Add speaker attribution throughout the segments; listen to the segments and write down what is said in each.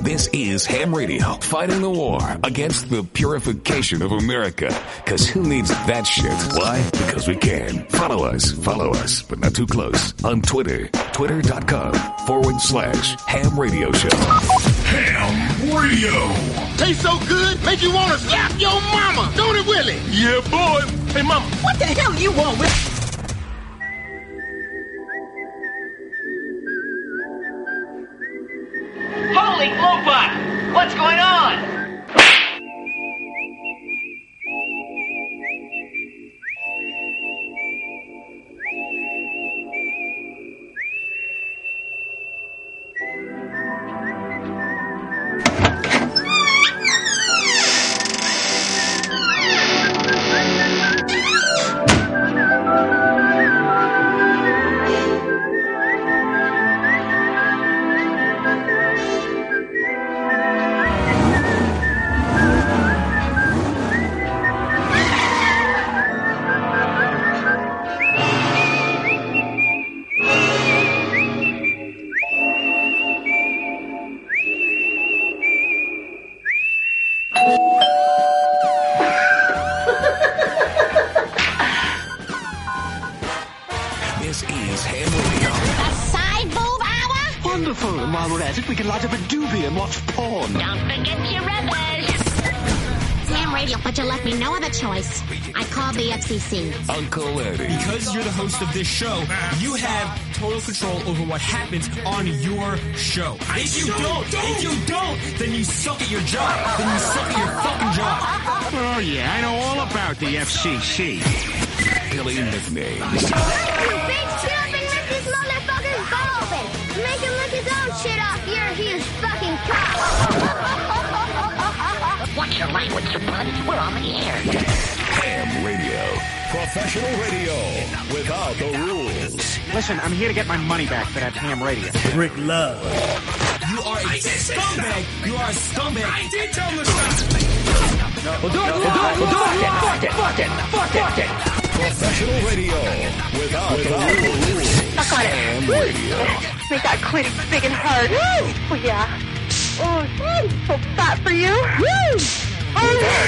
Speaker 1: This is Ham Radio, fighting the war against the purification of America. Cause who needs that shit? Why? Because we can. Follow us, follow us, but not too close. On Twitter, twitter.com forward slash ham radio show. Ham Radio!
Speaker 2: Tastes so good, make you want to slap your mama. Don't it, Willie?
Speaker 3: Yeah, boy. Hey, mama.
Speaker 2: What the hell you want with?
Speaker 4: Holy Glowbot! What's going on?
Speaker 1: This is Ham
Speaker 5: A side boob hour?
Speaker 6: Wonderful. And while we're at it, we can light up a doobie and watch porn.
Speaker 5: Don't forget your rubbish. Damn radio, but you left me no other choice. I called the FCC.
Speaker 1: Radio. Uncle Eddie.
Speaker 7: Because you're the host of this show, you have total control over what happens on your show. If you don't, if you don't, then you suck at your job. Then you suck at your fucking job.
Speaker 3: Oh, yeah, I know all about the FCC.
Speaker 1: Billy McNames.
Speaker 8: Big stuffing, let this motherfucker's butt open. Make him lick his own shit off your huge fucking cock.
Speaker 4: Watch your language, you bud. We're on the air.
Speaker 1: Ham Radio. Professional radio without the rules.
Speaker 6: Listen, I'm here to get my money back for that ham radio.
Speaker 9: Rick Love.
Speaker 7: You are a scumbag. You are a scumbag.
Speaker 3: did tell him to stop.
Speaker 1: Professional radio without, the rules.
Speaker 10: Suck on it.
Speaker 1: Ham Radio.
Speaker 10: Make that clit big and hard. Woo! Oh, yeah. Oh, mm, so fat for you. Woo! Oh,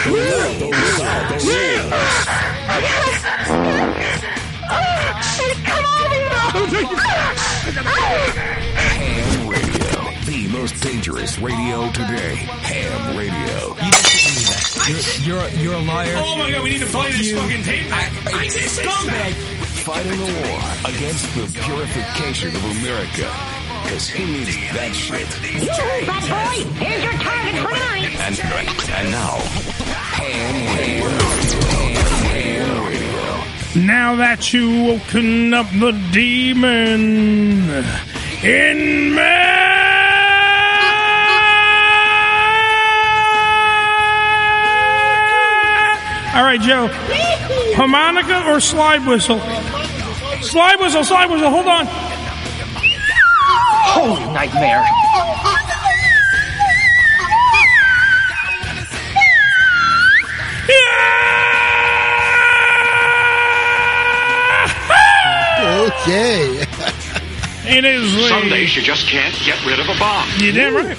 Speaker 10: woo!
Speaker 1: Without the rules.
Speaker 10: Oh, come on, me.
Speaker 1: Ham Radio. The most dangerous radio today. Ham Radio.
Speaker 7: You just you're, you're, you're a liar.
Speaker 3: Oh, my God, we need to play this fucking tape back.
Speaker 7: It's a scumbag.
Speaker 1: Fighting the war against the purification of America. Because who needs that shit?
Speaker 5: Bad boy, here's your target for tonight.
Speaker 1: And, and now, Ham Radio. Ham Radio.
Speaker 9: Now that you woken up the demon in me. All right, Joe. Harmonica or slide whistle? Slide whistle, slide whistle. Hold on.
Speaker 6: Holy nightmare.
Speaker 9: Okay. It is the,
Speaker 3: Some days you just can't get rid of a bomb.
Speaker 9: You damn right.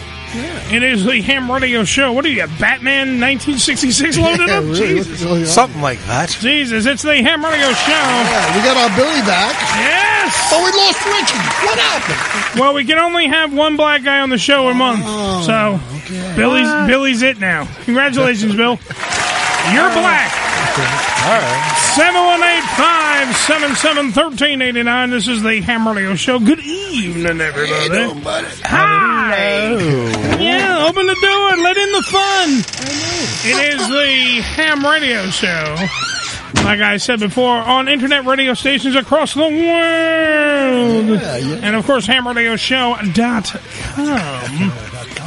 Speaker 9: It is the Ham Radio Show. What are you, Batman 1966 loaded up? Jesus.
Speaker 11: Something like that.
Speaker 9: Jesus, it's the Ham Radio Show.
Speaker 11: Yeah, we got our Billy back.
Speaker 9: Yes!
Speaker 11: Oh, we lost Richie. What happened? Oh,
Speaker 9: Well, we can only have one black guy on the show a month, so Billy's Billy's it now. Congratulations, Bill. You're
Speaker 11: Oh.
Speaker 9: black.
Speaker 11: All right.
Speaker 9: 718-577-1389. This is the Ham Radio Show. Good evening, everybody. Hi. Yeah, open the door. Let in the fun. It is the Ham Radio Show. Like I said before, on internet radio stations across the world. And of course, hamradioshow.com.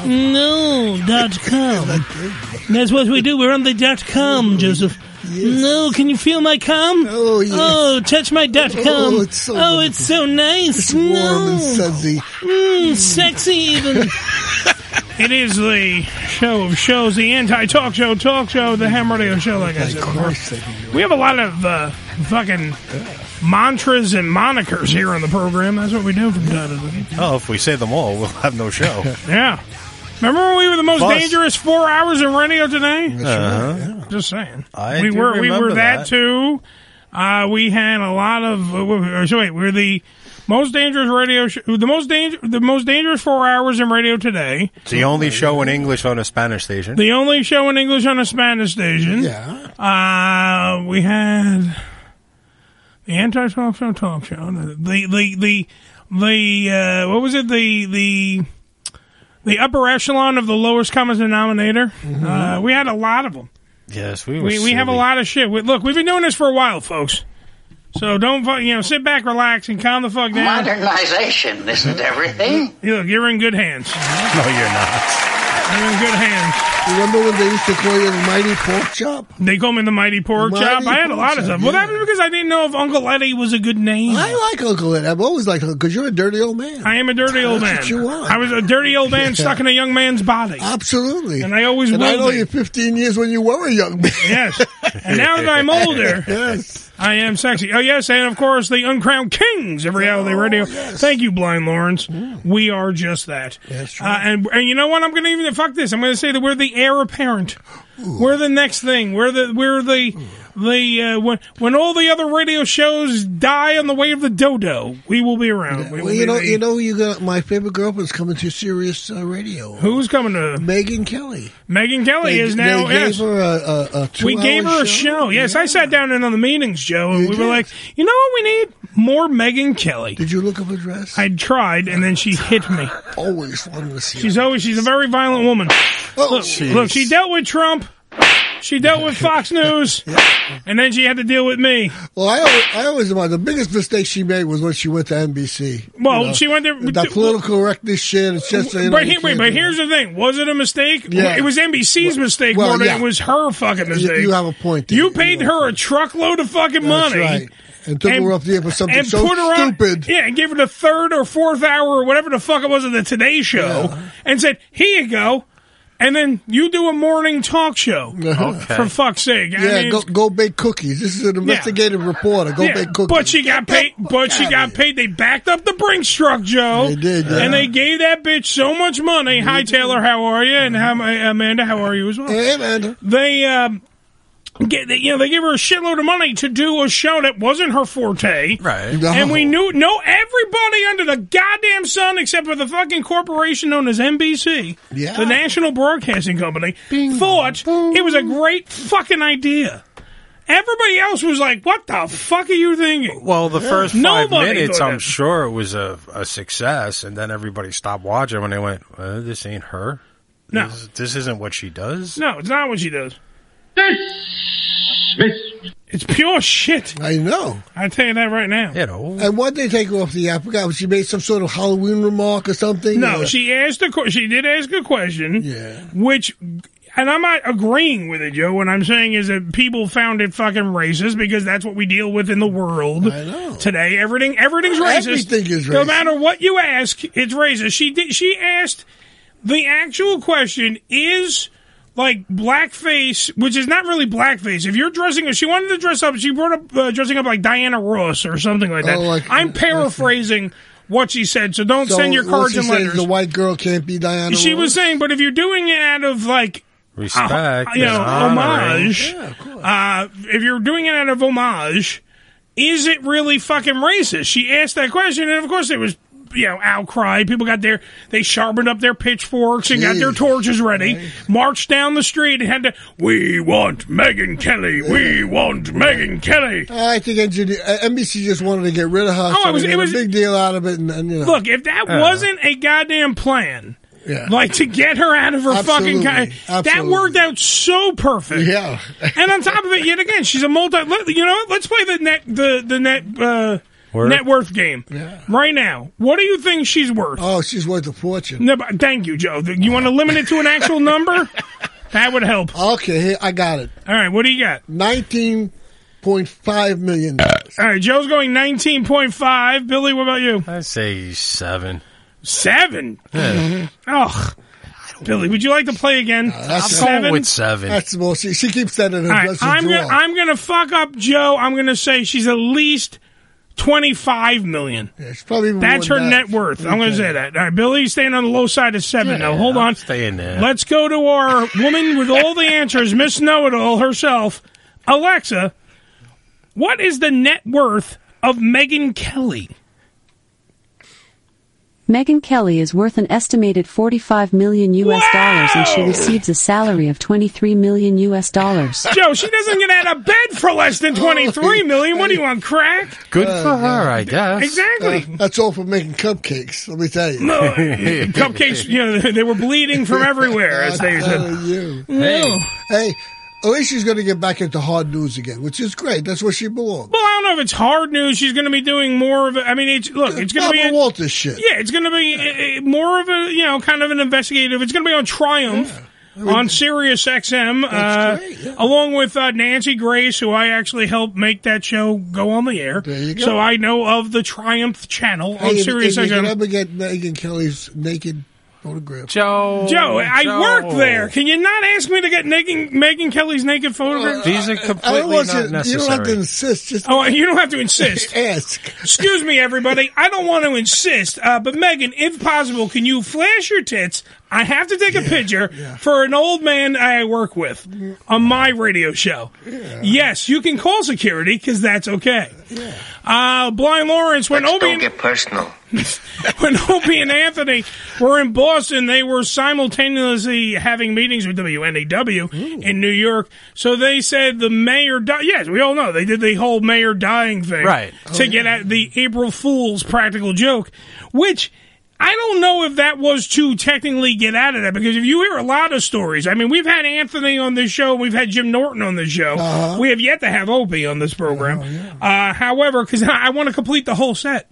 Speaker 9: No, dot com. That's what we do. We're on the dot com, Joseph. No, can you feel my cum?
Speaker 11: Oh, yes.
Speaker 9: Oh, touch my dot com.
Speaker 11: Oh, it's so
Speaker 9: Oh, it's so nice.
Speaker 11: It's warm
Speaker 9: no.
Speaker 11: and sudsy.
Speaker 9: Mm, sexy even. it is the show of shows, the anti-talk show, talk show, the ham radio show, like I
Speaker 11: Of
Speaker 9: said.
Speaker 11: course they do.
Speaker 9: We have a lot of uh, fucking mantras and monikers here on the program. That's what we do from time to time.
Speaker 11: Oh, if we say them all, we'll have no show.
Speaker 9: Yeah. Remember when we were the most
Speaker 6: Bus.
Speaker 9: dangerous four hours of radio today?
Speaker 11: Uh-huh.
Speaker 6: right,
Speaker 9: Just saying.
Speaker 6: I
Speaker 9: we
Speaker 6: do
Speaker 9: were we
Speaker 6: remember
Speaker 9: were that,
Speaker 6: that.
Speaker 9: too. Uh, we had a lot of. Uh, we- uh, so wait, we're the most dangerous radio. Sh- the most danger. The most dangerous four hours in radio today.
Speaker 11: It's the only show in English on a Spanish station.
Speaker 9: The only show in English on a Spanish station. Yeah. Uh, we had the anti-talk show, talk show. The the the the, the uh, what was it? The the the upper echelon of the lowest common denominator. Uh, we had a lot of them.
Speaker 11: yes, Mm-hmm. we were.
Speaker 9: We, we have a
Speaker 11: silly.
Speaker 9: lot of shit. We, look, we've been doing this for a while, folks. So don't fu- you know, sit back, relax, and calm the fuck down.
Speaker 12: Modernization isn't everything.
Speaker 9: Look, you're in good hands.
Speaker 11: Mm-hmm.
Speaker 9: No, you're not. You're in good hands.
Speaker 6: Remember when they used to call you the Mighty Pork Chop?
Speaker 9: They call me the Mighty Pork
Speaker 6: Mighty
Speaker 9: Chop. I had a
Speaker 6: Pork
Speaker 9: lot of
Speaker 6: Chop,
Speaker 9: stuff. Well,
Speaker 6: yeah.
Speaker 9: that was because I didn't know if Uncle Eddie was a good name.
Speaker 6: I like Uncle Ed. I've always liked Uncle because you're a dirty old man.
Speaker 9: I am a dirty old man.
Speaker 6: That's what you are.
Speaker 9: I was a dirty old man
Speaker 6: Yeah.
Speaker 9: stuck in a young man's body.
Speaker 6: Absolutely.
Speaker 9: And I always
Speaker 6: and I
Speaker 9: will
Speaker 6: know
Speaker 9: be.
Speaker 6: you 15 years when you were a young man.
Speaker 9: Yes. And now that I'm older, I am sexy. Oh, yes. And of course, the uncrowned kings of
Speaker 6: Oh,
Speaker 9: reality radio. Thank you, Blind Lawrence. We are just that. That's true. Uh, and, and you know what? I'm going to even fuck this. I'm going to say that we're the heir apparent. We're the next thing. We're the, we're the, the, uh, when, when all the other radio shows die on the way of the dodo, we will be around. We will
Speaker 6: Well, you
Speaker 9: be
Speaker 6: know,
Speaker 9: the-
Speaker 6: you know, you got my favorite girlfriend's coming to Sirius uh, Radio.
Speaker 9: Who's coming to
Speaker 6: Megan Kelly?
Speaker 9: Megan Kelly
Speaker 6: They-
Speaker 9: is now.
Speaker 6: They gave
Speaker 9: yes.
Speaker 6: her a, a, a two
Speaker 9: we gave her a show. Yes, I sat down in on the meetings, Joe, and we were like, you know what we need? More Megan Kelly. Did
Speaker 6: you look up her dress?
Speaker 9: I tried, and then she hit me.
Speaker 6: Always wanted to see. Oh,
Speaker 9: She's always she's a very violent woman. look,
Speaker 6: jeez.
Speaker 9: look, she dealt with Trump. She dealt with Fox News, and then she had to deal with me.
Speaker 6: Well, I always, I always remember the biggest mistake she made was when she went to NBC.
Speaker 9: Well, she went there-
Speaker 6: That political correctness shit. It's just. You know,
Speaker 9: but
Speaker 6: you
Speaker 9: here, wait,
Speaker 6: can't
Speaker 9: but
Speaker 6: do
Speaker 9: here's the thing: was it a mistake?
Speaker 6: Yeah.
Speaker 9: It was NBC's mistake
Speaker 6: well,
Speaker 9: more than
Speaker 6: yeah.
Speaker 9: it was her fucking
Speaker 6: that.
Speaker 9: mistake.
Speaker 6: You, you have a point.
Speaker 9: You paid her a truckload of fucking
Speaker 6: That's
Speaker 9: money.
Speaker 6: right. And took her off the air for something
Speaker 9: and
Speaker 6: so
Speaker 9: put her
Speaker 6: stupid.
Speaker 9: On, yeah, and gave her the third or fourth hour or whatever the fuck it was of the Today Show, and said, "Here you go." And then you do a morning talk show.
Speaker 6: Okay.
Speaker 9: For fuck's sake. I
Speaker 6: yeah,
Speaker 9: mean,
Speaker 6: go, go bake cookies. This is an investigative reporter. Go
Speaker 9: yeah,
Speaker 6: bake cookies.
Speaker 9: But she got paid. But she got paid. They backed up the Brinks truck, Joe. They did,
Speaker 6: yeah.
Speaker 9: and they gave that bitch so much money. Hi, Taylor. How are you? And how, Amanda? How are you as well?
Speaker 6: Hey, Amanda.
Speaker 9: They. Um, Get, they- you know, they gave her a shitload of money to do a show that wasn't her forte, right? And we knew no everybody under the goddamn sun except for the fucking corporation known as NBC,
Speaker 6: Yeah.
Speaker 9: the National Broadcasting Company, thought it was a great fucking idea. Everybody else was like, "What the fuck are you thinking?"
Speaker 11: Well, the first five
Speaker 9: Nobody
Speaker 11: minutes,
Speaker 9: thought
Speaker 11: I'm
Speaker 9: that.
Speaker 11: sure it was a, a success, and then everybody stopped watching when they went, uh, "This ain't her.
Speaker 9: No.
Speaker 11: this, this isn't what she does."
Speaker 9: No, it's not what she does. It's pure shit.
Speaker 6: I know.
Speaker 9: I tell you that right now.
Speaker 11: You know.
Speaker 6: And what they take her off the air? I forgot. She made some sort of Halloween remark or something.
Speaker 9: No,
Speaker 6: Uh,
Speaker 9: she asked a que- she did ask a question. Yeah. Which and I'm not agreeing with it, Joe. What I'm saying is that people found it fucking racist because that's what we deal with in the world I know. today. Everything everything's racist.
Speaker 6: Everything is
Speaker 9: No
Speaker 6: racist.
Speaker 9: matter what you ask, it's racist. She did she asked the actual question is like blackface, which is not really blackface. If you're dressing, if she wanted to dress up, she brought up uh, dressing up like Diana Ross or something like that.
Speaker 6: Oh, like-
Speaker 9: I'm paraphrasing what she said, so don't
Speaker 6: so
Speaker 9: send your
Speaker 6: what
Speaker 9: cards
Speaker 6: she
Speaker 9: and
Speaker 6: says,
Speaker 9: letters.
Speaker 6: The white girl can't be Diana.
Speaker 9: She
Speaker 6: Ross?
Speaker 9: was saying, but if you're doing it out of like
Speaker 11: Respect
Speaker 9: uh, you know,
Speaker 11: and honoring.
Speaker 9: homage, uh, if you're doing it out of homage, is it really fucking racist? She asked that question, and of course it was. You know, outcry. People got their, they sharpened up their pitchforks and got their torches ready, marched down the street and had to, we want Megan Kelly, we want Megan Kelly.
Speaker 6: I think engineer, uh, NBC just wanted to get rid of her.
Speaker 9: Oh,
Speaker 6: so
Speaker 9: it was-
Speaker 6: they
Speaker 9: it
Speaker 6: made
Speaker 9: was-
Speaker 6: a big deal out of it. And, and, you know,
Speaker 9: Look, if that
Speaker 6: Uh.
Speaker 9: wasn't a goddamn plan,
Speaker 6: Yeah.
Speaker 9: like to get her out of her fucking
Speaker 6: Absolutely.
Speaker 9: co- that worked out so perfect.
Speaker 6: Yeah.
Speaker 9: and on top of it, yet again, she's a multi. let- You know, what? let's play the net the the net uh,
Speaker 6: Worth?
Speaker 9: net worth game right now. What do you think she's worth?
Speaker 6: oh, she's worth a fortune.
Speaker 9: No, but thank you, Joe. You want to limit it to an actual number? That would help.
Speaker 6: Okay, here, I got it.
Speaker 9: All right, what do you got?
Speaker 6: Nineteen point five million.
Speaker 9: All right, Joe's going nineteen point five. Billy, what about you?
Speaker 11: I say seven.
Speaker 9: Seven.
Speaker 11: Yeah.
Speaker 9: Ugh. Billy, would you like to play again?
Speaker 6: that's- I'm
Speaker 9: seven.
Speaker 6: going with
Speaker 11: seven.
Speaker 6: That's well, she, she keeps that in her
Speaker 9: All right,
Speaker 6: dress.
Speaker 9: I'm gonna I'm gonna fuck up Joe. I'm gonna say she's at least 25 million.
Speaker 6: It's probably even
Speaker 9: That's
Speaker 6: more
Speaker 9: her
Speaker 6: than that.
Speaker 9: net worth. I'm going to say that. All right, Billy's staying on the low side of seven. now,
Speaker 11: Yeah,
Speaker 9: hold on.
Speaker 11: Staying there.
Speaker 9: Let's go to our woman with all the answers, Miss Know It All herself, Alexa. What is the net worth of Megan Kelly?
Speaker 13: Megyn Kelly is worth an estimated 45 million US dollars and she receives a salary of 23 million US dollars.
Speaker 9: Joe, she doesn't get out of bed for less than 23 million. What do you want, crack?
Speaker 11: Good for her, I guess.
Speaker 9: Exactly.
Speaker 6: uh, that's all for making cupcakes. Let me tell you.
Speaker 9: No, Cupcakes, you know, they were bleeding from everywhere, as they
Speaker 6: uh,
Speaker 9: said.
Speaker 6: you.
Speaker 9: No.
Speaker 6: Hey, at least she's going to get back into hard news again, which is great. That's where she belongs.
Speaker 9: Well, I don't know if it's hard news. She's going to be doing more of it. I mean, it's look, it's going to be
Speaker 6: Barbara
Speaker 9: a-
Speaker 6: Walters shit.
Speaker 9: Yeah, it's going to be uh, uh, more of a you know kind of an investigative. It's going to be on Triumph. on Sirius XM, uh, along with uh, Nancy Grace, who I actually helped make that show go on the air.
Speaker 6: go.
Speaker 9: So I know of the Triumph channel on
Speaker 6: Hey, if-
Speaker 9: Sirius
Speaker 6: if you
Speaker 9: XM.
Speaker 6: could ever get Megan Kelly's naked photograph.
Speaker 11: Joe,
Speaker 9: Joe, I work there. Can you not ask me to get Megan, Megan Kelly's naked photograph?
Speaker 11: These are
Speaker 6: I don't
Speaker 11: completely
Speaker 6: want
Speaker 11: not
Speaker 6: Uh, you, you don't have
Speaker 11: necessary.
Speaker 6: to insist. Just
Speaker 9: Oh, you don't have to insist.
Speaker 6: Ask.
Speaker 9: Excuse me, everybody. I don't want to insist, uh, but Megan, if possible, can you flash your tits? I have to take a picture for an old man I work with on my radio show. Yes, you can call security because that's okay. Uh, Blind Lawrence, when Obie and-
Speaker 14: personal.
Speaker 9: when Opie and Anthony were in Boston, they were simultaneously having meetings with WNAW in New York. So they said the mayor died. Yes, we all know they did the whole mayor dying thing,
Speaker 11: Right.
Speaker 9: To get at the April Fool's practical joke, which. I don't know if that was to technically get out of that because if you hear a lot of stories, I mean, we've had Anthony on this show, we've had Jim Norton on this show,
Speaker 6: Uh-huh.
Speaker 9: we have yet to have Opie on this program.
Speaker 6: Oh,
Speaker 9: uh, however, because I want to complete the whole set,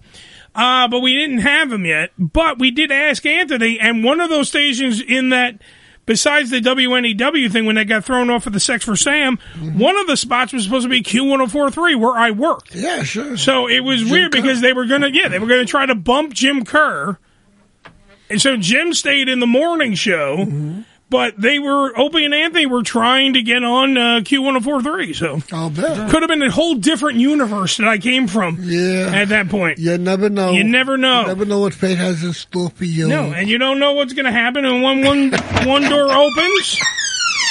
Speaker 9: uh, but we didn't have him yet. But we did ask Anthony, and one of those stations in that, besides the WNEW thing when they got thrown off of the Sex for Sam,
Speaker 6: Mm-hmm.
Speaker 9: one of the spots was supposed to be Q1043 where I worked.
Speaker 6: Yeah, sure.
Speaker 9: So it was weird because they were gonna, yeah, they were gonna try to bump Jim Kerr, and so Jim stayed in the morning show. But they were Opie and Anthony were trying to get on uh, Q1043, so
Speaker 6: I'll bet
Speaker 9: could have been a whole different universe that I came from. Yeah, at that point,
Speaker 6: you never know.
Speaker 9: You never know.
Speaker 6: You never know what fate has in store for you.
Speaker 9: No, and you don't know what's going to happen. And when one one door opens,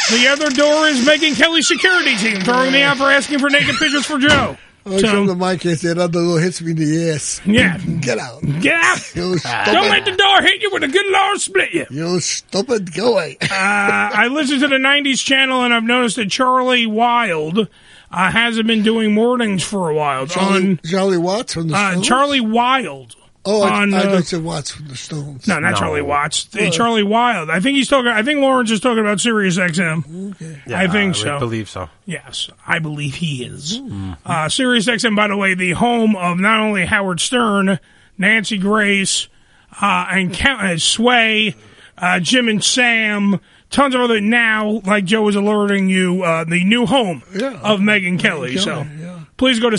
Speaker 9: the other door is Megan Kelly's security team throwing me out for asking for naked pictures for Joe.
Speaker 6: Oh, from the mic and said, "Other little hits me in the ass."
Speaker 9: Yeah,
Speaker 6: get out,
Speaker 9: get out.
Speaker 6: You
Speaker 11: Ah,
Speaker 9: Don't let the door hit you when the good Lord split you.
Speaker 6: You stupid, go away.
Speaker 9: uh, I listen to the '90s channel, and I've noticed that Charlie Wild uh, hasn't been doing mornings for a while.
Speaker 6: Charlie,
Speaker 9: on
Speaker 6: Charlie Watts from the
Speaker 9: uh,
Speaker 6: Stones?
Speaker 9: Charlie Wild.
Speaker 6: Oh, I,
Speaker 9: on,
Speaker 6: I
Speaker 9: uh,
Speaker 6: thought said Watts from the Stones.
Speaker 9: No, not Charlie Watts. Uh, Charlie Wild. I think he's talking. I think Lawrence is talking about Sirius XM. I think
Speaker 11: I
Speaker 9: so.
Speaker 11: would believe so.
Speaker 9: Yes, I believe he is.
Speaker 11: Hmm.
Speaker 9: Uh, Sirius XM, by the way, the home of not only Howard Stern, Nancy Grace, uh, and countless Sway, uh, Jim and Sam, tons of other. Now, like Joe was alerting you, uh, the new home of Megan Kelly. So. Please go to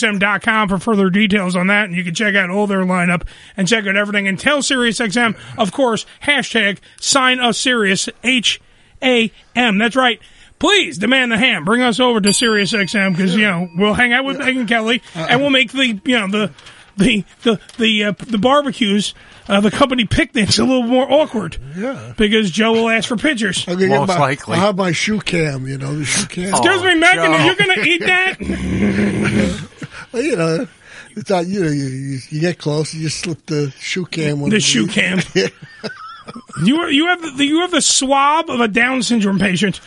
Speaker 9: SiriusXM.com for further details on that, and you can check out all their lineup and check out everything. And tell SiriusXM, of course, hashtag sign us Sirius, H A M. That's right. Please demand the ham. Bring us over to SiriusXM because, you know, we'll hang out with Megan Kelly and we'll make the, you know, the. The the the uh, the barbecues, uh, the company picnics, a little more awkward. Yeah, because Joe will ask for pictures.
Speaker 6: I could get my- I have my shoe cam, you know, the shoe cam.
Speaker 9: Excuse me, Megan, are you going to eat that?
Speaker 6: Well, you know, it's not, you know, you, you, you get close, you just slip the shoe cam.
Speaker 9: The shoe cam. You are, you have the you have the swab of a Down syndrome patient.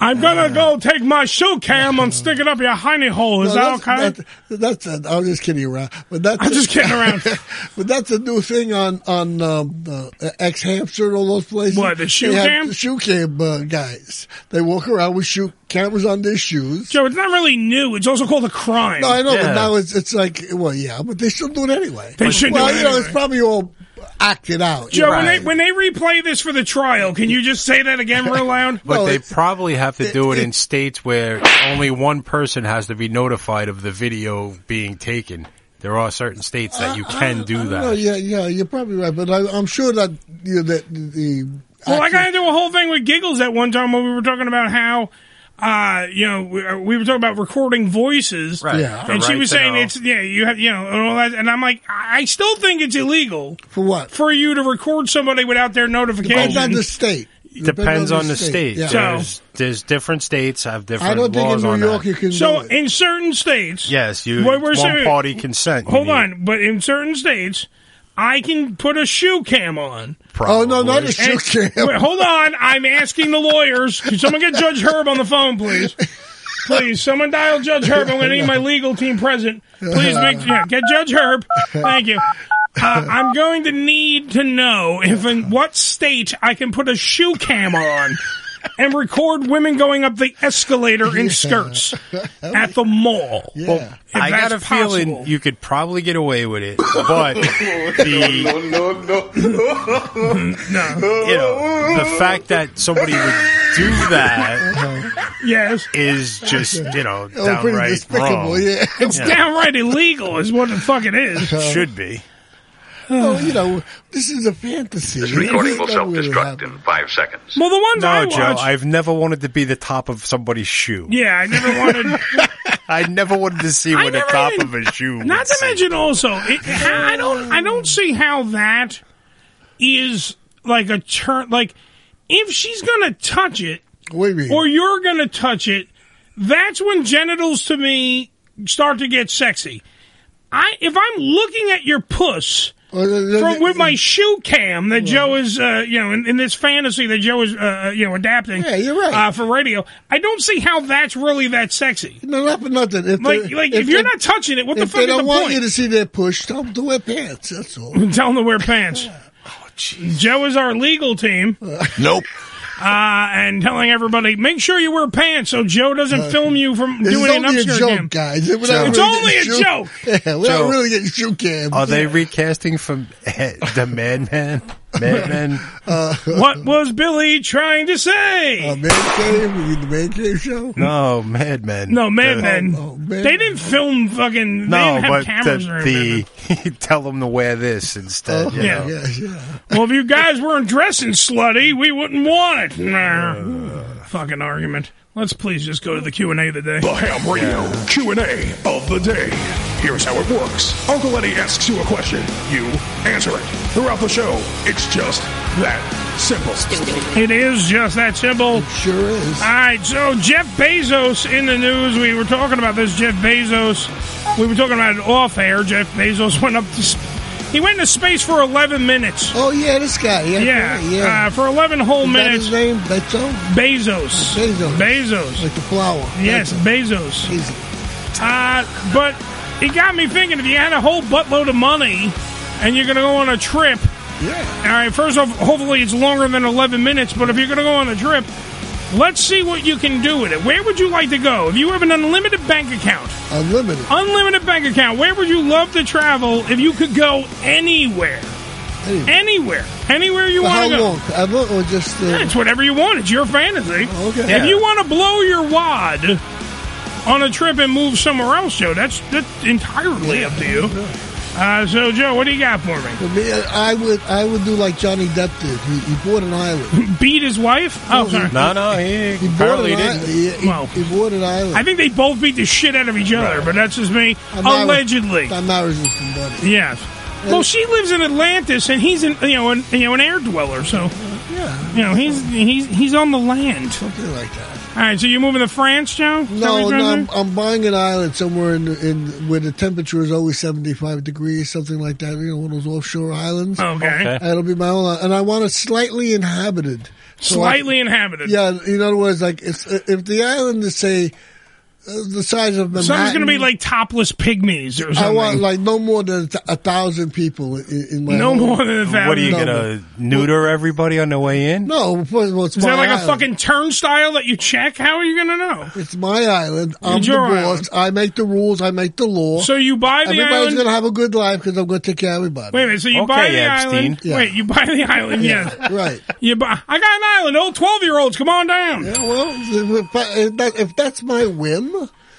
Speaker 9: I'm gonna go take my shoe cam and stick it up your hiney hole. Is that okay?
Speaker 6: That's, that's, that's a, I'm just kidding around, but that's
Speaker 9: I'm just kidding around.
Speaker 6: but that's a new thing on on um, uh, X Hamster and all those places.
Speaker 9: What, the shoe
Speaker 6: They have
Speaker 9: cam?
Speaker 6: the shoe cam uh, guys. They walk around with shoe cameras on their shoes.
Speaker 9: Joe, it's not really new. It's also called a crime.
Speaker 6: No, I know, but now it's it's like, well, yeah, but they still do it anyway.
Speaker 9: They should
Speaker 6: Well,
Speaker 9: do it
Speaker 6: you know, it's probably all acted out.
Speaker 9: Joe,
Speaker 6: you know?
Speaker 9: when they when they replay this for the trial, can you just say that again real loud?
Speaker 11: But they probably have to do it in states where only one person has to be notified of the video being taken. There are certain states that you can do
Speaker 6: No,
Speaker 11: that.
Speaker 6: yeah, yeah, you're probably right, but I, I'm sure that you know, that the
Speaker 9: Well, I got into a whole thing with giggles at one time when we were talking about how uh, you know, we, uh, we were talking about recording voices,
Speaker 6: Right. Yeah.
Speaker 9: And
Speaker 6: The
Speaker 9: she
Speaker 6: right
Speaker 9: was
Speaker 6: to
Speaker 9: saying
Speaker 6: know.
Speaker 9: it's yeah, you have you know, and all that. And I'm like, I I still think it's illegal for what for you to record somebody without their notification.
Speaker 6: Depends on the state.
Speaker 11: Depends on the state.
Speaker 9: Yeah.
Speaker 11: There's, there's different states have different laws on that.
Speaker 9: So in certain states,
Speaker 11: yes, you
Speaker 9: What we're
Speaker 11: one
Speaker 9: saying-
Speaker 11: party consent. you
Speaker 9: hold
Speaker 11: need.
Speaker 9: on, but in certain states, I can put a shoe cam on.
Speaker 6: Oh no, not a shoe
Speaker 9: And-
Speaker 6: cam.
Speaker 9: Wait, hold on. I'm asking the lawyers. Can someone get Judge Herb on the phone, please? Please, someone dial Judge Herb. I'm going to need my legal team present. Please make yeah, get Judge Herb. Thank you. Uh, I'm going to need to know if in what state I can put a shoe cam on and record women going up the escalator in skirts at the mall.
Speaker 11: Well,
Speaker 9: If
Speaker 11: I got a
Speaker 9: that's possible.
Speaker 11: feeling you could probably get away with it, but the
Speaker 15: no, no,
Speaker 9: Mm.
Speaker 15: no.
Speaker 11: you know the fact that somebody would do that
Speaker 9: yes
Speaker 11: is just you know
Speaker 9: Oh, pretty
Speaker 11: downright
Speaker 9: despicable,
Speaker 11: wrong.
Speaker 9: yeah. Uh-huh. It's
Speaker 11: Yeah.
Speaker 9: downright illegal, is what the fuck it is.
Speaker 11: Should be.
Speaker 6: well, you know, this is a fantasy.
Speaker 11: This recording
Speaker 6: It
Speaker 11: will
Speaker 6: never really
Speaker 11: self-destruct
Speaker 6: happened.
Speaker 11: in
Speaker 15: five seconds.
Speaker 9: Well, the ones
Speaker 11: no,
Speaker 9: I
Speaker 11: Joe,
Speaker 9: watched-
Speaker 11: I've never wanted to be the top of somebody's shoe.
Speaker 9: Yeah, I never wanted.
Speaker 11: I never wanted to see what the
Speaker 9: never
Speaker 11: top
Speaker 9: even-
Speaker 11: of a shoe. would
Speaker 9: Not to
Speaker 11: see.
Speaker 9: mention, also, it, I don't, I don't see how that is like a turn. Like, if she's gonna touch it, or you're gonna touch it, that's when genitals to me start to get sexy. I, if I'm looking at your puss. From with my shoe cam that Joe is, uh, you know, in, in this fantasy that Joe is, uh, you know, adapting. Yeah, you're right. Uh, for radio, I don't see how that's really that sexy.
Speaker 6: No, not for nothing. If
Speaker 9: Like-
Speaker 6: they-
Speaker 9: like, if you're not touching it, what the
Speaker 6: if
Speaker 9: fuck
Speaker 6: they
Speaker 9: is
Speaker 6: don't
Speaker 9: the
Speaker 6: want
Speaker 9: point?
Speaker 6: you to see their push, tell them to wear pants. That's all.
Speaker 9: Tell them to wear pants.
Speaker 6: Oh,
Speaker 9: Joe is our legal team.
Speaker 6: Nope.
Speaker 9: Uh, and telling everybody, make sure you wear pants so Joe doesn't film you from
Speaker 6: This is
Speaker 9: doing an
Speaker 6: only a
Speaker 9: upskirt
Speaker 6: joke,
Speaker 9: game.
Speaker 6: guys. We're
Speaker 9: It's
Speaker 6: not really
Speaker 9: only a
Speaker 6: getting shoe-
Speaker 9: joke.
Speaker 6: Yeah, we're
Speaker 11: So-
Speaker 6: not really getting shoe cam.
Speaker 11: Are they recasting from eh, the Madman? Madman?
Speaker 9: Uh, what was Billy trying to say?
Speaker 6: Uh, man cave, the man cave show.
Speaker 11: No, Madman.
Speaker 9: No, Mad
Speaker 11: The-
Speaker 9: Men.
Speaker 6: Oh,
Speaker 9: they didn't film fucking. they
Speaker 11: No,
Speaker 9: didn't have
Speaker 11: but
Speaker 9: cameras or anything.
Speaker 11: the, the tell them to wear this
Speaker 6: Oh,
Speaker 11: instead. you
Speaker 9: yeah.
Speaker 11: know.
Speaker 9: Well, if you guys weren't dressing slutty, we wouldn't want it. Nah. Fucking argument. Let's please just go to the Q and A of the day.
Speaker 1: The Ham Radio Q&A of the day. Here's how it works. Uncle Eddie asks you a question. You answer it. Throughout the show, it's just that simple.
Speaker 9: It is just that simple.
Speaker 6: sure is.
Speaker 9: All right, so Jeff Bezos in the news. We were talking about this, Jeff Bezos. We were talking about it off air. Jeff Bezos went up to. Sp- he went into space for 11 minutes.
Speaker 6: Oh, yeah, this guy. Yeah,
Speaker 9: yeah.
Speaker 6: yeah, yeah.
Speaker 9: Uh, for 11 whole
Speaker 6: Is that
Speaker 9: minutes.
Speaker 6: his name? Beto?
Speaker 9: Bezos.
Speaker 6: Bezos.
Speaker 9: Bezos.
Speaker 6: Like the flower.
Speaker 9: Yes, Bezos. Uh, but it got me thinking if you had a whole buttload of money and you're going to go on a trip.
Speaker 6: Yeah.
Speaker 9: All right, first off, hopefully it's longer than 11 minutes, but if you're going to go on a trip, let's see what you can do with it. Where would you like to go? If you have an unlimited bank account,
Speaker 6: Unlimited.
Speaker 9: unlimited bank account, where would you love to travel if you could go anywhere? Anywhere. Anywhere you
Speaker 6: For
Speaker 9: want
Speaker 6: how
Speaker 9: to go.
Speaker 6: long? I want or just uh, Oh,
Speaker 9: It's whatever you want. It's your fantasy.
Speaker 6: okay.
Speaker 9: If
Speaker 6: Yeah.
Speaker 9: you want to blow your wad on a trip and move somewhere else, Joe, that's that's entirely up to you. Uh, so, Joe, what do you got for me?
Speaker 6: for me, I would I would do like Johnny Depp did. He, he bought an island.
Speaker 9: Beat his wife? Oh, sorry.
Speaker 11: No, no, he,
Speaker 6: He bought
Speaker 11: apparently
Speaker 6: an
Speaker 11: didn't.
Speaker 6: island. He, he, he bought an island.
Speaker 9: I think they both beat the shit out of each other, but that's just me.
Speaker 6: not-
Speaker 9: Allegedly,
Speaker 6: I'm not resisting, buddy.
Speaker 9: yes. Well, she lives in Atlantis, and he's an you know an, you know an air dweller, so
Speaker 6: Yeah.
Speaker 9: you know he's he's he's on the land.
Speaker 6: Something like that.
Speaker 9: All right, so you moving to France, Joe? Is that what
Speaker 6: No,
Speaker 9: you're
Speaker 6: no,
Speaker 9: doing?
Speaker 6: I'm, I'm buying an island somewhere in in where the temperature is always 75 degrees, something like that. You know, one of those offshore islands.
Speaker 9: Okay. Okay.
Speaker 6: It'll be my own, island. and I want it slightly inhabited. So I-
Speaker 9: Slightly inhabited.
Speaker 6: yeah, in other words, like if if the island is say uh, the size of Manhattan,
Speaker 9: Something's going to be like topless pygmies or something.
Speaker 6: I want like no more than a th- a thousand people in, in my.
Speaker 9: No
Speaker 6: home.
Speaker 9: more than a thousand.
Speaker 11: What are you gonna neuter everybody on the way in?
Speaker 6: No, first of all, it's
Speaker 9: Is
Speaker 6: my
Speaker 9: that like
Speaker 6: island.
Speaker 9: a fucking turnstile that you check? How are you going to know?
Speaker 6: It's my island. I'm
Speaker 9: It's
Speaker 6: the
Speaker 9: your
Speaker 6: boss. I make the rules. I make the law.
Speaker 9: So you buy the
Speaker 6: Everybody's
Speaker 9: island-
Speaker 6: gonna have a good life because I'm gonna take care of everybody.
Speaker 9: Wait a minute. So you buy the island.
Speaker 6: Yeah.
Speaker 9: Wait, you buy the island? Yes.
Speaker 6: right.
Speaker 9: You buy. I got an island. Old twelve-year-olds, come on down.
Speaker 6: Yeah, well, if, I, if, that, if that's my whim,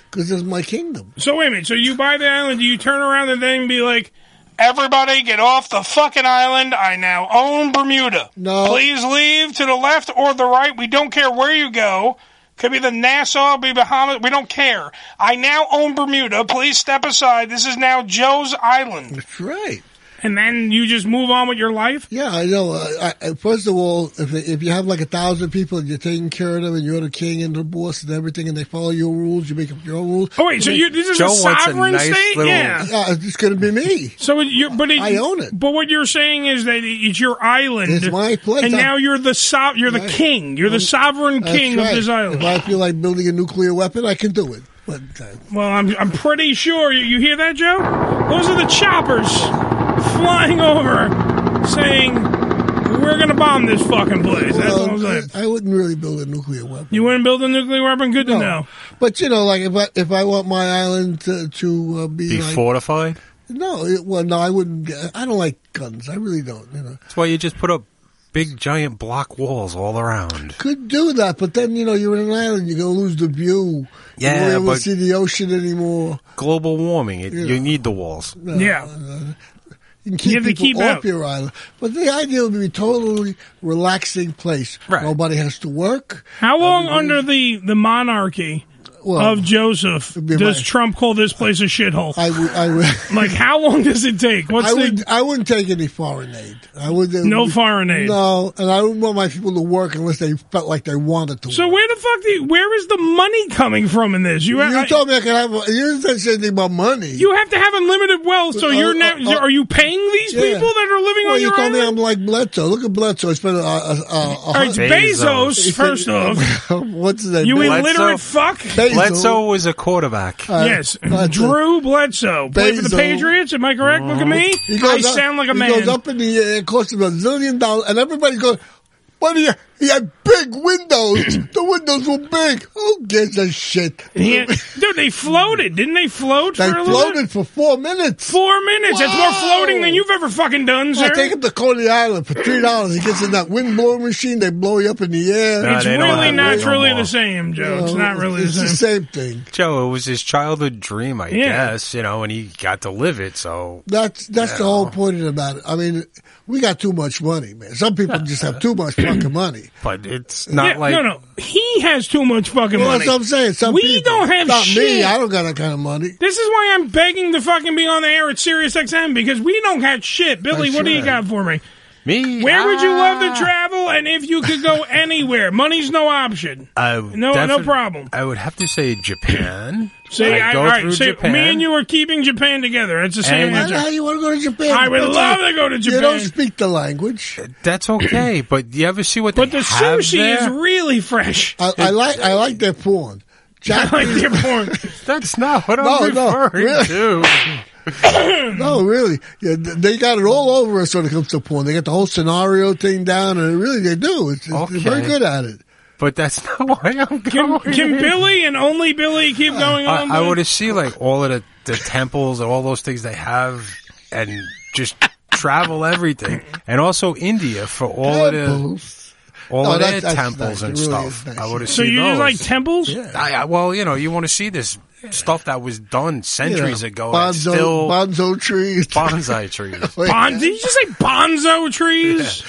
Speaker 6: because it's my kingdom.
Speaker 9: So wait a minute. So you buy the island. Do you turn around and then be like, "Everybody, get off the fucking island. I now own Bermuda.
Speaker 6: No.
Speaker 9: Please leave to the left or the right. We don't care where you go. Could be the Nassau, be Bahamas. We don't care. I now own Bermuda. Please step aside. This is now Joe's Island.
Speaker 6: That's right.
Speaker 9: And then you just move on with your life.
Speaker 6: Yeah, I know. I, I, first of all, if if you have like a thousand people and you're taking care of them and you're the king and the boss and everything, and they follow your rules, you make up your own rules.
Speaker 9: Oh, wait, so you- this is a Joe wants a sovereign nice state? little- Yeah.
Speaker 6: it's just gonna be me.
Speaker 9: So you're, but it,
Speaker 6: I own it.
Speaker 9: But what you're saying is that it's your island.
Speaker 6: It's my place.
Speaker 9: And
Speaker 6: I-
Speaker 9: now you're the so, you're the king. You're the sovereign
Speaker 6: That's
Speaker 9: king
Speaker 6: right.
Speaker 9: of this island.
Speaker 6: If I feel like building a nuclear weapon, I can do it. But uh,
Speaker 9: Well, I'm, I'm pretty sure. You, you hear that, Joe? Those are the choppers flying over saying, we're going to bomb this fucking place. That's what I'm saying.
Speaker 6: I wouldn't really build a nuclear weapon.
Speaker 9: You wouldn't build a nuclear weapon? Good to know.
Speaker 6: But you know, like if I if I want my island to, to uh, be,
Speaker 11: Be
Speaker 6: like,
Speaker 11: fortified?
Speaker 6: no, it, well, no, I wouldn't. get- I don't like guns. I really don't. You know,
Speaker 11: That's why you just put up big, giant block walls all around.
Speaker 6: could do that, but then you know you're in an island. You're gonna lose the view.
Speaker 11: Yeah,
Speaker 6: you won't be able to
Speaker 11: but-
Speaker 6: see the ocean anymore.
Speaker 11: Global warming. It,
Speaker 6: Yeah.
Speaker 11: You need the walls.
Speaker 9: yeah.
Speaker 6: Uh, You can keep
Speaker 9: You have to
Speaker 6: people
Speaker 9: keep
Speaker 6: off
Speaker 9: out.
Speaker 6: your island. But the idea would be a totally relaxing place. Right. Nobody has to work.
Speaker 9: How long under the, the monarchy
Speaker 6: Well,
Speaker 9: of Joseph
Speaker 6: be
Speaker 9: does
Speaker 6: my-
Speaker 9: Trump call this place a shithole?
Speaker 6: I would. I would.
Speaker 9: like, how long does it take? What's
Speaker 6: I
Speaker 9: the.
Speaker 6: would. I wouldn't take any foreign aid. I would. uh,
Speaker 9: No foreign aid.
Speaker 6: No, and I wouldn't want my people to work unless they felt like they wanted to.
Speaker 9: so where the fuck do you, where is the money coming from in this? You,
Speaker 6: You,
Speaker 9: have,
Speaker 6: told me I could have. You didn't say anything about money.
Speaker 9: you have to have unlimited wealth. So
Speaker 6: Uh,
Speaker 9: you're
Speaker 6: uh,
Speaker 9: now
Speaker 6: uh,
Speaker 9: are you paying these
Speaker 6: Yeah.
Speaker 9: people that are living
Speaker 6: well,
Speaker 9: on
Speaker 6: you
Speaker 9: your
Speaker 6: told
Speaker 9: island?
Speaker 6: me I'm like Bledsoe. Look at Bledsoe. It's been a, a, a, a
Speaker 9: right, it's Bezos,
Speaker 6: He said-
Speaker 9: first off.
Speaker 6: What's his name?
Speaker 9: You
Speaker 6: Bezos?
Speaker 9: illiterate fuck.
Speaker 6: Bezos.
Speaker 11: Bledsoe was a quarterback.
Speaker 6: Uh,
Speaker 9: yes,
Speaker 6: Bledsoe.
Speaker 9: Drew Bledsoe played for the
Speaker 6: Bezos.
Speaker 9: Patriots. Am I correct? Look at me.
Speaker 6: oh. He
Speaker 9: I
Speaker 6: goes up-
Speaker 9: sound like a
Speaker 6: he
Speaker 9: man.
Speaker 6: goes up in the air, it costs him a zillion dollars, and everybody goes, "What do you?" He had big windows. the windows were big. Who gives a shit?
Speaker 9: Yeah. Dude, they floated, didn't they? Float
Speaker 6: They
Speaker 9: for a little bit?
Speaker 6: floated for four minutes.
Speaker 9: Four minutes. That's more floating than you've ever fucking done,
Speaker 6: I
Speaker 9: sir.
Speaker 6: take him to Coney Island for three dollars. He gets in that wind blowing machine. They blow you up in the air.
Speaker 11: No,
Speaker 9: it's
Speaker 11: they don't
Speaker 9: really
Speaker 11: have
Speaker 9: not
Speaker 11: those no
Speaker 9: really
Speaker 11: more.
Speaker 9: the same, Joe. it's not really the
Speaker 6: it's
Speaker 9: same.
Speaker 6: the same thing.
Speaker 11: Joe, it was his childhood dream, I
Speaker 6: Yeah.
Speaker 11: guess, you know, and he got to live it, so.
Speaker 6: That's that's the whole point about it. I mean, we got too much money, man. Some people just have too much fucking money.
Speaker 11: But it's not
Speaker 9: Yeah,
Speaker 11: like.
Speaker 9: no, no. He has too much fucking
Speaker 6: Well,
Speaker 9: money.
Speaker 6: that's what I'm saying. Some
Speaker 9: we
Speaker 6: people.
Speaker 9: don't have
Speaker 6: Not
Speaker 9: shit.
Speaker 6: me. I don't got that kind of money.
Speaker 9: This is why I'm begging to fucking be on the air at Sirius XM because we don't have shit. Billy,
Speaker 6: That's
Speaker 9: what do you
Speaker 6: right.
Speaker 9: got for me?
Speaker 11: Me?
Speaker 9: Where would you love
Speaker 11: ah,
Speaker 9: to travel? And if you could go anywhere, money's no option.
Speaker 11: I
Speaker 9: No, no
Speaker 11: defi-
Speaker 9: problem.
Speaker 11: I would have to say Japan.
Speaker 9: See,
Speaker 11: I'd
Speaker 9: I,
Speaker 11: go
Speaker 9: all right,
Speaker 11: through
Speaker 9: see,
Speaker 11: Japan.
Speaker 9: me and you are keeping Japan together. It's the same
Speaker 11: And-
Speaker 9: answer.
Speaker 6: Why you want to go to Japan?
Speaker 9: I would
Speaker 6: That's
Speaker 9: love
Speaker 6: it.
Speaker 9: to go to
Speaker 6: You don't
Speaker 9: Japan.
Speaker 6: speak the language.
Speaker 11: That's okay, but you ever see what
Speaker 9: But
Speaker 11: they
Speaker 9: the
Speaker 11: have
Speaker 9: sushi is
Speaker 11: there?
Speaker 9: really fresh.
Speaker 6: I, I like I like their porn.
Speaker 9: like
Speaker 6: Japanese,
Speaker 9: their porn.
Speaker 11: That's not what I'm
Speaker 6: No, no,
Speaker 11: referring
Speaker 6: really.
Speaker 11: to.
Speaker 6: no, really, yeah, th- they got it all over us when it comes to porn. They got the whole scenario thing down, and really, they do. It's, it's, They're very
Speaker 11: Okay.
Speaker 6: good at it.
Speaker 11: But that's not why I'm
Speaker 9: Can,
Speaker 11: going.
Speaker 9: can Billy and only Billy keep going on?
Speaker 11: I, I
Speaker 9: Billy?
Speaker 11: would see like all of the, the temples and all those things they have, and just travel everything, and also India for all
Speaker 6: Temples.
Speaker 11: of the all
Speaker 6: No,
Speaker 11: of
Speaker 6: that-
Speaker 11: their
Speaker 6: that's
Speaker 11: temples
Speaker 6: nice.
Speaker 11: and
Speaker 6: It really is
Speaker 11: stuff.
Speaker 6: nice.
Speaker 11: I would have
Speaker 9: so
Speaker 11: seen
Speaker 9: you
Speaker 11: those.
Speaker 9: just like temples?
Speaker 11: I, I, well, you know, you want to see this stuff that was done centuries
Speaker 6: Yeah.
Speaker 11: ago. and
Speaker 6: Bonzo,
Speaker 11: it's still
Speaker 6: bonzo trees.
Speaker 11: bonsai trees.
Speaker 9: Bon- did you just say bonzo trees?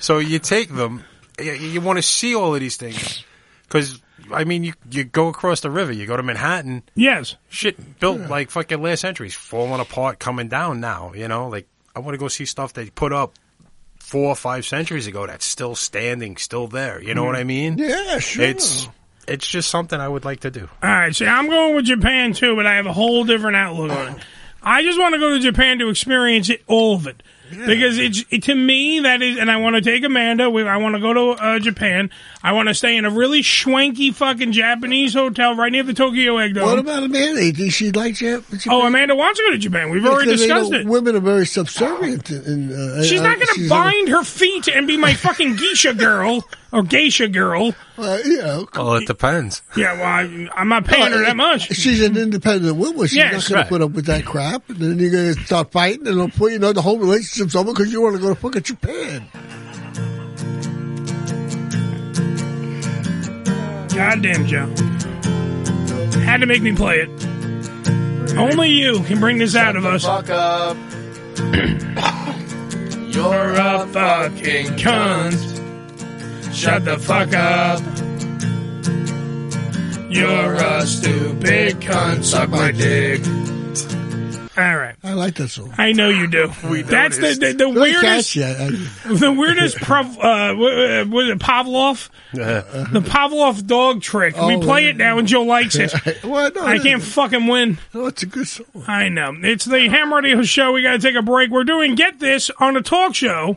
Speaker 11: So you take them. You, you want to see all of these things because I mean, you you go across the river, you go to Manhattan.
Speaker 9: Yes.
Speaker 11: Shit built like fucking last century, It's falling apart, coming down now. You know, like I want to go see stuff they put up four or five centuries ago that's still standing, still there. You know what I mean?
Speaker 6: Yeah, sure.
Speaker 11: It's it's just something I would like to do.
Speaker 9: All right, see, I'm going with Japan too, but I have a whole different outlook on it. I just want to go to Japan to experience it, all of it. Because it's it, to me that is, and I want to take Amanda. We, I want to go to uh, Japan. I want to stay in a really schwanky fucking Japanese hotel right near the Tokyo Egg Dome.
Speaker 6: What about Amanda? You think she'd like Jap- Japan?
Speaker 9: oh, Amanda wants to go to Japan. We've
Speaker 6: Yeah,
Speaker 9: already
Speaker 6: 'cause they
Speaker 9: discussed
Speaker 6: know
Speaker 9: it.
Speaker 6: Women are very subservient. In, uh,
Speaker 9: She's
Speaker 6: uh,
Speaker 9: not going to
Speaker 6: she's
Speaker 9: bind her feet and be my fucking geisha girl or geisha girl.
Speaker 6: Uh, you know,
Speaker 11: Well, it depends.
Speaker 9: Yeah, well, I, I'm not paying her that much.
Speaker 6: Uh, She's an independent woman. She's
Speaker 9: Yes,
Speaker 6: not going
Speaker 9: right.
Speaker 6: to put up with that crap. And then you're going to start fighting, and it'll put you know the whole relationship's over because you want to go to fucking Japan.
Speaker 9: Goddamn, Joe. Had to make me play it. Only you can bring this out of us.
Speaker 14: up. You're a fucking cunt.
Speaker 9: Shut the fuck up. You're a stupid cunt. Suck my dick. All right.
Speaker 6: I like that song.
Speaker 9: I know you do. That's the, the, the
Speaker 6: Really
Speaker 9: weirdest.
Speaker 6: catchy. I- I-
Speaker 9: The weirdest prov- uh, wa- uh, was it Pavlov? The Pavlov dog trick. we
Speaker 6: Oh,
Speaker 9: play it now, and Joe likes it.
Speaker 6: Well, no,
Speaker 9: I
Speaker 6: it-
Speaker 9: can't fucking win.
Speaker 6: Oh, it's a good song.
Speaker 9: I know. It's the Ham Radio Show. We got to take a break. We're doing Get This on a talk show.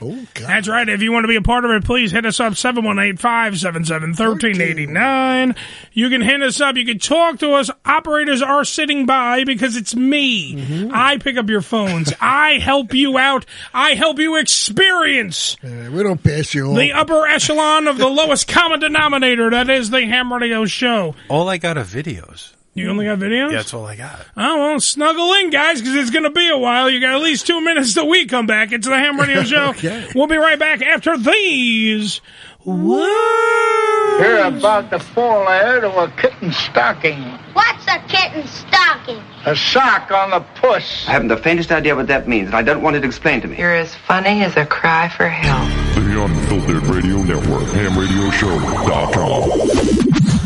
Speaker 6: Oh,
Speaker 9: That's right. If you want to be a part of it, please hit us up 718-577-1389. You can hit us up. You can talk to us. Operators are sitting by because it's me.
Speaker 6: Mm-hmm.
Speaker 9: I pick up your phones. I help you out. I help you experience
Speaker 6: Uh, we don't pass you on.
Speaker 9: the upper echelon of the lowest common denominator. That is the Ham Radio Show.
Speaker 11: All I got are videos.
Speaker 9: You only got videos?
Speaker 11: Yeah, that's all I got.
Speaker 9: Oh, well, snuggle in, guys, because it's going to be a while. You got at least two minutes till we come back. It's the Ham Radio Show.
Speaker 11: Okay.
Speaker 9: We'll be right back after these.
Speaker 14: You're about to fall out of a kitten stocking.
Speaker 16: What's a kitten stocking?
Speaker 14: A sock on the puss.
Speaker 17: I haven't the faintest idea what that means, and I don't want it explained to me.
Speaker 18: You're as funny as a cry for help.
Speaker 19: The Unfiltered Radio Network, hamradioshow.com.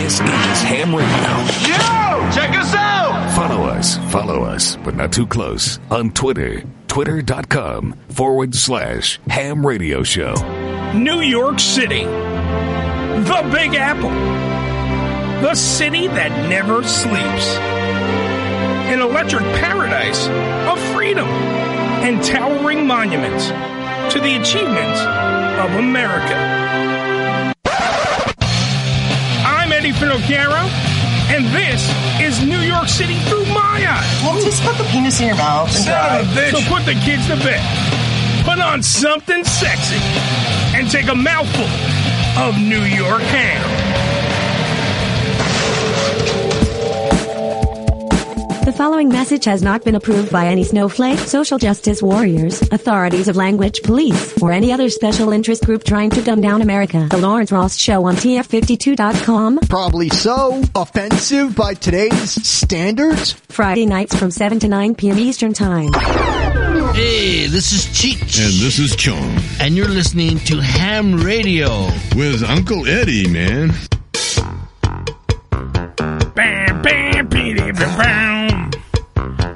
Speaker 1: This is Ham Radio.
Speaker 12: Yo, check us out.
Speaker 1: Follow us, follow us, but not too close on Twitter. Twitter.com forward slash ham radio show.
Speaker 9: New York City. The Big Apple. The city that never sleeps. An electric paradise of freedom and towering monuments to the achievements of America. I'm Eddie Finocchiaro, and this is New York City through my eyes. Well, just put the penis in your mouth.
Speaker 20: and drive.
Speaker 9: So put the kids to bed. Put on something sexy and take a mouthful of New York ham.
Speaker 5: The following message has not been approved by any snowflake, social justice warriors, authorities of language police, or any other special interest group trying to dumb down America. The Lawrence Ross Show on TF52.com.
Speaker 21: Probably so. Offensive by today's standards?
Speaker 5: Friday nights from 7 to 9 p.m. Eastern Time.
Speaker 22: Hey, this is Cheech. And this is Chong. And you're listening to Ham Radio. With Uncle Eddie, man.
Speaker 9: Bam, bam, bidi, bam, bam.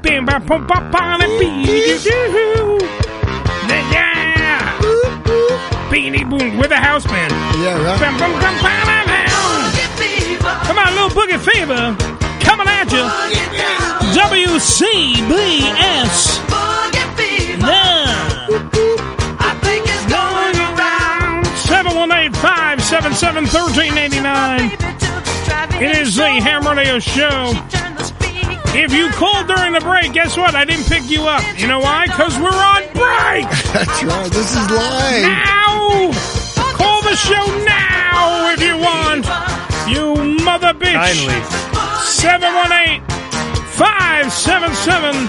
Speaker 9: Bam, bam, pum, pum, pum, and bidi, doo. Yeah! Benny Boone with a house band. Yeah, right. Bum, bum, bum, bum, bum, bum. Come on, little boogie fever, coming at you. WCBS. Now. 718-577-1389. It is the Ham Radio Show. If you called during the break, guess what? I didn't pick you up. You know why? Because we're on break. That's right. This is live. Now, call the show now if you want. You mother bitch.
Speaker 2: Kindly.
Speaker 9: 718 577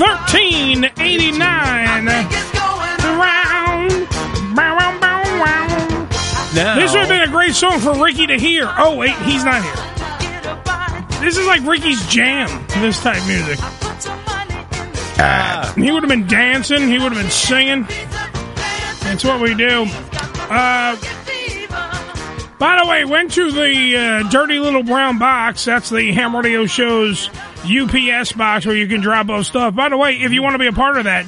Speaker 9: 1389. Round. Bow, wow, bow, wow.
Speaker 2: Now-
Speaker 9: This would have been a great song for Ricky to hear. Oh, wait, he's not here. This is like Ricky's jam, this type music.
Speaker 11: Ah.
Speaker 9: He would have been dancing, he would have been singing. That's what we do. Uh, by the way, went to the uh, Dirty Little Brown Box. That's the Ham Radio Show's UPS box where you can drop off stuff. By the way, if you want to be a part of that,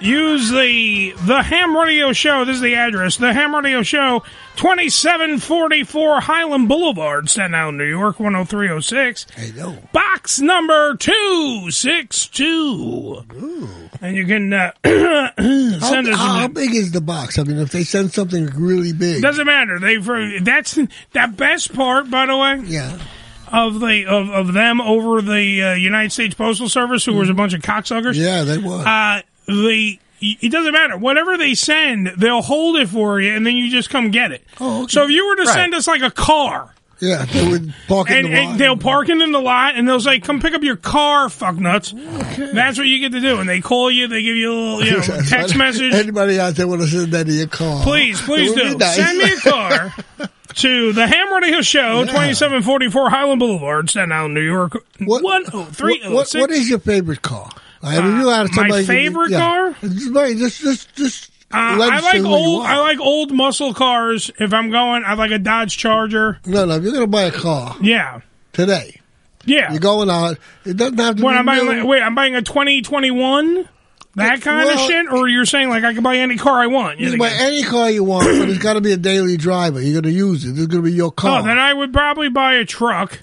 Speaker 9: use the the Ham Radio Show. This is the address. The Ham Radio Show, twenty seven forty four Highland Boulevard, Staten Island, New York, one zero three zero six. Hello. Box number two six two. And you can uh, send
Speaker 6: how,
Speaker 9: us.
Speaker 6: how big is the box? I mean, if they send something really big,
Speaker 9: Doesn't matter. They that's the best part, by the way.
Speaker 6: Yeah.
Speaker 9: Of the of, of them over the uh, United States Postal Service, who was a bunch of cocksuckers.
Speaker 6: Mm-hmm. Yeah, they were.
Speaker 9: Uh, the it doesn't matter. Whatever they send, they'll hold it for you, and then you just come get it. Oh, So if you were to
Speaker 6: Right.
Speaker 9: send us like a car,
Speaker 6: yeah, they would park in
Speaker 9: and,
Speaker 6: the
Speaker 9: and
Speaker 6: lot.
Speaker 9: they'll park it in the lot, and they'll say, "Come pick up your car, fuck nuts." That's what you get to do, and they call you. They give you a little you know, text message.
Speaker 6: Anybody out there want to send that to your car?
Speaker 9: Please, please
Speaker 6: It would
Speaker 9: do.
Speaker 6: be nice.
Speaker 9: Send me a car to the Ham Radio Show, 2744 Highland Boulevard, Staten Island, New York, oh,
Speaker 6: What-
Speaker 9: 10306.
Speaker 6: what- what is your favorite car? I mean, you out of
Speaker 9: Uh, my
Speaker 6: somebody-
Speaker 9: favorite
Speaker 6: yeah.
Speaker 9: car?
Speaker 6: Right, just, just, just.
Speaker 9: Uh, I like old. I like old muscle cars. If I'm going, I like a Dodge Charger.
Speaker 6: No, no. If you're gonna buy a car,
Speaker 9: yeah,
Speaker 6: today,
Speaker 9: yeah,
Speaker 6: you're going out. It doesn't have to
Speaker 9: What
Speaker 6: be
Speaker 9: I'm
Speaker 6: new.
Speaker 9: buying? like- Wait, I'm buying a 2021. That kind of
Speaker 6: well-
Speaker 9: shit, or you're saying like I can buy any car I want?
Speaker 6: You can buy any car you want, but it's got to be a daily driver. You're going to use it. This is going to be your car.
Speaker 9: Oh, then I would probably buy a truck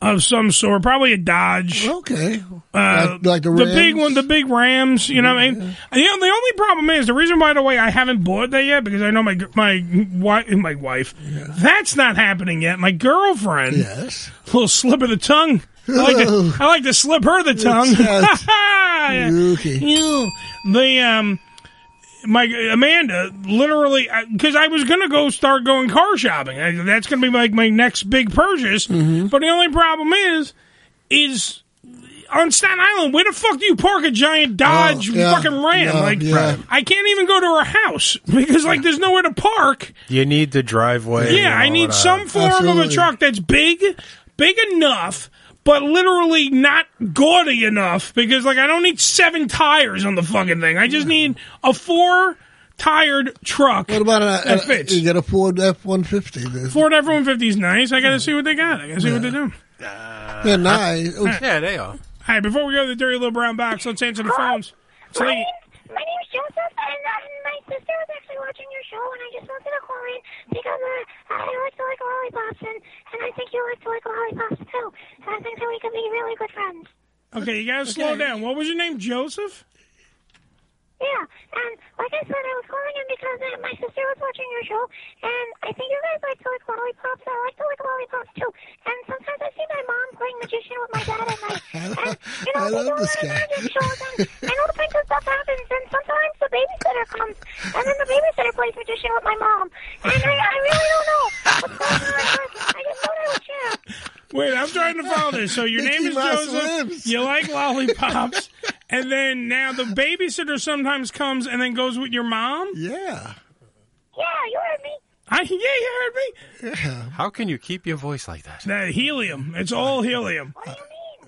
Speaker 9: of some sort, probably a Dodge.
Speaker 6: Okay.
Speaker 9: Uh,
Speaker 6: Like- like the Rams?
Speaker 9: big one, the big Rams. You know, what I mean, you know, the only problem is the reason. By the way, I haven't bought that yet because I know my my wife, my wife, that's not happening yet. My girlfriend,
Speaker 6: yes,
Speaker 9: little slip of the tongue. I like to, I like to slip her the tongue.
Speaker 6: Yes.
Speaker 9: okay. You the um. My Amanda, literally, because I was gonna go start going car shopping. I, that's gonna be like my next big purchase.
Speaker 11: Mm-hmm.
Speaker 9: But the only problem is, is on Staten Island, where the fuck do you park a giant Dodge
Speaker 11: Oh, yeah.
Speaker 9: fucking Ram?
Speaker 11: Yeah,
Speaker 9: like,
Speaker 11: yeah.
Speaker 9: I can't even go to her house because like there's nowhere to park.
Speaker 11: You need the driveway.
Speaker 9: Yeah, I need some form of a truck that's big, big enough, but literally not gaudy enough because, like, I don't need seven tires on the fucking thing. I just need a four tired truck. What
Speaker 6: about a,
Speaker 9: that fits?
Speaker 6: uh, You get a Ford F one fifty.
Speaker 9: Ford F one fifty is nice. I got to see what they got. I got to see what they do.
Speaker 6: They're nice.
Speaker 11: Yeah, they are.
Speaker 9: Hey, before we go to the dirty little brown box, let's answer the phones. So they-
Speaker 7: My name's Joseph, and um, my sister was actually watching your show, and I just wanted to call in because uh, I like to like lollipops, and, and I think you like to like lollipops too. And I think that we could be really good friends.
Speaker 9: okay, you got to slow down. What was your name? Joseph.
Speaker 7: Yeah, and like I said, I was calling in because uh, my sister was watching your show, and I think you guys like to like lollipops. and I like to like lollipops too, and sometimes I see my mom playing magician with my dad at night, and you know they
Speaker 6: I
Speaker 7: do
Speaker 6: love
Speaker 7: a
Speaker 6: this
Speaker 7: lot of
Speaker 6: guy.
Speaker 7: magic shows, and, and all kinds of stuff happens, and sometimes the babysitter comes, and then the babysitter plays magician with my mom, and I, I really don't know what's going on. I just thought I would share.
Speaker 9: Wait, I'm trying to follow this. So your name
Speaker 7: Mickey
Speaker 9: is
Speaker 7: Mouse
Speaker 9: Joseph. You like lollipops, and then now the babysitter sometimes comes and then goes with your mom.
Speaker 6: Yeah.
Speaker 7: Yeah, you heard me.
Speaker 9: I yeah, you heard me.
Speaker 11: How can you keep your voice like that?
Speaker 9: That helium. It's all helium.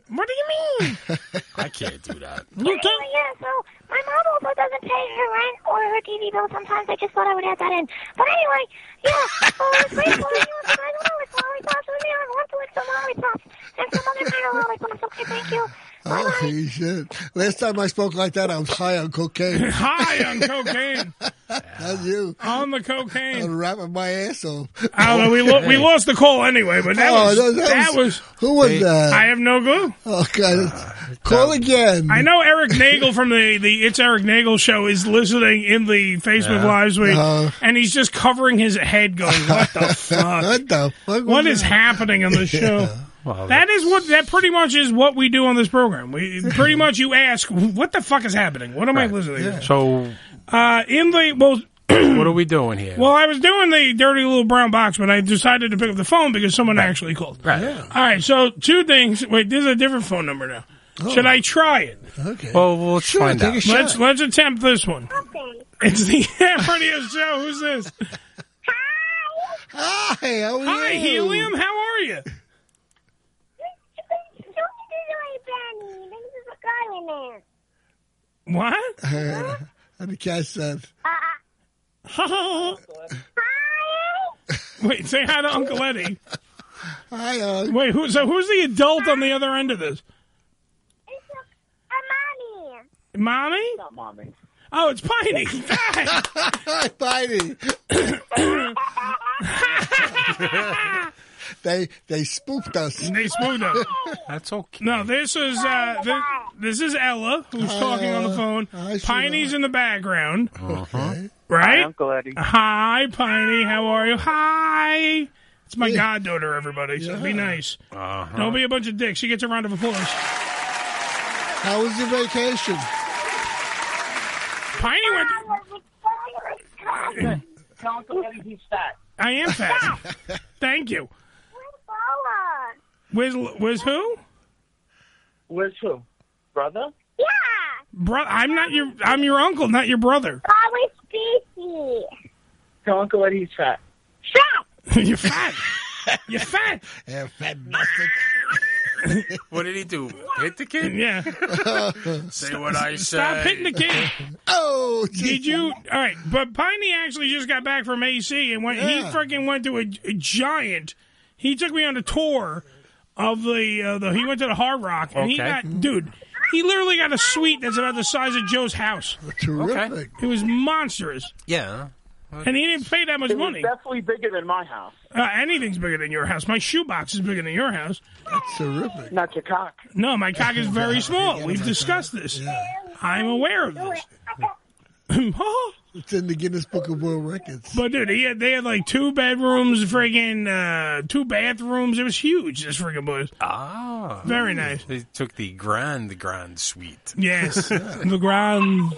Speaker 9: What do you mean?
Speaker 11: I can't do that.
Speaker 9: You
Speaker 7: can yeah, so my mom also doesn't pay her rent or her TV bill sometimes. I just thought I would add that in. But anyway, yeah, so it's great for you. If you guys want to lick lollipops with me, I want to lick some lollipops and some other kind of lollipops. Okay, thank you.
Speaker 6: Oh, shit. Last time I spoke like that, I was high on cocaine.
Speaker 9: High on cocaine.
Speaker 6: How's you?
Speaker 9: On the cocaine.
Speaker 6: I'm wrapping my ass off.
Speaker 9: I don't know. We, lo- we lost the call anyway, but that,
Speaker 6: Oh,
Speaker 9: was,
Speaker 6: that-
Speaker 9: that,
Speaker 6: that was-
Speaker 9: was,
Speaker 6: who was Hey. that?
Speaker 9: I have no clue.
Speaker 6: Oh God! call again.
Speaker 9: I know Eric Nagel from the, the It's Eric Nagel show is listening in the Facebook
Speaker 6: Yeah.
Speaker 9: Live suite,
Speaker 6: Oh.
Speaker 9: and he's just covering his head, going, "What the fuck?
Speaker 6: what the fuck?
Speaker 9: what
Speaker 6: was
Speaker 9: is
Speaker 6: that?
Speaker 9: happening on the show?"
Speaker 11: Oh,
Speaker 6: Well,
Speaker 9: that is what that pretty much is what we do on this program. We pretty much you ask, "What the fuck is happening? What am I listening to?"
Speaker 11: So
Speaker 9: Uh, in the well,
Speaker 11: what are we doing here?
Speaker 9: well, I was doing the dirty little brown box, but I decided to pick up the phone because someone actually called.
Speaker 11: Right.
Speaker 9: All right, so two things. Wait, this is a different phone number now. Should I try it?
Speaker 6: Okay.
Speaker 11: Well, well let's find out.
Speaker 9: Let's let's attempt this one. It's the Amadeus show. Who's this?
Speaker 6: Hi. Hi. How are
Speaker 9: Hi,
Speaker 6: you?
Speaker 9: Helium. How are you? What?
Speaker 6: Uh, let me catch that.
Speaker 7: Uh,
Speaker 9: Wait, say hi to Uncle Eddie.
Speaker 6: Hi, uh,
Speaker 9: Wait, who, so who's the adult on the other end of this? Mommy?
Speaker 14: Not mommy.
Speaker 9: Oh, it's Piney. Hi.
Speaker 6: Piney. They they spooked us.
Speaker 9: They spooked us.
Speaker 11: That's okay.
Speaker 9: No, this is uh, thi- this, is Ella who's talking on the phone. Piney's in the background,
Speaker 2: Hi,
Speaker 9: right?
Speaker 2: Uncle Eddie.
Speaker 9: Hi, Piney. How are you? Hi. It's my goddaughter, everybody. So be nice.
Speaker 11: Uh-huh.
Speaker 9: Don't be a bunch of dicks. She gets a round of applause.
Speaker 6: How was your vacation?
Speaker 9: Piney went.
Speaker 2: Tell Uncle Eddie he's fat.
Speaker 9: I am fat. Thank you. Where's where's who?
Speaker 2: Where's who? Brother?
Speaker 9: Bro, I'm not your. I'm your uncle, not your brother.
Speaker 2: Always beefy. Tell Uncle Eddie he's fat.
Speaker 9: You're fat. You're fat.
Speaker 6: Yeah, fat
Speaker 11: What did he do? Hit the kid?
Speaker 9: Yeah.
Speaker 11: Say what I said.
Speaker 9: Stop hitting the kid.
Speaker 6: oh,
Speaker 9: did you? All right, but Piney actually just got back from AC and went. He
Speaker 11: Yeah.
Speaker 9: freaking went to a, a giant. He took me on a tour of the. Uh, the he went to the Hard Rock and he
Speaker 11: Okay.
Speaker 9: got dude. He literally got a suite that's about the size of Joe's house.
Speaker 6: Terrific.
Speaker 9: It was monstrous,
Speaker 11: Yeah.
Speaker 9: and he didn't pay that much
Speaker 2: It was
Speaker 9: money.
Speaker 2: definitely bigger than my house.
Speaker 9: Uh, anything's bigger than your house. My shoebox is bigger than your house.
Speaker 6: That's terrific.
Speaker 2: Not your cock.
Speaker 9: No, my cock is very small. We've discussed this. I'm aware of this.
Speaker 6: It's in the Guinness Book of World Records.
Speaker 9: But dude, he had, they had like two bedrooms, friggin' uh, two bathrooms. It was huge. This friggin' place.
Speaker 11: Ah,
Speaker 9: Very nice.
Speaker 11: They took the grand, grand suite.
Speaker 9: Yes, the ground.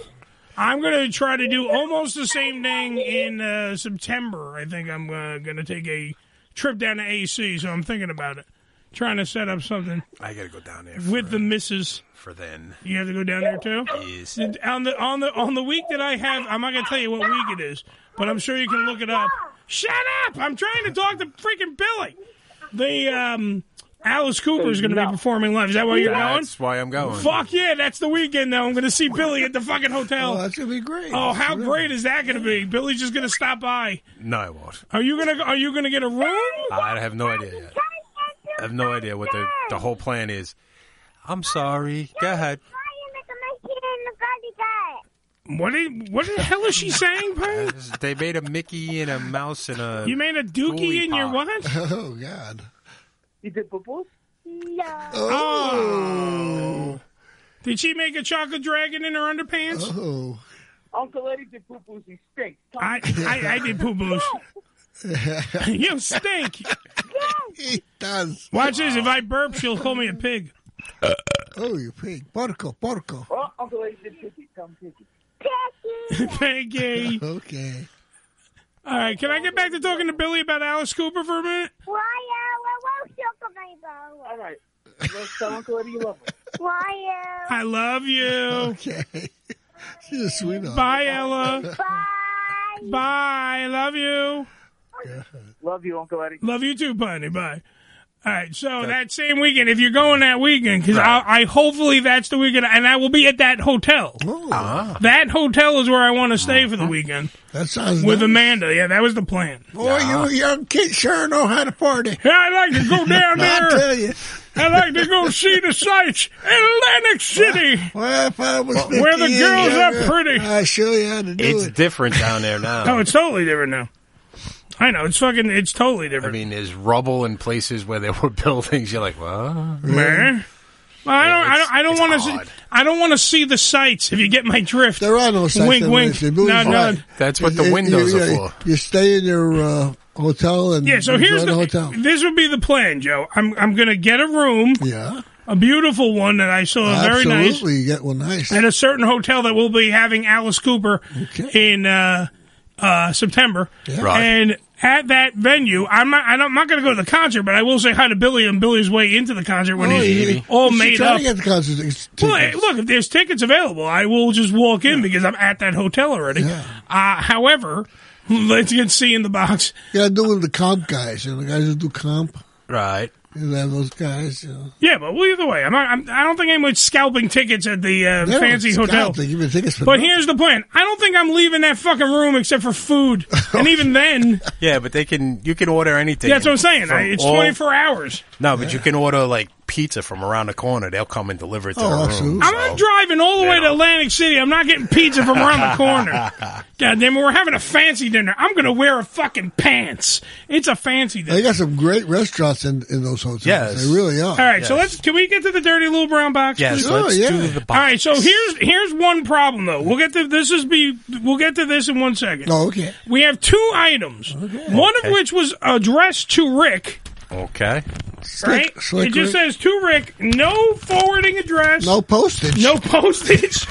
Speaker 9: I'm gonna try to do almost the same thing in uh, September. I think I'm uh, gonna take a trip down to AC. So I'm thinking about it, trying to set up something
Speaker 11: I gotta go down there
Speaker 9: with the missus.
Speaker 11: for then.
Speaker 9: You have to go down there too.
Speaker 11: Yes.
Speaker 9: Did- On the on the on the week that I have, I'm not gonna tell you what week it is, but I'm sure you can look it up. Shut up! I'm trying to talk to freaking Billy. The um, Alice Cooper is gonna be performing live. Is that why you're going?
Speaker 11: That's why I'm going.
Speaker 9: Fuck yeah! That's the weekend though. I'm gonna see Billy at the fucking hotel.
Speaker 6: Oh, that's gonna be great.
Speaker 9: Oh, how great is that gonna be? Billy's just gonna stop by.
Speaker 11: No, I won't.
Speaker 9: Are you gonna Are you gonna get a room?
Speaker 11: I have no idea yet. I have no idea what the, the whole plan is. I'm sorry. Go ahead.
Speaker 9: What did, what the hell is she saying, Pam?
Speaker 11: They made a Mickey and a mouse and a.
Speaker 9: You made a dookie in your what?
Speaker 11: Lollipop.
Speaker 6: Oh God.
Speaker 2: You did boo-boos? No.
Speaker 9: Oh. Did she make a chocolate dragon in her underpants?
Speaker 6: Oh.
Speaker 2: Uncle Eddie did boo-boos. He stinks. Tell
Speaker 9: I, I, I did poo boos. you stink.
Speaker 6: He does.
Speaker 9: Watch this. If I burp, she'll call me a pig.
Speaker 6: Oh, you pig. Porco, porco.
Speaker 2: Oh, Uncle Eddie did piggy. Tell him piggy.
Speaker 9: Piggy.
Speaker 6: Okay.
Speaker 9: All right. Can I get back to talking to Billy about Alice Cooper for a minute?
Speaker 2: All right. Let's tell Uncle Eddie you love him.
Speaker 9: I love you.
Speaker 6: Okay. She's a sweetheart.
Speaker 9: uh, Bye, Ella. Bye. Bye. Love you.
Speaker 2: Love you, Uncle Eddie.
Speaker 9: Love you too, Bunny. Bye. All right, so that same weekend, if you're going that weekend, because I, I hopefully that's the weekend, and I will be at that hotel.
Speaker 6: Oh.
Speaker 11: Uh-huh.
Speaker 9: That hotel is where I want to stay for the weekend.
Speaker 6: Uh-huh. That sounds
Speaker 9: with
Speaker 6: nice.
Speaker 9: Amanda. Yeah, that was the plan.
Speaker 6: Boy, you young kids sure know how to party.
Speaker 9: Yeah, I'd like to go down
Speaker 6: I
Speaker 9: there.
Speaker 6: tell you.
Speaker 9: I like to go see the sights in Atlantic City. where the girls are pretty.
Speaker 6: I show you how to do
Speaker 11: It's
Speaker 6: it.
Speaker 11: different down there
Speaker 9: No,
Speaker 11: now.
Speaker 9: Oh, it's totally different now. I know it's fucking. It's totally different.
Speaker 11: I mean, there's rubble in places where there were buildings. You're like, what?
Speaker 9: Man. Well, I don't. I don't. I don't want to. See, I don't want to see the sights. If you get my drift, there
Speaker 6: are no sights
Speaker 9: Wink,
Speaker 6: in
Speaker 9: wink.
Speaker 6: Atlantic. Movies
Speaker 9: No,
Speaker 6: are-
Speaker 9: no.
Speaker 11: That's what the
Speaker 6: You- you-
Speaker 11: windows
Speaker 6: you,
Speaker 11: are for.
Speaker 6: You stay in your uh, hotel and
Speaker 9: Yeah. So
Speaker 6: enjoy
Speaker 9: here's
Speaker 6: the,
Speaker 9: the.
Speaker 6: hotel.
Speaker 9: This would be the plan, Joe. I'm. I'm gonna get a room.
Speaker 6: Yeah.
Speaker 9: A beautiful one that I saw. Oh, Very nice.
Speaker 6: Absolutely, you get one nice.
Speaker 9: at a certain hotel that will be having Alice Cooper in uh, uh, September.
Speaker 6: Yeah. Right.
Speaker 9: And at that venue, I'm not. I don't, I'm not going to go to the concert, but I will say hi to Billy on Billy's way into the concert when
Speaker 6: Oh,
Speaker 9: he's
Speaker 6: you-
Speaker 9: all
Speaker 6: you should
Speaker 9: made
Speaker 6: try
Speaker 9: up.
Speaker 6: to get the concert tickets.
Speaker 9: Well, hey, look, if there's tickets available, I will just walk in because I'm at that hotel already. Uh, however, let's get see in the box.
Speaker 6: You gotta do with the comp guys. You know, the guys who do comp.
Speaker 11: Right.
Speaker 6: You have those guys. You know.
Speaker 9: Yeah, but well, either way, I'm not, I'm, I don't think anyone's scalping tickets at the uh,
Speaker 6: They don't
Speaker 9: fancy
Speaker 6: scout.
Speaker 9: hotel.
Speaker 6: They give you tickets for
Speaker 9: But
Speaker 6: nothing.
Speaker 9: here's the plan. I don't think I'm leaving that fucking room except for food. and even then,
Speaker 11: Yeah, but they can. You can order anything.
Speaker 9: yeah, that's what I'm saying.
Speaker 11: from
Speaker 9: I, it's
Speaker 11: all-
Speaker 9: 24 hours.
Speaker 11: No, but you can order like pizza from around the corner. They'll come and deliver it to
Speaker 9: Oh,
Speaker 11: the room.
Speaker 9: absolutely. I'm not driving all the way to Atlantic City. I'm not getting pizza from around the corner. God damn it, we're having a fancy dinner. I'm going to wear a fucking pants. It's a fancy dinner.
Speaker 6: They got some great restaurants in, in those hotels.
Speaker 9: Yes.
Speaker 6: They really are.
Speaker 9: All right, so let's can we get to the dirty little brown box?
Speaker 6: Yes,
Speaker 9: please?
Speaker 6: let's Sure, do yeah. the box.
Speaker 9: All right, so here's here's one problem though. We'll get to this is be we'll get to this in one second.
Speaker 6: Oh, okay.
Speaker 9: We have two items. One
Speaker 11: Okay.
Speaker 9: of which was addressed to Rick.
Speaker 11: Okay.
Speaker 9: right? it just says to Rick, no forwarding address, no
Speaker 6: postage,
Speaker 9: no postage.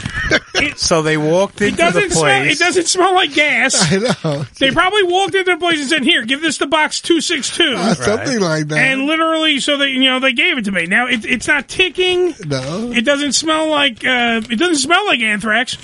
Speaker 11: So they walked
Speaker 9: It
Speaker 11: into the
Speaker 9: doesn't
Speaker 11: place.
Speaker 9: smell. It doesn't smell like gas.
Speaker 6: I know.
Speaker 9: They probably walked into the place and said, "Here, give this to box two six two,
Speaker 6: Uh, something like that.
Speaker 9: And literally, so they you know they gave it to me. Now it, it's not ticking.
Speaker 6: No.
Speaker 9: It doesn't smell like uh, it doesn't smell like anthrax.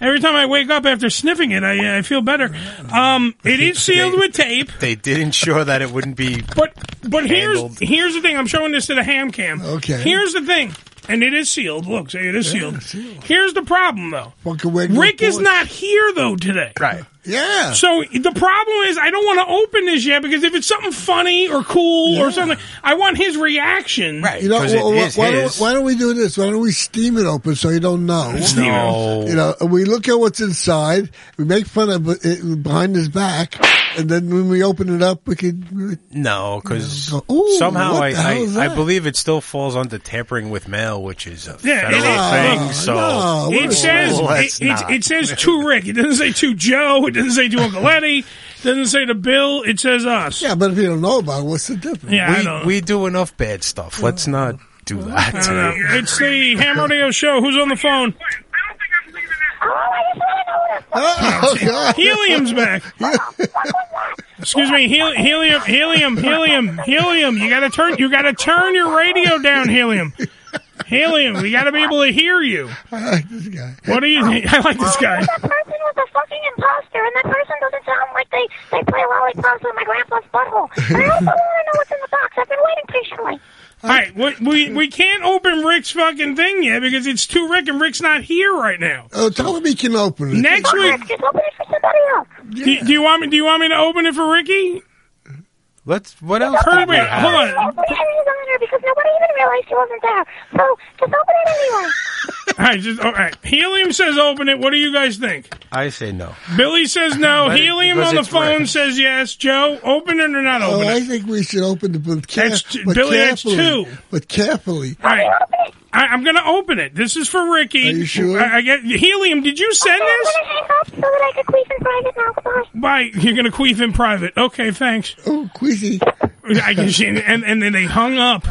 Speaker 9: Every time I wake up after sniffing it, I, uh, I feel better. Um, it is sealed with tape.
Speaker 11: They did ensure that it wouldn't be.
Speaker 9: But but here's
Speaker 11: Handled.
Speaker 9: here's the thing. I'm showing this to the ham cam.
Speaker 11: Okay.
Speaker 9: Here's the thing, and it is sealed. Look, see, it is sealed. Here's the problem though.
Speaker 6: Fucking wig
Speaker 9: Rick is
Speaker 6: report.
Speaker 9: not here though today.
Speaker 11: Right.
Speaker 6: Yeah.
Speaker 9: So the problem is I don't want to open this yet because if it's something funny or cool or something, I want his reaction. Right.
Speaker 6: You know, wh- wh- why, don't, why don't we do this? Why don't we steam it open so you don't know?
Speaker 9: Steam it open.
Speaker 6: You know, and we look at what's inside. We make fun of it behind his back, and then when we open it up, we can.
Speaker 11: No, because
Speaker 6: "Ooh,
Speaker 11: somehow
Speaker 6: what
Speaker 11: I,
Speaker 6: the hell is
Speaker 11: I, I
Speaker 6: that?"
Speaker 11: believe it still falls under tampering with mail, which is a
Speaker 9: Yeah, it
Speaker 11: federal
Speaker 9: is-
Speaker 11: thing.
Speaker 9: no,
Speaker 11: so
Speaker 6: Oh, no,
Speaker 9: it says
Speaker 11: Let's
Speaker 9: it, it,
Speaker 11: not.
Speaker 9: it says to Rick. It doesn't say to Joe. It doesn't say to Uncle Eddie. It doesn't say to Bill. It says us.
Speaker 6: Yeah, but if you don't know about it, what's the difference?
Speaker 9: Yeah, I
Speaker 11: we,
Speaker 9: know.
Speaker 11: we do enough bad stuff. Let's not do that.
Speaker 9: I don't know. It's the Ham Radio Show. Who's on the phone?
Speaker 6: Oh,
Speaker 9: Helium's back. Excuse me, hel- helium, helium, helium, helium. You gotta turn, you gotta turn your radio down, helium. Helium, we gotta be able to hear you.
Speaker 6: I like this guy.
Speaker 9: What do you? think? I like this guy.
Speaker 7: was a fucking imposter, and that person doesn't sound like they, they play lollipops with my grandpa's butthole. And I also want to know what's in the box. I've been waiting patiently.
Speaker 9: All right, we, we we can't open Rick's fucking thing yet because it's too Rick and Rick's not here right now.
Speaker 6: Oh, tell him he can open it.
Speaker 9: Next week, Do, do you want me? Do you want me to open it for Ricky?
Speaker 11: Let's. What else?
Speaker 9: Hurry,
Speaker 11: did we
Speaker 9: wait,
Speaker 11: have?
Speaker 9: hold on.
Speaker 7: Nobody ever was on her because nobody even realized she wasn't there. So just open it anyway.
Speaker 9: All right, just all right. Helium says open it. What do you guys think?
Speaker 11: I say no.
Speaker 9: Billy says no.
Speaker 11: Let it-
Speaker 9: Helium
Speaker 11: because
Speaker 9: on the
Speaker 11: it's
Speaker 9: phone
Speaker 11: Rick.
Speaker 9: says yes. Joe, open it or not
Speaker 6: Oh,
Speaker 9: open
Speaker 6: I
Speaker 9: it?
Speaker 6: think we should open it, but, care-
Speaker 9: That's t-
Speaker 6: but
Speaker 9: Billy, that's
Speaker 6: carefully.
Speaker 9: two.
Speaker 6: But carefully.
Speaker 9: All right, I, I'm going to open it. This is for Ricky. Are you sure? I, I get helium. Did you send this?
Speaker 7: So that I could queef in private now. Goodbye.
Speaker 9: Bye. You're going to queef in private. Okay, thanks.
Speaker 6: Oh, queasy.
Speaker 9: I can see, and and then they hung up.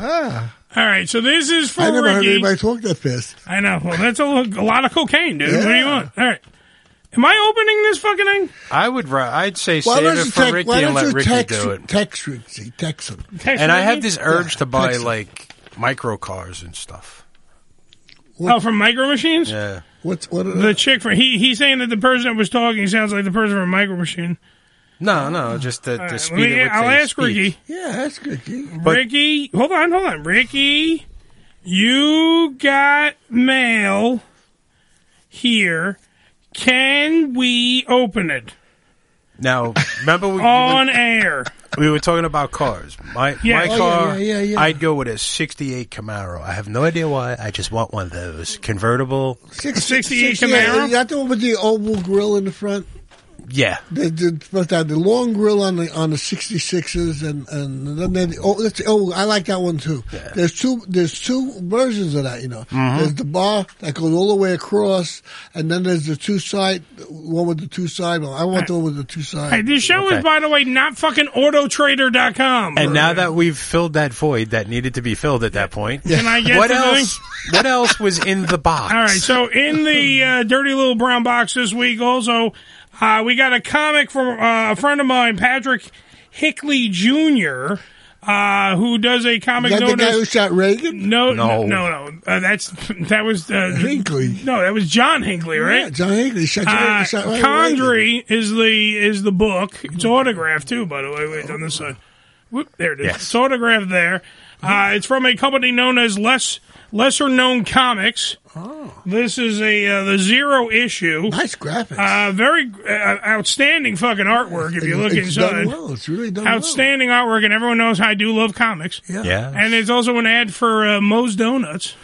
Speaker 9: All right, so this is for
Speaker 6: Ah. I never heard
Speaker 9: Ricky.
Speaker 6: anybody talk that fast.
Speaker 9: I know. Well, that's a, lo- a lot of cocaine, dude. What do you want? All right. Am I opening this fucking thing?
Speaker 11: I would. ri- I'd say
Speaker 6: Why
Speaker 11: save
Speaker 6: don't
Speaker 11: it
Speaker 6: you
Speaker 11: for
Speaker 6: text?
Speaker 11: Ricky
Speaker 6: Why
Speaker 11: and
Speaker 6: don't
Speaker 11: let
Speaker 6: you
Speaker 11: Ricky
Speaker 6: text?
Speaker 11: do it.
Speaker 6: Text Ricky. Text him.
Speaker 11: and I have this urge to buy
Speaker 6: Text him.
Speaker 11: like micro cars and stuff.
Speaker 9: Oh, from Micro Machines.
Speaker 11: Yeah.
Speaker 6: What's what? uh,
Speaker 9: The chick from he he's saying that the person that was talking sounds like the person from Micro Machine.
Speaker 11: No, no, just the,
Speaker 9: All
Speaker 11: the
Speaker 9: right,
Speaker 11: speed.
Speaker 9: let me-
Speaker 11: at which
Speaker 9: I'll
Speaker 11: they
Speaker 9: ask
Speaker 11: speak.
Speaker 9: Ricky.
Speaker 6: Yeah, that's Ricky.
Speaker 9: Ricky, hold on, hold on, Ricky, you got mail here. Can we open it
Speaker 11: Now, remember we,
Speaker 9: on air?
Speaker 11: we were talking about cars. My
Speaker 9: Yeah.
Speaker 11: my
Speaker 9: Oh,
Speaker 11: car,
Speaker 9: yeah, yeah, yeah.
Speaker 11: I'd go with a '68 Camaro. I have no idea why. I just want one of those convertible.
Speaker 9: 68
Speaker 6: Yeah,
Speaker 9: Camaro?
Speaker 6: Is that the one with the oval grill in the front?
Speaker 11: Yeah,
Speaker 6: They did supposed to have the long grill on the on the sixty sixes and and then they, oh that's oh I like that one too. There's two there's two versions of that you know.
Speaker 9: Mm-hmm.
Speaker 2: Mhm.
Speaker 6: There's the bar that goes all the way across, and then there's the two side one with the two side. I want the one with the two side.
Speaker 9: Hey, this show
Speaker 11: Okay.
Speaker 9: is, by the way, not fucking autotrader.com.
Speaker 11: And now that we've filled that void that needed to be filled at that point,
Speaker 9: Can I get
Speaker 11: what
Speaker 9: to doing-
Speaker 11: else? What else was in the box?
Speaker 9: All right, so in the uh, dirty little brown box this week, also uh, we got a comic from uh, a friend of mine, Patrick Hickley Jr., uh, who does a comic.
Speaker 6: Is that the
Speaker 9: known
Speaker 6: guy
Speaker 9: as-
Speaker 6: who shot Reagan?
Speaker 9: No,
Speaker 6: No.
Speaker 9: no, no, no. Uh, that's that was uh, Hinkley. No, that was John Hinkley, right?
Speaker 6: Yeah, John Higley shot,
Speaker 9: Uh,
Speaker 6: shot right
Speaker 9: Condry is the is the book. It's autographed too, by the way. Wait, on this side. Whoop, there it is. It's autographed there. Uh, it's from a company known as Less Lesser Known Comics. Oh. This is a uh, the zero issue.
Speaker 6: Nice graphics.
Speaker 9: Uh, very uh, outstanding fucking artwork. If you look
Speaker 6: it's
Speaker 9: inside,
Speaker 6: done well. It's really done well.
Speaker 9: outstanding artwork, and everyone knows I do love comics.
Speaker 6: Yeah.
Speaker 11: Yes.
Speaker 9: And there's also an ad for uh, Moe's Donuts.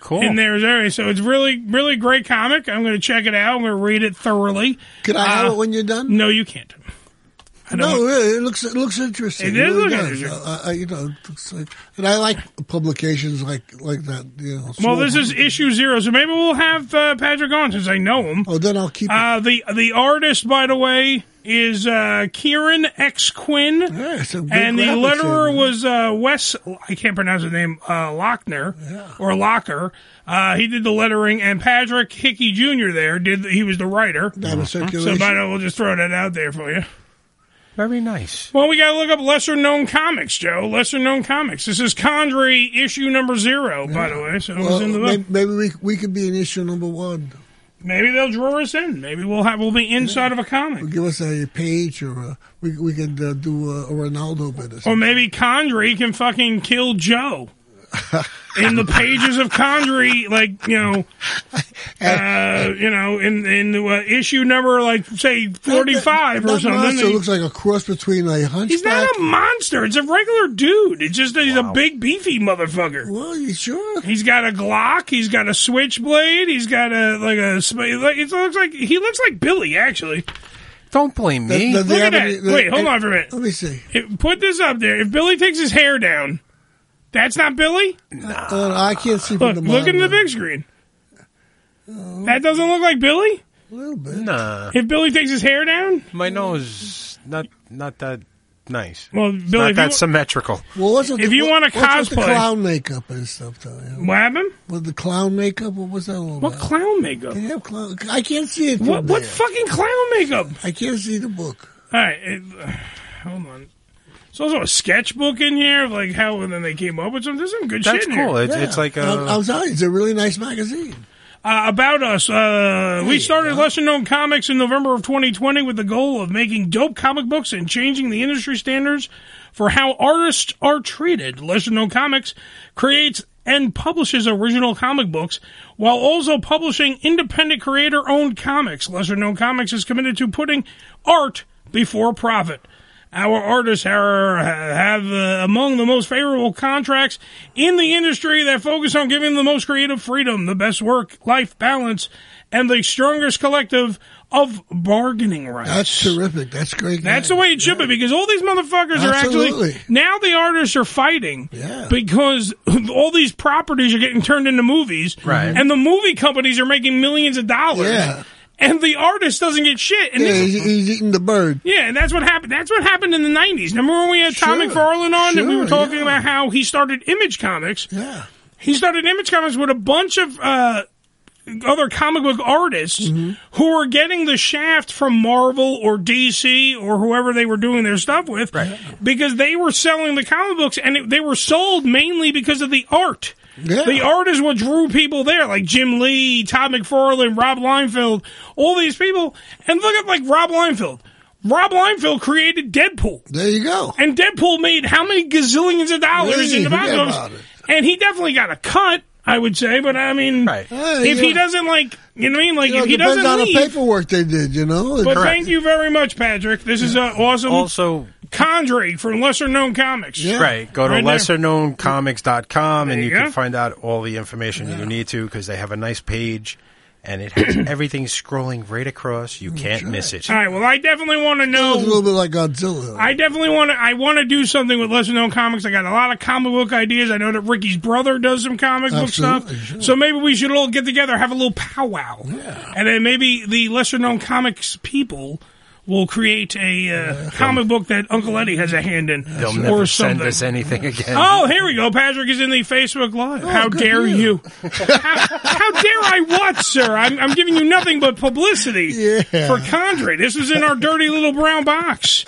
Speaker 11: Cool.
Speaker 9: In there's area, so it's really, really great comic. I'm going to check it out. I'm going to read it thoroughly. Uh,
Speaker 6: Can I have it when you're done?
Speaker 9: No, you can't. I don't
Speaker 6: No,
Speaker 9: want-
Speaker 6: really, it looks it looks interesting.
Speaker 9: It is
Speaker 6: really
Speaker 9: looking
Speaker 6: does.
Speaker 9: interesting.
Speaker 6: Uh, uh, you know, it looks like, and I like publications like like that. You know,
Speaker 9: Well,
Speaker 6: small
Speaker 9: this is issue zero, so maybe we'll have uh, Patrick on since I know him.
Speaker 6: Oh, then I'll keep.
Speaker 9: Uh, the the artist, by the way, is uh, Kieran X Quinn,
Speaker 6: big
Speaker 9: and the
Speaker 6: graphics
Speaker 9: letterer
Speaker 6: there, man.
Speaker 9: was uh, Wes. I can't pronounce his name. Uh, Lochner or Locker. Uh, he did the lettering, and Patrick Hickey Jr. There did. he was the writer. Uh-huh.
Speaker 6: That was
Speaker 9: So,
Speaker 6: circulation.
Speaker 9: by the way, we'll just throw that out there for you.
Speaker 11: Very nice.
Speaker 9: Well, we got to look up lesser known comics, Joe. Lesser known comics. This is Condry issue number zero, by the way. So it
Speaker 6: Well,
Speaker 9: was in the book.
Speaker 6: may- maybe we we could be in issue number one.
Speaker 9: Maybe they'll draw us in. Maybe we'll have we'll be inside of a comic.
Speaker 6: Give us a page, or a, we we could uh, do a, a Ronaldo bit. Or,
Speaker 9: Or maybe Condry can fucking kill Joe. in the pages of Condry, like you know, uh, you know, in in the, uh, issue number like say forty five or
Speaker 6: that
Speaker 9: something.
Speaker 6: monster
Speaker 9: he-
Speaker 6: looks like a cross between a hunchback.
Speaker 9: he's not a monster. It's a regular dude. It's just that he's a big beefy motherfucker.
Speaker 6: Well, you sure?
Speaker 9: He's got a Glock. He's got a switchblade. He's got a like a. sp- Like, it looks like he looks like Billy actually.
Speaker 11: Don't blame me.
Speaker 9: Look at that. Wait, hold on for a minute.
Speaker 6: Let me see.
Speaker 9: If- put this up there. If Billy takes his hair down, that's not Billy.
Speaker 6: Uh, I can't see
Speaker 9: Look,
Speaker 6: from the
Speaker 9: look
Speaker 6: monitor.
Speaker 9: in the big screen. That doesn't look like Billy.
Speaker 11: Nah,
Speaker 9: If Billy takes his hair down,
Speaker 11: my nose not not that nice.
Speaker 9: Well,
Speaker 11: It's
Speaker 9: Billy,
Speaker 11: not
Speaker 9: if
Speaker 11: that
Speaker 9: you-
Speaker 11: symmetrical.
Speaker 6: Well, what's with
Speaker 9: If
Speaker 6: the,
Speaker 9: you wanna
Speaker 6: what's with the
Speaker 9: cosplay-
Speaker 6: clown makeup and stuff, though. you know?
Speaker 9: what happened?
Speaker 6: With the clown makeup, what was that all
Speaker 9: What
Speaker 6: about?
Speaker 9: clown makeup?
Speaker 6: They have clown. I can't see it. From
Speaker 9: What- what
Speaker 6: there.
Speaker 9: fucking clown makeup?
Speaker 6: I can't see the book.
Speaker 9: All right, it, hold on. There's also a sketchbook in here of like how and then they came up with some. There's some good shit. in here.
Speaker 6: I'm, I'm sorry, it's a really nice magazine.
Speaker 9: Uh, about us, uh, we started Lesser Known Comics in November of 2020 with the goal of making dope comic books and changing the industry standards for how artists are treated. Lesser Known Comics creates and publishes original comic books while also publishing independent creator owned comics. Lesser Known Comics is committed to putting art before profit. Our artists are, have uh, among the most favorable contracts in the industry that focus on giving the most creative freedom, the best work life balance, and the strongest collective of bargaining rights.
Speaker 6: That's terrific. That's great.
Speaker 9: That's the way it should be because all these motherfuckers are
Speaker 6: Absolutely.
Speaker 9: actually now the artists are fighting because all these properties are getting turned into movies,
Speaker 6: Right.
Speaker 9: And the movie companies are making millions of dollars,
Speaker 6: Yeah.
Speaker 9: And the artist doesn't get shit. And
Speaker 6: yeah,
Speaker 9: this-
Speaker 6: he's, he's eating the bird.
Speaker 9: yeah, and that's what happened. That's what happened in the '90s. Remember when we had Tom
Speaker 6: Sure.
Speaker 9: McFarlane on, and we
Speaker 6: Sure,
Speaker 9: were talking
Speaker 6: yeah.
Speaker 9: about how he started Image Comics. Yeah, he started Image Comics with a bunch of uh, other comic book artists who were getting the shaft from Marvel or DC or whoever they were doing their stuff with, because they were selling the comic books, and it, they were sold mainly because of the art. The art is what drew people there, like Jim Lee, Todd McFarlane, Rob Liefeld, all these people. And look at like Rob Liefeld. Rob Liefeld created Deadpool.
Speaker 6: There you go.
Speaker 9: And Deadpool made how many gazillions of dollars
Speaker 6: Yeah,
Speaker 9: in the box
Speaker 6: forget
Speaker 9: office?
Speaker 6: about
Speaker 9: And he definitely got a cut, I would say. But I mean,
Speaker 6: Uh,
Speaker 9: if he
Speaker 6: yeah.
Speaker 9: doesn't like, you know what I mean? Like
Speaker 6: You know,
Speaker 9: if he
Speaker 6: it depends
Speaker 9: doesn't
Speaker 6: on
Speaker 9: leave.
Speaker 6: the paperwork they did, you know.
Speaker 9: but thank you very much, Patrick. This is uh, awesome.
Speaker 11: Also,
Speaker 9: Condrey from Lesser Known Comics.
Speaker 11: Right. Go to
Speaker 9: Right there.
Speaker 11: lesserknowncomics.com and
Speaker 9: There
Speaker 11: you
Speaker 9: you
Speaker 11: can
Speaker 9: go.
Speaker 11: find out all the information you need to because they have a nice page and it has everything scrolling right across. You can't miss it.
Speaker 9: All right. Well, I definitely want to know.
Speaker 6: It's a little bit like Godzilla.
Speaker 9: I definitely want to. I want to do something with lesser known comics. I got a lot of comic book ideas. I know that Ricky's brother does some comic book
Speaker 6: Absolutely,
Speaker 9: stuff. So maybe we should all get together, have a little powwow, and then maybe the lesser known comics people will create a uh, comic book that Uncle Eddie has a hand in,
Speaker 11: They'll
Speaker 9: or
Speaker 11: never
Speaker 9: something.
Speaker 11: send us anything again.
Speaker 9: Oh, here we go. Patrick is in the Facebook Live. how dare you? how, how dare I what, sir? I'm, I'm giving you nothing but publicity for Condrey. This is in our dirty little brown box.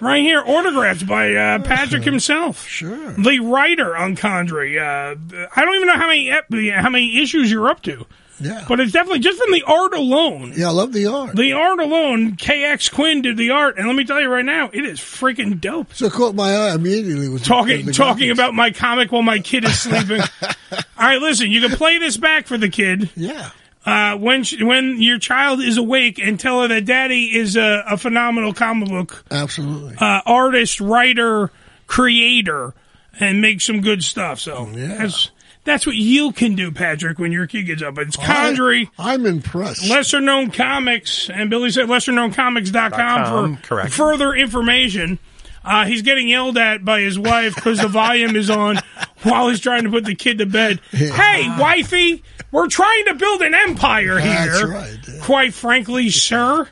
Speaker 9: Right here, autographed by uh, Patrick himself. Sure. The writer on Condrey. Uh, I don't even know how many ep- how many issues you're up to. Yeah. But it's definitely just from the art alone.
Speaker 6: Yeah, I love the art.
Speaker 9: The art alone, KX Quinn did the art, and let me tell you right now, it is freaking dope.
Speaker 6: So it caught my eye immediately. Was
Speaker 9: Talking talking about my comic while my kid is sleeping. All right, listen, you can play this back for the kid.
Speaker 6: Yeah.
Speaker 9: Uh, when she, when your child is awake and tell her that daddy is a, a phenomenal comic book
Speaker 6: Absolutely.
Speaker 9: uh, artist, writer, creator, and make some good stuff. So that's that's what you can do, Patrick, when your kid gets up. It's Condry.
Speaker 6: I'm impressed.
Speaker 9: Lesser known comics, and Billy said lesserknowncomics.com
Speaker 11: com,
Speaker 9: for
Speaker 11: correct.
Speaker 9: further information. Uh, he's getting yelled at by his wife because the volume is on while he's trying to put the kid to bed. Hey, wifey, we're trying to build an empire here.
Speaker 6: That's
Speaker 9: Quite frankly, sir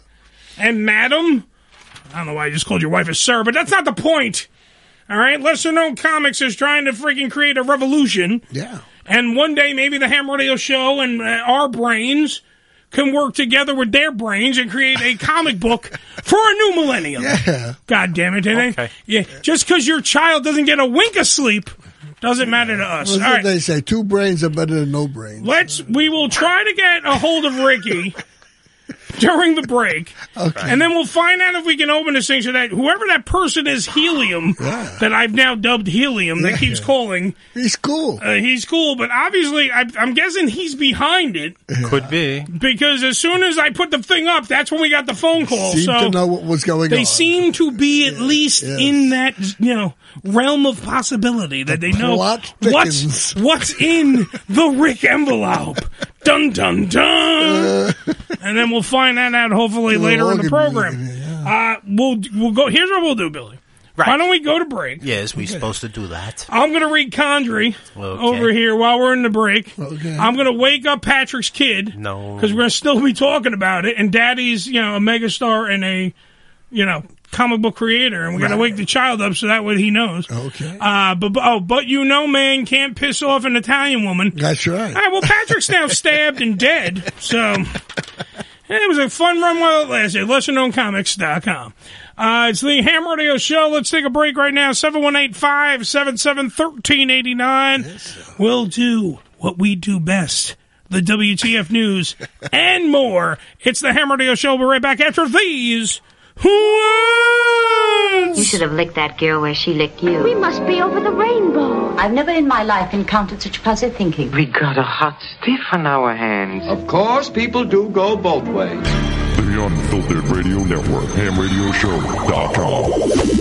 Speaker 9: and madam. I don't know why I just called your wife a sir, but that's not the point. All right, lesser known comics is trying to freaking create a revolution.
Speaker 6: Yeah.
Speaker 9: And one day, maybe the Ham Radio Show and uh, our brains can work together with their brains and create a comic book for a new millennium. Yeah. God damn it. it okay. Yeah. Just because your child doesn't get a wink of sleep doesn't matter to us.
Speaker 6: What's
Speaker 9: All
Speaker 6: what
Speaker 9: right.
Speaker 6: they say? Two brains are better than no brain.
Speaker 9: Let's. We will try to get a hold of Ricky during the break, and then we'll find out if we can open this thing so that whoever that person is, Helium, that I've now dubbed Helium, that keeps calling.
Speaker 6: He's cool.
Speaker 9: Uh, he's cool, but obviously, I, I'm guessing he's behind it
Speaker 11: Could be.
Speaker 9: because as soon as I put the thing up, that's when we got the phone call.
Speaker 6: Seem
Speaker 9: so
Speaker 6: to know what was going
Speaker 9: they
Speaker 6: on.
Speaker 9: seem to be at least in that you know realm of possibility that they know
Speaker 6: plot
Speaker 9: what's what's in the Rick envelope. Dun dun dun. and then we'll find that out hopefully later in the program. Uh, we'll we'll go. Here's what we'll do, Billy. Why don't we go to break?
Speaker 22: Yes, we supposed to do that.
Speaker 9: I'm going to read Condry
Speaker 22: Okay.
Speaker 9: over here while we're in the break. I'm going to wake up Patrick's kid.
Speaker 11: No.
Speaker 9: Because we're going to still be talking about it. And daddy's, you know, a megastar and a, you know, comic book creator. And we're going to
Speaker 11: Right.
Speaker 9: wake the child up so that way he knows. Okay. Uh, but, but- oh, but you know, man, can't piss off an Italian woman.
Speaker 6: That's right.
Speaker 9: All right, well, Patrick's now stabbed and dead. So. And it was a fun run while it lasted. LesserKnownComics.com. Uh, it's the Ham Radio Show. Let's take a break right now. 718-577-1389. We'll do what we do best. The WTF News and more. It's the Ham Radio Show. We're right back after these. You
Speaker 23: should have licked that girl where she licked you. We must be over the rainbow. I've never in my life encountered such positive thinking.
Speaker 24: We got a hot stiff on our hands. Of course, people do go both ways.
Speaker 19: The Unfiltered Radio Network, hamradioshow.com.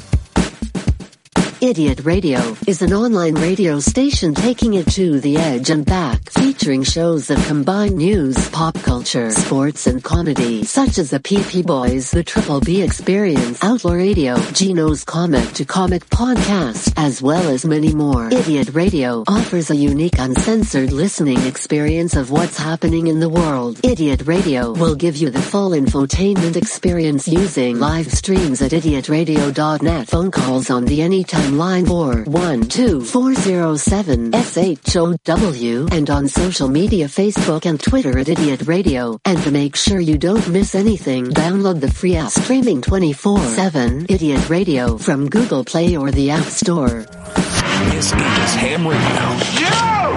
Speaker 25: Idiot Radio is an online radio station taking it to the edge and back, featuring shows that combine news, pop culture, sports, and comedy, such as the PP Boys, the Triple B Experience, Outlaw Radio, Gino's Comic to Comic Podcast, as well as many more. Idiot Radio offers a unique uncensored listening experience of what's happening in the world. Idiot Radio will give you the full infotainment experience using live streams at idiotradio.net, phone calls on the anytime line or 12407SHOW and on social media Facebook and Twitter at Idiot Radio. And to make sure you don't miss anything, download the free app streaming 24-7 Idiot Radio from Google Play or the App Store.
Speaker 1: This is Ham Radio.
Speaker 12: Yo,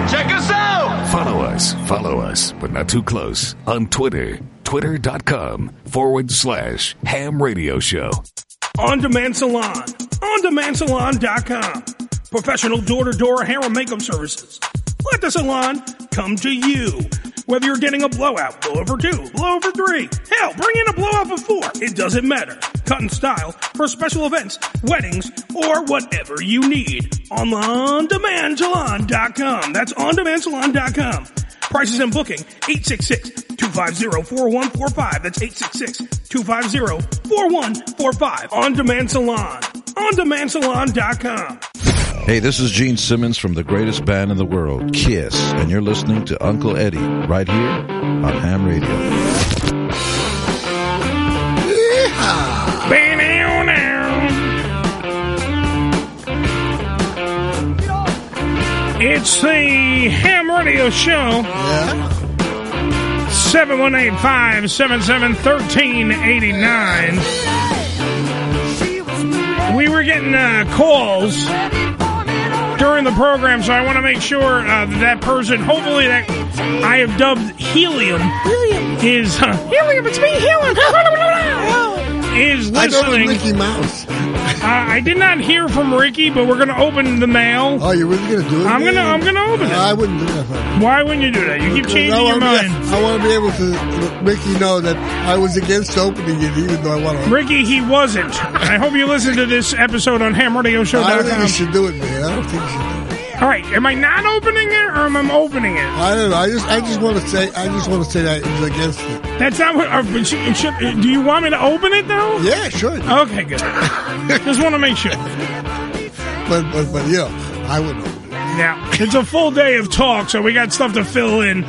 Speaker 12: check us out.
Speaker 1: Follow us, follow us, but not too close on Twitter. Twitter.com forward slash ham radio show.
Speaker 9: On Demand Salon. OnDemandSalon.com. Professional door-to-door hair and makeup services. Let the salon come to you. Whether you're getting a blowout, blowover two, blowover three, hell, bring in a blowout of four. It doesn't matter. Cut and style for special events, weddings, or whatever you need. On OnDemandSalon.com. That's OnDemandSalon.com. Prices and booking, 866-250-4145. That's 866-250-4145. On Demand Salon. OnDemandSalon.com.
Speaker 15: Hey, this is Gene Simmons from the greatest band in the world, Kiss, and you're listening to Uncle Eddie right here on Ham Radio.
Speaker 9: It's the Ham Radio Show. Yeah. 718-577-1389. We were getting uh, calls during the program, so I want to make sure uh, that, that person, hopefully that I have dubbed Helium, is uh, Helium, it's me, Helium, is listening.
Speaker 6: I thought it was Mickey Mouse.
Speaker 9: Uh, I did not hear from Ricky, but we're going to open the mail. Oh,
Speaker 6: you're really going to do it?
Speaker 9: I'm going to I'm going to open it.
Speaker 6: I wouldn't do that. for-
Speaker 9: Why wouldn't you do that? You keep
Speaker 6: Because
Speaker 9: changing
Speaker 6: I
Speaker 9: your
Speaker 6: wanna be-
Speaker 9: mind.
Speaker 6: I want to be able to let Ricky know that I was against opening it, even though I want to.
Speaker 9: Ricky, he wasn't. I hope you listened to this episode on HamRadioShow.com.
Speaker 6: I don't think you should do it, man. I don't think you should.
Speaker 9: All right, am I not opening it or am I opening it?
Speaker 6: I don't know. I just, I just want to say, I just want to say that it was against it.
Speaker 9: That's not what. Uh, but should, should, uh, do you want me to open it though?
Speaker 6: Yeah, sure.
Speaker 9: Okay, good. Just want to make sure.
Speaker 6: But but but yeah, I would.
Speaker 9: Now it's a full day of talk, so we got stuff to fill in.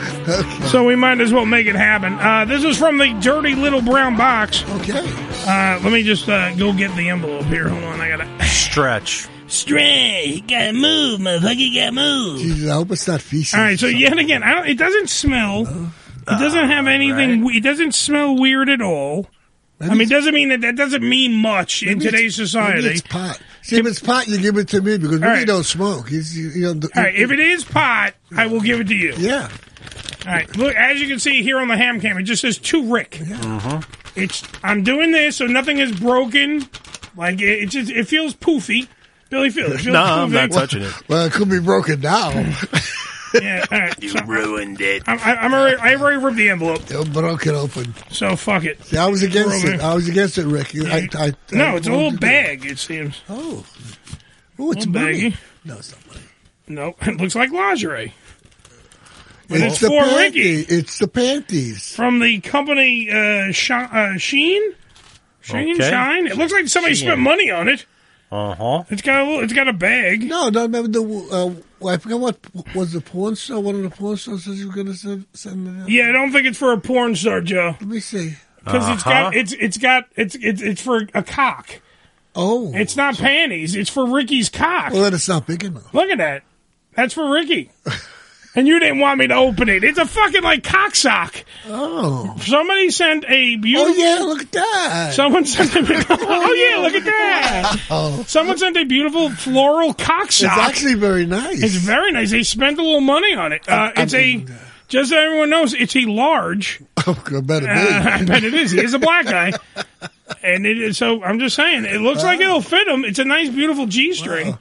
Speaker 9: So we might as well make it happen. Uh, this is from the dirty little brown box.
Speaker 6: Okay.
Speaker 9: Uh, let me just uh, go get the envelope here. Hold on, I gotta
Speaker 11: Stretch.
Speaker 9: stray. You gotta move, motherfucker. You gotta move.
Speaker 6: Jesus, I hope it's not feces. Uh-huh.
Speaker 9: All right, so yet again, I don't, it doesn't smell. It doesn't have anything. we It doesn't smell weird at all. I mean, it doesn't mean that that doesn't mean much in
Speaker 6: Maybe
Speaker 9: today's
Speaker 6: it's-
Speaker 9: society.
Speaker 6: Maybe it's pot. See, if it's pot, you give it to me because we
Speaker 9: right.
Speaker 6: don't smoke. He's, you know, the-
Speaker 9: All right, if it is pot, I will give it to you.
Speaker 6: Yeah.
Speaker 9: All right, look, as you can see here on the ham cam, it just says to Rick.
Speaker 11: Mm-hmm.
Speaker 9: It's I'm doing this so nothing is broken. Like it, it just it feels poofy. Billy feels. it feels poofy.
Speaker 6: Well, it could be broken down.
Speaker 9: Yeah, all right. You ruined it. I'm, I- I'm already, I already ripped the envelope.
Speaker 6: You broke it open.
Speaker 9: So fuck it.
Speaker 6: See, I was against
Speaker 9: We're
Speaker 6: it.
Speaker 9: over-
Speaker 6: I was against it, Rick. You- I, I, I-
Speaker 9: No, it's a little bag. It seems.
Speaker 6: Oh,
Speaker 9: oh,
Speaker 6: it's money.
Speaker 9: baggy.
Speaker 6: No, it's not.
Speaker 9: No, it looks like lingerie. But
Speaker 6: It's the
Speaker 9: for Ricky
Speaker 6: panty. It's the panties.
Speaker 9: from the company uh, Sh- uh, Sheen. Sheen
Speaker 6: Okay.
Speaker 9: Shine. It looks like somebody
Speaker 6: Sheen.
Speaker 9: spent money on it.
Speaker 11: Uh huh.
Speaker 9: It's got a little, it's got a bag.
Speaker 6: No, no. Remember the uh, well, I forgot what was the porn star. One of the porn stars says you were going to send, send it out.
Speaker 9: Yeah, I don't think it's for a porn star, Joe.
Speaker 6: Let me see.
Speaker 9: Because it's
Speaker 6: Uh-huh.
Speaker 9: got it's it's got it's it's it's for a cock.
Speaker 6: Oh,
Speaker 9: it's not panties. It's for Ricky's cock.
Speaker 6: Well, then it's not big enough.
Speaker 9: Look at that. That's for Ricky. and you didn't want me to open it. It's a fucking like cocksock.
Speaker 6: Oh.
Speaker 9: Somebody sent a beautiful. Oh yeah,
Speaker 6: look at that.
Speaker 9: Someone sent a. oh, yeah, look at that.
Speaker 16: Oh.
Speaker 9: Someone sent a beautiful floral cocksock.
Speaker 6: It's actually very nice.
Speaker 9: It's very nice. They spent a little money on it. Uh, it's a. Just so everyone knows, it's a large.
Speaker 6: Oh, I bet it is.
Speaker 9: I bet it is. He is a black guy, and it is, so I'm just saying, it looks like it'll fit him. It's a nice, beautiful g-string.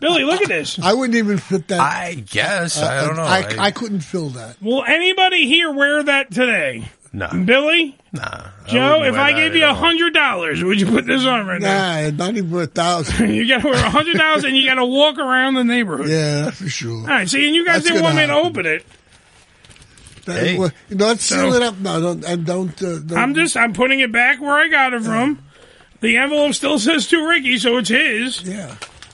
Speaker 9: Billy, look at this.
Speaker 6: I wouldn't even fit that. Uh,
Speaker 11: I guess. I don't know.
Speaker 6: I,
Speaker 11: I-
Speaker 6: I couldn't fill that.
Speaker 9: Will anybody here wear that today?
Speaker 11: No.
Speaker 9: Billy?
Speaker 11: Nah.
Speaker 9: Joe,
Speaker 6: wouldn't
Speaker 9: if
Speaker 6: wear
Speaker 9: I
Speaker 6: that
Speaker 9: gave you a hundred dollars, Uh, would you put this on right now?
Speaker 6: Nah, not even a thousand.
Speaker 9: You gotta wear a hundred dollars and you gotta walk around the neighborhood.
Speaker 6: Yeah, that's for sure.
Speaker 9: All right, see, and you guys
Speaker 6: That's
Speaker 9: didn't
Speaker 6: gonna
Speaker 9: want me to
Speaker 6: happen.
Speaker 9: open it.
Speaker 6: That,
Speaker 9: Hey.
Speaker 6: well, don't seal
Speaker 9: So-
Speaker 6: it up. No, don't and don't. Uh, don't
Speaker 9: I'm just I'm putting it back where I got it from. The envelope still says to Ricky, so it's his.
Speaker 6: Yeah.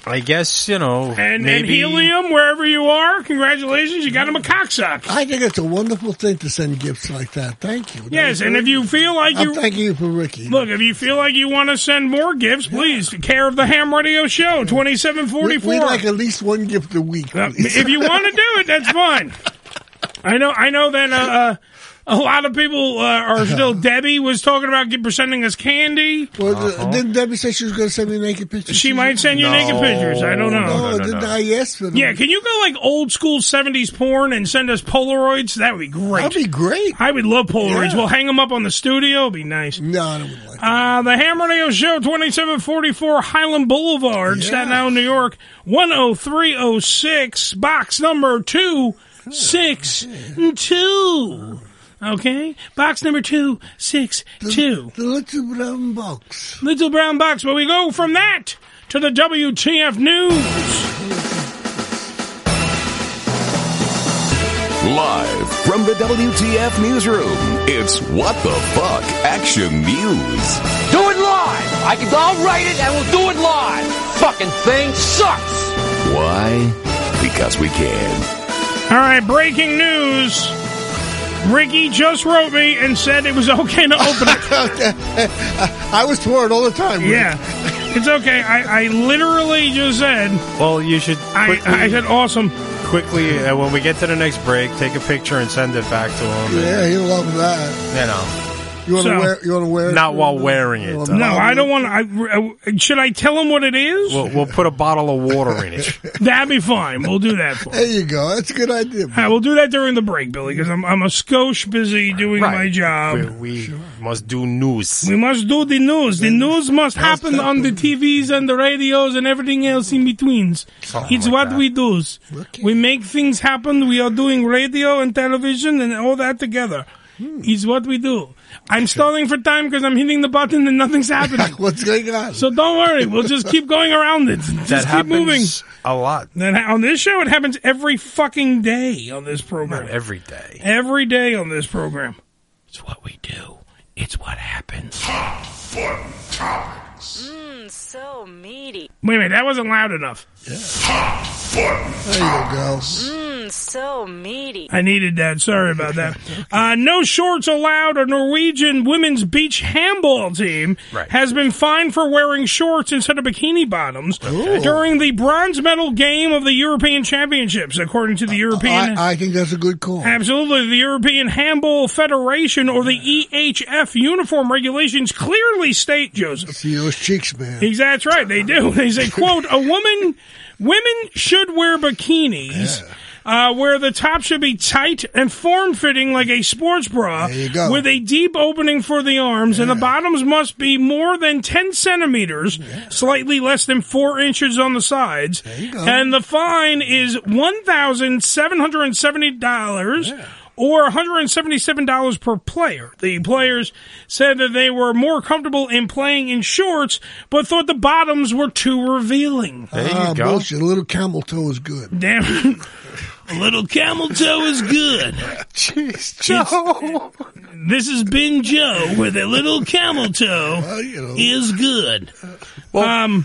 Speaker 11: I guess you know.
Speaker 9: And, and
Speaker 11: maybe
Speaker 9: helium, wherever you are, congratulations, you got him a cocksock.
Speaker 6: I think it's a wonderful thing to send gifts like that. Thank you.
Speaker 9: Yes, and if you feel like
Speaker 6: I'm
Speaker 9: you
Speaker 6: thanking you for Ricky.
Speaker 9: Look, if you feel like you want to send more gifts, please, care of the Ham Radio Show,
Speaker 6: We,
Speaker 9: 2744.
Speaker 6: we like at least one gift a week. please.
Speaker 9: Uh, if you want to do it, that's fine. I know, I know that uh, uh, a lot of people uh, are still. Debbie was talking about gi- sending us candy. Uh-huh.
Speaker 6: Well, uh Didn't Debbie say she was going to send me naked pictures?
Speaker 9: She might send you naked pictures. I don't know.
Speaker 6: No, didn't I ask for them?
Speaker 9: Yeah, can you go like old school 70s porn and send us Polaroids? That would be great. That'd
Speaker 6: be great.
Speaker 9: I would love Polaroids. We'll hang them up on the studio. It'd be nice.
Speaker 6: No, I don't like
Speaker 9: uh, The Ham Radio Show, 2744 Highland Boulevard, Staten Island, New York, 10306, box number 262. Okay? Box number 262.
Speaker 6: The little brown box.
Speaker 9: Little brown box. But we go from that to the WTF News.
Speaker 1: Live from the WTF newsroom, it's What the Fuck Action News.
Speaker 16: Do it live! I can, I'll write it and we'll do it live! Fucking thing sucks!
Speaker 1: Why? Because we can.
Speaker 9: All right, breaking news. Ricky just wrote me and said it was okay to open it.
Speaker 6: I was torn all the time. Rick.
Speaker 9: Yeah, it's okay. I, I literally just said.
Speaker 11: Well, you should.
Speaker 9: I, I said awesome.
Speaker 11: Quickly, uh, when we get to the next break, take a picture and send it back to him.
Speaker 6: Yeah,
Speaker 11: and,
Speaker 6: he'll love that.
Speaker 11: you know.
Speaker 6: You want to wear? You want to wear? it?
Speaker 11: Not while wearing it.
Speaker 6: Well,
Speaker 11: though.
Speaker 9: No, I don't want. to. I, should I tell him what it is?
Speaker 11: We'll, we'll put a bottle of water in it.
Speaker 9: That'd be fine. We'll do that. For
Speaker 6: there you go. That's a good idea.
Speaker 9: I will do that during the break, Billy, because I'm I'm a skosh busy doing my job.
Speaker 11: We, we must do news.
Speaker 9: Um, We must do the news. The news must happen on the TVs and the radios and everything else in betweens.
Speaker 11: Something
Speaker 9: it's
Speaker 11: like
Speaker 9: what
Speaker 11: that.
Speaker 9: we do. We make things happen. We are doing radio and television and all that together. It's what we do. I'm stalling for time because I'm hitting the button and nothing's happening.
Speaker 6: What's going on?
Speaker 9: So don't worry. We'll just keep going around it. Just
Speaker 11: that
Speaker 9: keep
Speaker 11: happens
Speaker 9: moving.
Speaker 11: a lot.
Speaker 9: Then on this show, it happens every fucking day on this program.
Speaker 11: every day.
Speaker 9: Every day on this program. It's what we do. It's what happens.
Speaker 26: Mmm, so meaty.
Speaker 9: Wait a minute, that wasn't loud enough.
Speaker 6: There you go.
Speaker 26: Mmm, so meaty.
Speaker 9: I needed that. Sorry about that. Uh, no shorts allowed. A Norwegian women's beach handball team has been fined for wearing shorts instead of bikini bottoms during the bronze medal game of the European Championships, according to the European.
Speaker 6: Uh, I, I think that's a good call.
Speaker 9: Absolutely. The European Handball Federation or the EHF uniform regulations clearly state, Joseph.
Speaker 6: See those cheeks, man.
Speaker 9: Ex- That's right, they do. They say, quote, a woman, women should wear bikinis. Uh, where the top should be tight and form fitting like a sports bra with a deep opening for the arms, and the bottoms must be more than 10 centimeters, slightly less than four inches on the sides. And the fine is $1,770 or $177 per player. The players said that they were more comfortable in playing in shorts, but thought the bottoms were too revealing.
Speaker 6: Ah, Bullshit. A little camel toe is good.
Speaker 9: Damn. A little camel toe is good.
Speaker 6: Jeez,
Speaker 9: Joe. This has been Joe with a little camel toe is good. Um,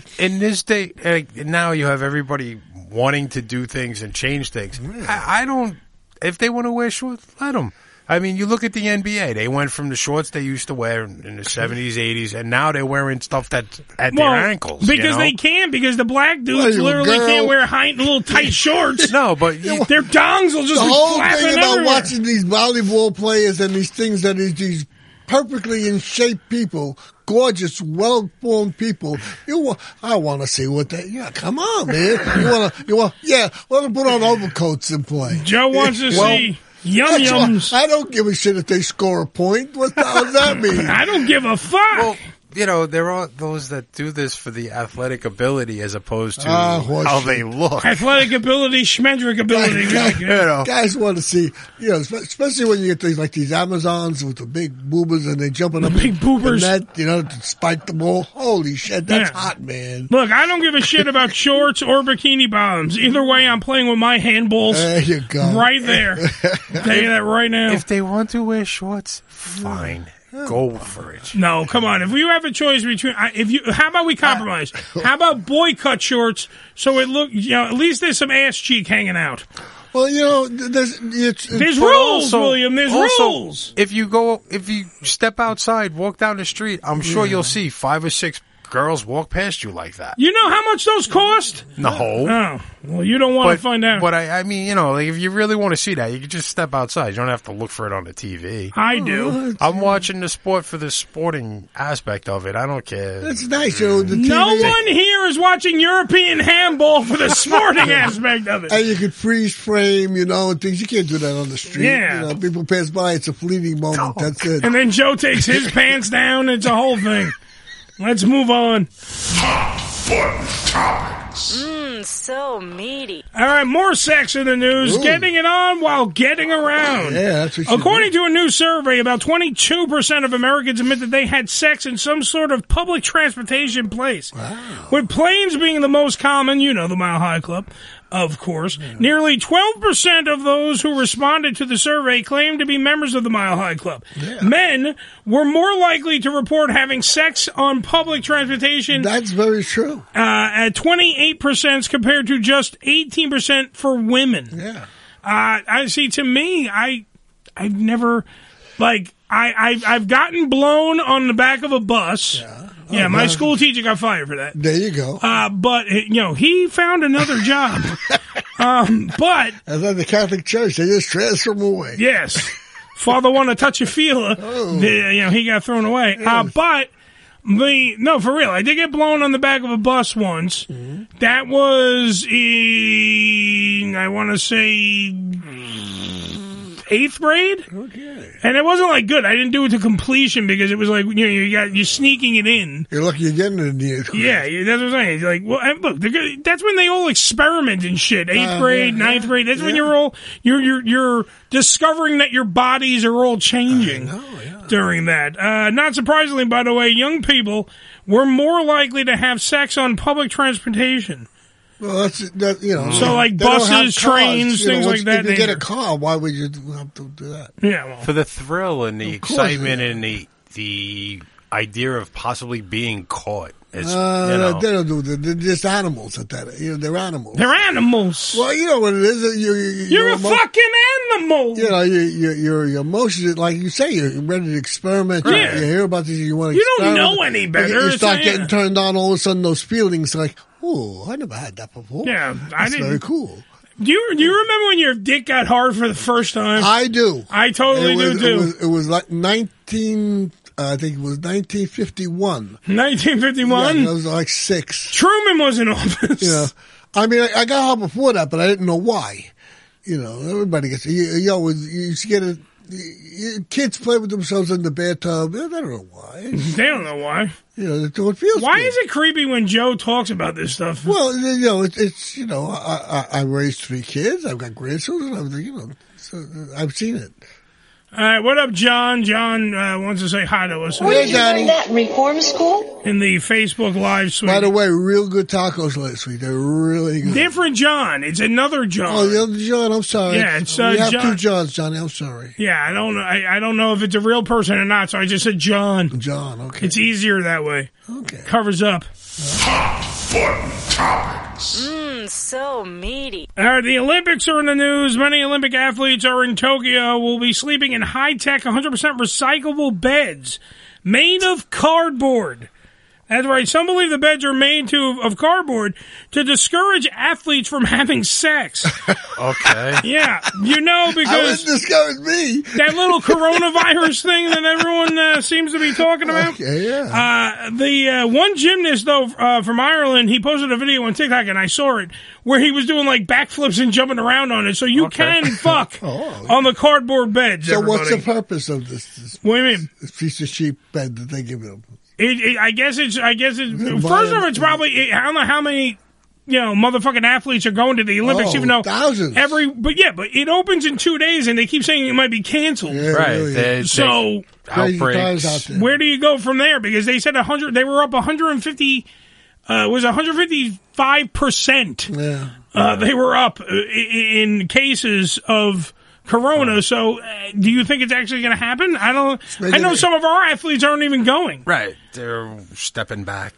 Speaker 11: Well, in this day, like, now you have everybody wanting to do things and change things. I, I don't. If they want to wear shorts, let them. I mean, you look at the NBA. They went from the shorts they used to wear in the seventies, eighties, and now they're wearing stuff that's at
Speaker 9: well,
Speaker 11: their ankles
Speaker 9: because
Speaker 11: you know?
Speaker 9: they can't because the black dudes
Speaker 11: Little
Speaker 9: literally
Speaker 11: girl.
Speaker 9: can't wear high, little tight shorts.
Speaker 11: no, but
Speaker 9: their dongs will just
Speaker 6: the
Speaker 9: be
Speaker 6: whole
Speaker 9: flapping
Speaker 6: thing about
Speaker 9: everywhere.
Speaker 6: watching these volleyball players and these things that is these perfectly in shape people, gorgeous, well formed people. You, wa- I want to see what they. Yeah, come on, man. You want to? You want? Yeah, let them put on overcoats and play.
Speaker 9: Joe wants to see yum
Speaker 6: that's why-
Speaker 9: yums.
Speaker 6: I don't give a shit if they score a point. What the hell does that mean?
Speaker 9: I don't give a fuck.
Speaker 11: Well, you know, there are those that do this for the athletic ability as opposed to
Speaker 6: Ah, horseshit.
Speaker 11: how they look.
Speaker 9: Athletic ability, schmendrick ability.
Speaker 6: Guys,
Speaker 9: you know.
Speaker 6: guys want to see, you know, spe- especially when you get things like these Amazons with the big boobers and they jumping up, big
Speaker 9: boobers,
Speaker 6: that you know, to spike the ball. Holy shit, that's
Speaker 9: Yeah.
Speaker 6: hot, man.
Speaker 9: Look, I don't give a shit about shorts or bikini bottoms. Either way, I'm playing with my handballs.
Speaker 6: There you go.
Speaker 9: Right there. Tell you that right now.
Speaker 11: If they want to wear shorts, fine. Go for it.
Speaker 9: No, come on. If you have a choice between, I- if you, how about we compromise? How about boycott shorts so it look, you know, at least there's some ass cheek hanging out.
Speaker 6: Well, you know, there's it's,
Speaker 9: there's
Speaker 11: But
Speaker 9: rules,
Speaker 11: also-
Speaker 9: William. There's
Speaker 11: also,
Speaker 9: rules.
Speaker 11: If you go, if you step outside, walk down the street, I'm sure
Speaker 9: Yeah.
Speaker 11: you'll see five or six girls walk past you like that.
Speaker 9: You know how much those cost?
Speaker 11: No.
Speaker 9: Oh, well, you don't want to
Speaker 11: But-
Speaker 9: find out.
Speaker 11: But I, I mean, you know, like if you really want to see that, you can just step outside. You don't have to look for it on the TV.
Speaker 9: I do.
Speaker 11: I'm watching the sport for the sporting aspect of it. I don't care.
Speaker 6: That's nice. You know, the
Speaker 9: no
Speaker 6: TV
Speaker 9: one here is watching European handball for the sporting aspect of it.
Speaker 6: And you could freeze frame, you know, and things. You can't do that on the street.
Speaker 9: Yeah. Oh,
Speaker 6: You know, people pass by. It's a fleeting moment. That's it.
Speaker 9: And then Joe takes his pants down. It's a whole thing. Let's move on.
Speaker 26: Mmm, so meaty.
Speaker 9: All right, more sex in the news.
Speaker 26: Ooh.
Speaker 9: Getting it on while getting around.
Speaker 26: Yeah, that's what you
Speaker 9: According to a new survey, about 22% of Americans admit that they had sex in some sort of public transportation place. Wow. With planes being the most common, you know, the Mile High Club, of course. Nearly 12% of those who responded to the survey claimed to be members of the Mile High Club. Men were more likely to report having sex on public transportation.
Speaker 6: That's very true.
Speaker 9: Uh, at 28% compared to just 18% for women. Yeah. Uh, I see. To me, I I've never like I I've, I've gotten blown on the back of a bus. Yeah. yeah, my school teacher got fired for that.
Speaker 6: There you go.
Speaker 9: Uh, but you know, he found another job. um, but
Speaker 6: And then the Catholic Church, they just transfer them away.
Speaker 9: Yes. Father want to touch a feeler. The- you know, he got thrown away. Uh, but the no, for real, I did get blown on the back of a bus once. That was in I want to say eighth grade. Okay. And it wasn't like good. I didn't do it to completion because it was like you know you got you're sneaking it in.
Speaker 6: You're lucky you're getting it in the eighth grade.
Speaker 9: Yeah, you- that's what I'm saying. It's Like, well, and look, they're good. that's when they all experiment and shit. Eighth
Speaker 6: Uh,
Speaker 9: grade,
Speaker 6: yeah,
Speaker 9: ninth grade. That's when you're all you're you're you're discovering that your bodies are all changing during that. Uh, not surprisingly, by the way, young people were more likely to have sex on public transportation.
Speaker 6: Well, that's that. You know,
Speaker 9: So, like,
Speaker 6: they don't have
Speaker 9: buses, trains,
Speaker 6: you know,
Speaker 9: things
Speaker 6: once-
Speaker 9: like that,
Speaker 6: If you
Speaker 9: they-
Speaker 6: get a car, why would you have to do that?
Speaker 9: Yeah, well,
Speaker 11: for the thrill and the
Speaker 6: course,
Speaker 11: excitement and the the idea of possibly being caught. It's,
Speaker 6: Uh,
Speaker 11: you know,
Speaker 6: They don't do that. They're just animals at that. You know, they're animals.
Speaker 9: They're animals.
Speaker 6: Well, you know what it is. You,
Speaker 9: You're a fucking animal.
Speaker 6: You know, your your your your emotions, like you say, you're ready to experiment. You-
Speaker 9: Yeah.
Speaker 6: You, hear about this, you want to.
Speaker 9: You don't know any better.
Speaker 6: You start
Speaker 9: It's-
Speaker 6: getting
Speaker 9: yeah.
Speaker 6: turned on. All of a sudden, those feelings like, oh, I never had that before.
Speaker 9: Yeah, I
Speaker 6: That's
Speaker 9: didn't-
Speaker 6: very cool.
Speaker 9: Do you do you remember when your dick got hard for the first time?
Speaker 6: I do.
Speaker 9: I totally
Speaker 6: it
Speaker 9: do
Speaker 6: was,
Speaker 9: too.
Speaker 6: It was, it was like 19, uh, I think it was 1951.
Speaker 9: 1951?
Speaker 6: Yeah, I was like six.
Speaker 9: Truman was in office.
Speaker 6: Yeah. I mean, I, I got hard before that, but I didn't know why. You know, everybody gets, you, you always, you used to get it. you- Kids play with themselves in the bathtub. They don't know why.
Speaker 9: they don't know why.
Speaker 6: You know, that's what it feels
Speaker 9: Why
Speaker 6: good.
Speaker 9: is it creepy when Joe talks about this stuff?
Speaker 6: Well, you know, it's, it's you know, I, I, I raised three kids. I've got grandchildren. I'm, you know, so uh, I've seen it.
Speaker 9: All right, uh, what up, John? John uh, wants to say hi to us.
Speaker 6: Where did you learn that,
Speaker 9: in reform school? In the Facebook Live suite.
Speaker 6: By the way, real good tacos last week. They're really good.
Speaker 9: different John. It's another John.
Speaker 6: Oh, the other John. I'm sorry.
Speaker 9: Yeah, it's, uh,
Speaker 6: we have
Speaker 9: John-
Speaker 6: two Johns, Johnny. I'm sorry.
Speaker 9: yeah, I don't know. I, I don't know if it's a real person or not, so I just said John.
Speaker 6: John, okay.
Speaker 9: It's easier that way. Okay. Covers up.
Speaker 26: Mmm, Mmm, so meaty.
Speaker 9: Uh, the Olympics are in the news. Many Olympic athletes are in Tokyo. Will be sleeping in high-tech, 100% recyclable beds made of cardboard. That's right. Some believe the beds are made to of cardboard to discourage athletes from having sex.
Speaker 11: Okay.
Speaker 9: Yeah, you know because discourage me. That little coronavirus thing that everyone uh, seems to be talking about. yeah. Uh, the uh, one gymnast though uh, from Ireland, he posted a video on TikTok and I saw it where he was doing like backflips and jumping around on it. So you can fuck on the cardboard beds.
Speaker 6: Oh. So what's the
Speaker 9: everybody.
Speaker 6: purpose of this, this
Speaker 9: what do you mean?
Speaker 6: piece of sheep bed that they give them?
Speaker 9: It, it, I guess it's. I guess it's. First of all, it's probably. I don't know how many. You know, motherfucking athletes are going to the Olympics,
Speaker 6: Oh,
Speaker 9: even though thousands. every. But yeah, but it opens in two days, and they keep saying it might be canceled.
Speaker 11: Right, really. they- they-
Speaker 9: so
Speaker 11: Crazy outbreaks. guys out there.
Speaker 9: Where do you go from there? Because they said hundred. They were up one hundred and fifty. Uh, it was one hundred fifty five percent.
Speaker 6: Yeah.
Speaker 9: Uh, they were up uh, i- i- in cases of corona. So, uh, do you think it's actually going to happen? I don't. I know some of our athletes aren't even going.
Speaker 11: Right. They're stepping back.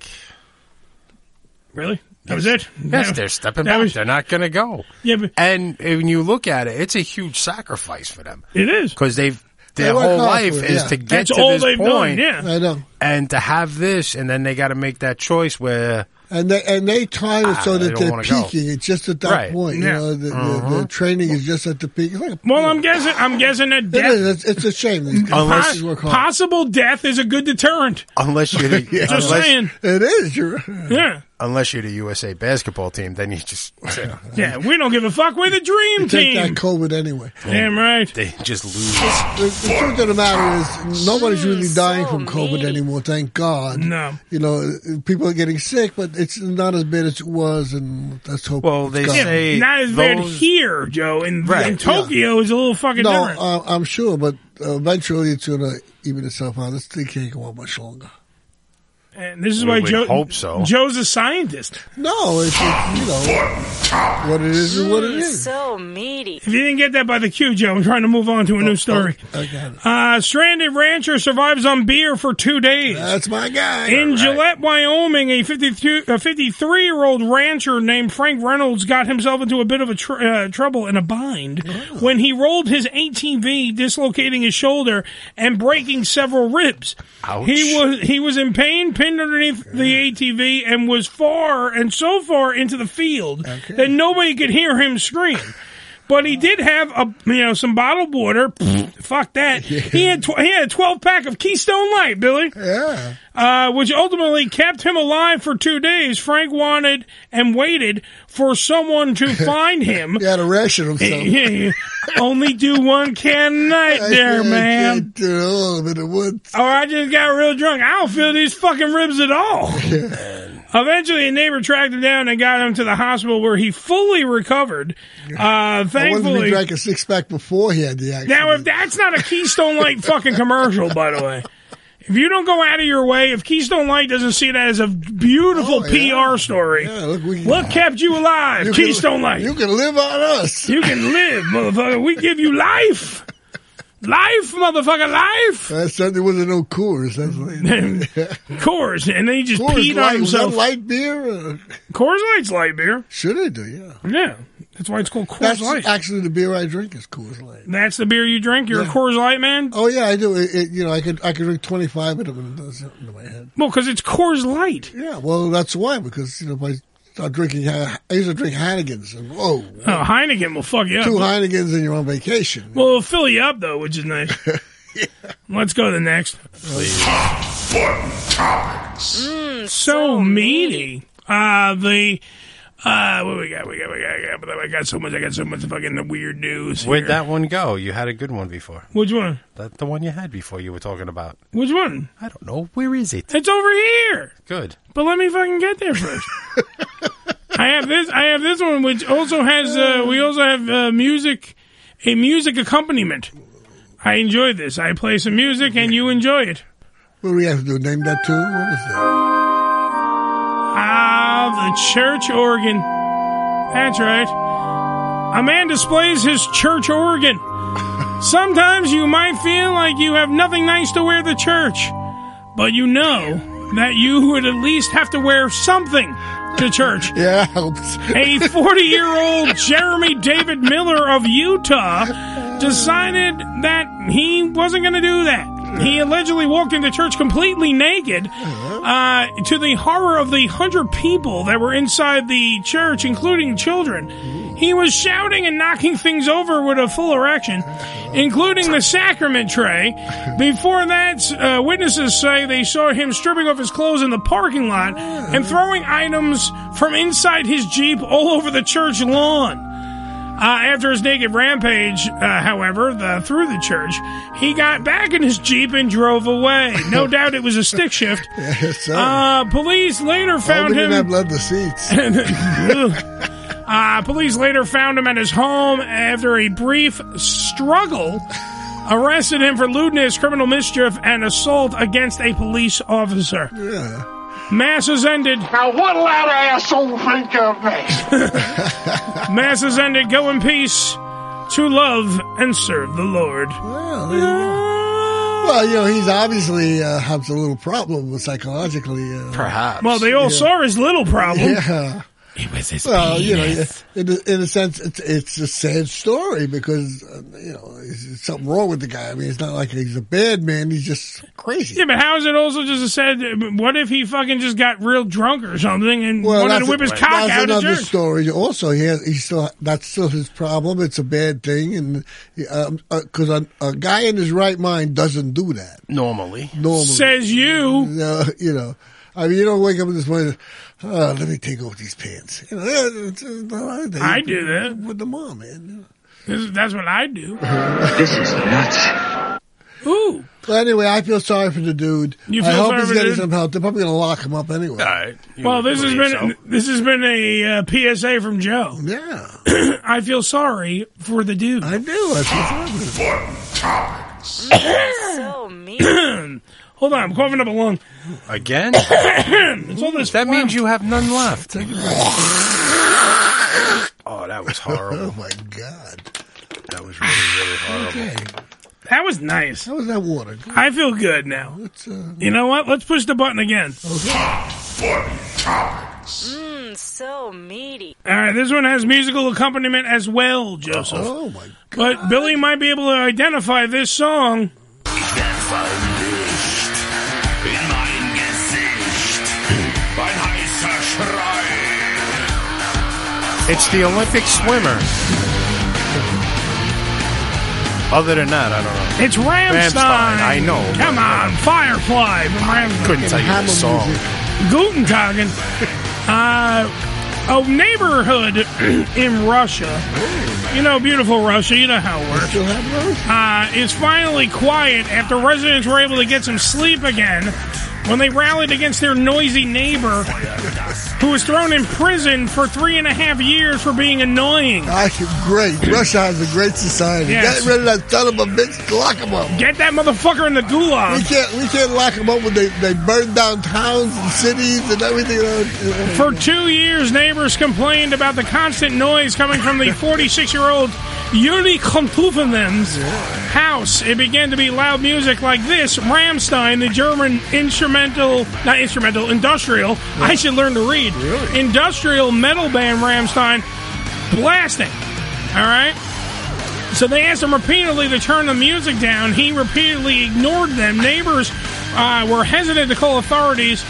Speaker 9: Really? That was it?
Speaker 11: Yes,
Speaker 9: Yeah.
Speaker 11: they're stepping
Speaker 9: That
Speaker 11: back.
Speaker 9: was-
Speaker 11: they're not going to go.
Speaker 9: Yeah, but,
Speaker 11: and when you look at it, it's a huge sacrifice for them.
Speaker 9: It is
Speaker 11: because they've
Speaker 6: They
Speaker 11: their
Speaker 6: work
Speaker 11: whole
Speaker 6: hard
Speaker 11: life
Speaker 6: for it,
Speaker 11: is
Speaker 6: yeah.
Speaker 11: to get
Speaker 6: That's
Speaker 11: to
Speaker 6: all
Speaker 11: this
Speaker 6: they've done,
Speaker 11: point.
Speaker 6: yeah. I know.
Speaker 11: And to have this, and then they got to make that choice where
Speaker 6: And they and they time it so
Speaker 11: Ah, they
Speaker 6: that
Speaker 11: don't
Speaker 6: they are
Speaker 11: wanna go.
Speaker 6: peaking. It's just at that
Speaker 11: Right.
Speaker 6: point. You
Speaker 11: Yeah.
Speaker 6: know, the, the, the
Speaker 11: Mhm.
Speaker 6: training is just at the peak. Like,
Speaker 9: Well, I'm guessing. I'm guessing that
Speaker 6: it
Speaker 9: death.
Speaker 6: is. It's, it's a shame. These guys
Speaker 9: Unless-
Speaker 6: work hard.
Speaker 9: possible death is a good deterrent.
Speaker 11: unless you're the,
Speaker 9: Just
Speaker 11: unless,
Speaker 9: saying.
Speaker 6: It is. You're,
Speaker 9: yeah.
Speaker 11: unless you're the USA basketball team, then you just
Speaker 9: Yeah, we don't give a fuck. We're the dream
Speaker 6: You take that
Speaker 9: team.
Speaker 6: COVID anyway.
Speaker 9: Damn right.
Speaker 11: They just lose.
Speaker 6: The, the truth of the matter is, nobody's really dying from COVID anymore. Thank God.
Speaker 9: No.
Speaker 6: You know, people are getting sick, but it's not as bad as it was, and let's hope.
Speaker 11: Well, they
Speaker 9: Yeah, not as bad here, Joe. In, in Tokyo is a little fucking
Speaker 6: no,
Speaker 9: different.
Speaker 6: uh, I'm sure, but eventually it's going to even itself out. This thing can't go on much longer.
Speaker 9: and this is
Speaker 6: we
Speaker 9: why
Speaker 6: would
Speaker 9: Joe.
Speaker 6: hope so.
Speaker 9: Joe's a scientist.
Speaker 6: No, it's, it's you know what it is is what it
Speaker 26: Mmm,
Speaker 6: is.
Speaker 26: so meaty.
Speaker 9: If you didn't get that by the cue, Joe, I'm trying to move on to
Speaker 6: Oh,
Speaker 9: a new story. Uh, stranded rancher survives on beer for two days.
Speaker 6: That's my guy.
Speaker 9: In
Speaker 6: All right.
Speaker 9: Gillette, Wyoming, a 52 a 53 year old rancher named Frank Reynolds got himself into a bit of a tr- uh, trouble and a bind
Speaker 6: Oh.
Speaker 9: when he rolled his ATV, dislocating his shoulder and breaking several ribs.
Speaker 11: Ouch.
Speaker 9: He was he was in pain, pinned underneath the ATV, and was far and so far into the field that nobody could hear him scream. But he did have a you know some bottled water.
Speaker 16: Mm-hmm.
Speaker 9: Fuck that. He had tw- he had a twelve pack of Keystone Light, Billy.
Speaker 6: Yeah.
Speaker 9: Uh, which ultimately kept him alive for two days. Frank wanted and waited for someone to find him.
Speaker 6: He had to ration himself.
Speaker 9: Yeah, yeah. Only do one can a night,
Speaker 6: I
Speaker 9: there,
Speaker 6: can't
Speaker 9: man.
Speaker 6: do a little bit of wood.
Speaker 9: Or I just got real drunk. I don't feel these fucking ribs at all. Eventually, a neighbor tracked him down and got him to the hospital where he fully recovered. Uh,
Speaker 6: I wonder if he
Speaker 9: thankfully,
Speaker 6: drank a six pack before he had the accident.
Speaker 9: now if that's not a Keystone Light fucking commercial, by the way. If you don't go out of your way, if Keystone Light doesn't see that as a beautiful PR story,
Speaker 6: Oh, look,
Speaker 9: what kept you alive?
Speaker 6: You can-
Speaker 9: Keystone Light.
Speaker 6: you can live on us.
Speaker 9: You can live, motherfucker. We give you life. Life, motherfucker, life.
Speaker 6: That Uh, certainly wasn't no Coors. That's like,
Speaker 9: Coors, and then he just
Speaker 6: Coors
Speaker 9: peed
Speaker 6: Light,
Speaker 9: on
Speaker 6: was that
Speaker 9: himself.
Speaker 6: light beer. Or?
Speaker 9: Coors Light's light beer.
Speaker 6: Should I do? Yeah.
Speaker 9: Yeah, that's why it's called Coors
Speaker 6: That's
Speaker 9: Light.
Speaker 6: actually the beer I drink is Coors Light.
Speaker 9: That's the beer you drink. You're
Speaker 6: Yeah.
Speaker 9: a Coors Light man.
Speaker 6: Oh yeah, I do. It, it, you know, I could I could drink twenty five of them and it does something to my head.
Speaker 9: Well, because it's Coors Light.
Speaker 6: Yeah, well that's why because you know if I start drinking, I used to drink Heinekens and whoa,
Speaker 9: Oh, Heineken will fuck you up.
Speaker 6: two Heinekens and you're on vacation.
Speaker 9: Well, it'll fill you up though, which is nice. Let's go to the next. Mm, so meaty. Uh, the uh, what we got? We got? We got? We got? I got so much. I got so much fucking weird news.
Speaker 11: Where'd
Speaker 9: here.
Speaker 11: that one go? You had a good one before.
Speaker 9: Which one?
Speaker 11: That the one you had before you were talking about.
Speaker 9: Which one?
Speaker 11: I don't know. Where is it?
Speaker 9: It's over here.
Speaker 11: Good.
Speaker 9: But let me fucking get there first. I have this. I have this one, which also has. Uh, we also have uh, music, a music accompaniment. I enjoy this. I play some music, and you enjoy it.
Speaker 6: What do we have to do? Name that tune? What is that?
Speaker 9: Ah, the church organ. That's right. A man displays his church organ. Sometimes you might feel like you have nothing nice to wear to church, but you know that you would at least have to wear something to church. Yeah, a 40 year old Jeremy David Miller of Utah decided that he wasn't going to do that. He allegedly walked into church completely naked uh, to the horror of the hundred people that were inside the church, including children. He was shouting and knocking things over with a full erection, including the sacrament tray. Before that, uh, witnesses say they saw him stripping off his clothes in the parking lot and throwing items from inside his Jeep all over the church lawn. Uh, after his naked rampage, uh, however, the, through the church, he got back in his Jeep and drove away. No doubt it was a stick shift. Uh, police later found
Speaker 6: Holding in
Speaker 9: him.
Speaker 6: that blood the seats.
Speaker 9: Uh, police later found him at his home after a brief struggle, arrested him for lewdness, criminal mischief, and assault against a police officer. Yeah. Mass has ended. Now, what loud asshole think of me? Mass has ended. Go in peace to love and serve the Lord.
Speaker 6: Well, you know, he's obviously uh, has a little problem with psychologically. Uh,
Speaker 9: Perhaps. Well, they all saw his little problem.
Speaker 6: Yeah.
Speaker 9: It was his
Speaker 6: Well, you know,
Speaker 9: penis.
Speaker 6: in a, in a sense, it's, it's a sad story because uh, you know there's there's something wrong with the guy. I mean, it's not like he's a bad man; he's just crazy.
Speaker 9: Yeah, but how is it also just a said? What if he fucking just got real drunk or something and wanted to
Speaker 6: that's-
Speaker 9: whip his cock
Speaker 6: that's
Speaker 9: out of
Speaker 6: another
Speaker 9: church?
Speaker 6: story. Also, he has, he's still that's still his problem. It's a bad thing, and because a, a guy in his right mind doesn't do that
Speaker 11: normally.
Speaker 6: Normally,
Speaker 9: says you.
Speaker 6: Uh, you know, I mean, you don't wake up in this morning. Uh, let me take off these pants. You know, eh, it's, uh, no, they-
Speaker 9: I do that
Speaker 6: with the mom, man.
Speaker 9: that's what I do.
Speaker 6: This is nuts.
Speaker 9: Ooh.
Speaker 6: Well, anyway, I feel sorry for the dude.
Speaker 9: You
Speaker 6: I
Speaker 9: feel
Speaker 6: hope
Speaker 9: sorry
Speaker 6: he's
Speaker 9: for the
Speaker 6: getting
Speaker 9: dude?
Speaker 6: some help. They're probably going to lock him up anyway.
Speaker 9: Well, this has been
Speaker 6: believe so.
Speaker 9: this has been a uh, PSA from Joe.
Speaker 6: Yeah,
Speaker 9: I feel sorry for the dude. I
Speaker 6: do.
Speaker 26: so mean.
Speaker 9: Hold on, I'm coughing up a lung.
Speaker 11: Again?
Speaker 9: it's all this
Speaker 11: that means you have none left. oh, that was horrible. oh,
Speaker 6: my God.
Speaker 11: That was really, really horrible.
Speaker 9: That was nice. How
Speaker 6: was that water? uh,
Speaker 9: I feel good now. you know what? Let's push the button again.
Speaker 26: Mmm, so meaty.
Speaker 9: All right, this one has musical accompaniment as well, Joseph.
Speaker 26: Oh,
Speaker 6: my god.
Speaker 9: But Billy might be able to identify this song.
Speaker 27: in mein Gesicht. Ein heißer Schrei.
Speaker 11: It's the Olympic swimmer. Other than that, I don't know.
Speaker 9: It's Ramstein.
Speaker 11: I know.
Speaker 9: Come on, Firefly from Ramstein.
Speaker 11: couldn't tell you the Hammer song. music.
Speaker 9: Guten Tagen. Uh, a neighborhood in Russia. You know, beautiful Russia. You know how it works. Still have uh, is finally quiet after residents were able to get some sleep again when they rallied against their noisy neighbor who was thrown in prison for three and a half years for being annoying.
Speaker 6: I great. Russia is a great society.
Speaker 9: Yes.
Speaker 6: Get rid of that son of a bitch. Lock him up.
Speaker 9: Get that motherfucker in the gulag.
Speaker 6: We can't. We can't lock him up when they they burn down towns and cities and everything.
Speaker 9: For two years, neighbors complained about the constant noise coming from the 46 year old Yuri Kontufanen's house. It began to be loud music like this Ramstein, the German instrumental, not instrumental, industrial, I should learn to read, industrial metal band Ramstein blasting. All right? So they asked him repeatedly to turn the music down. He repeatedly ignored them. Neighbors uh, were hesitant to call authorities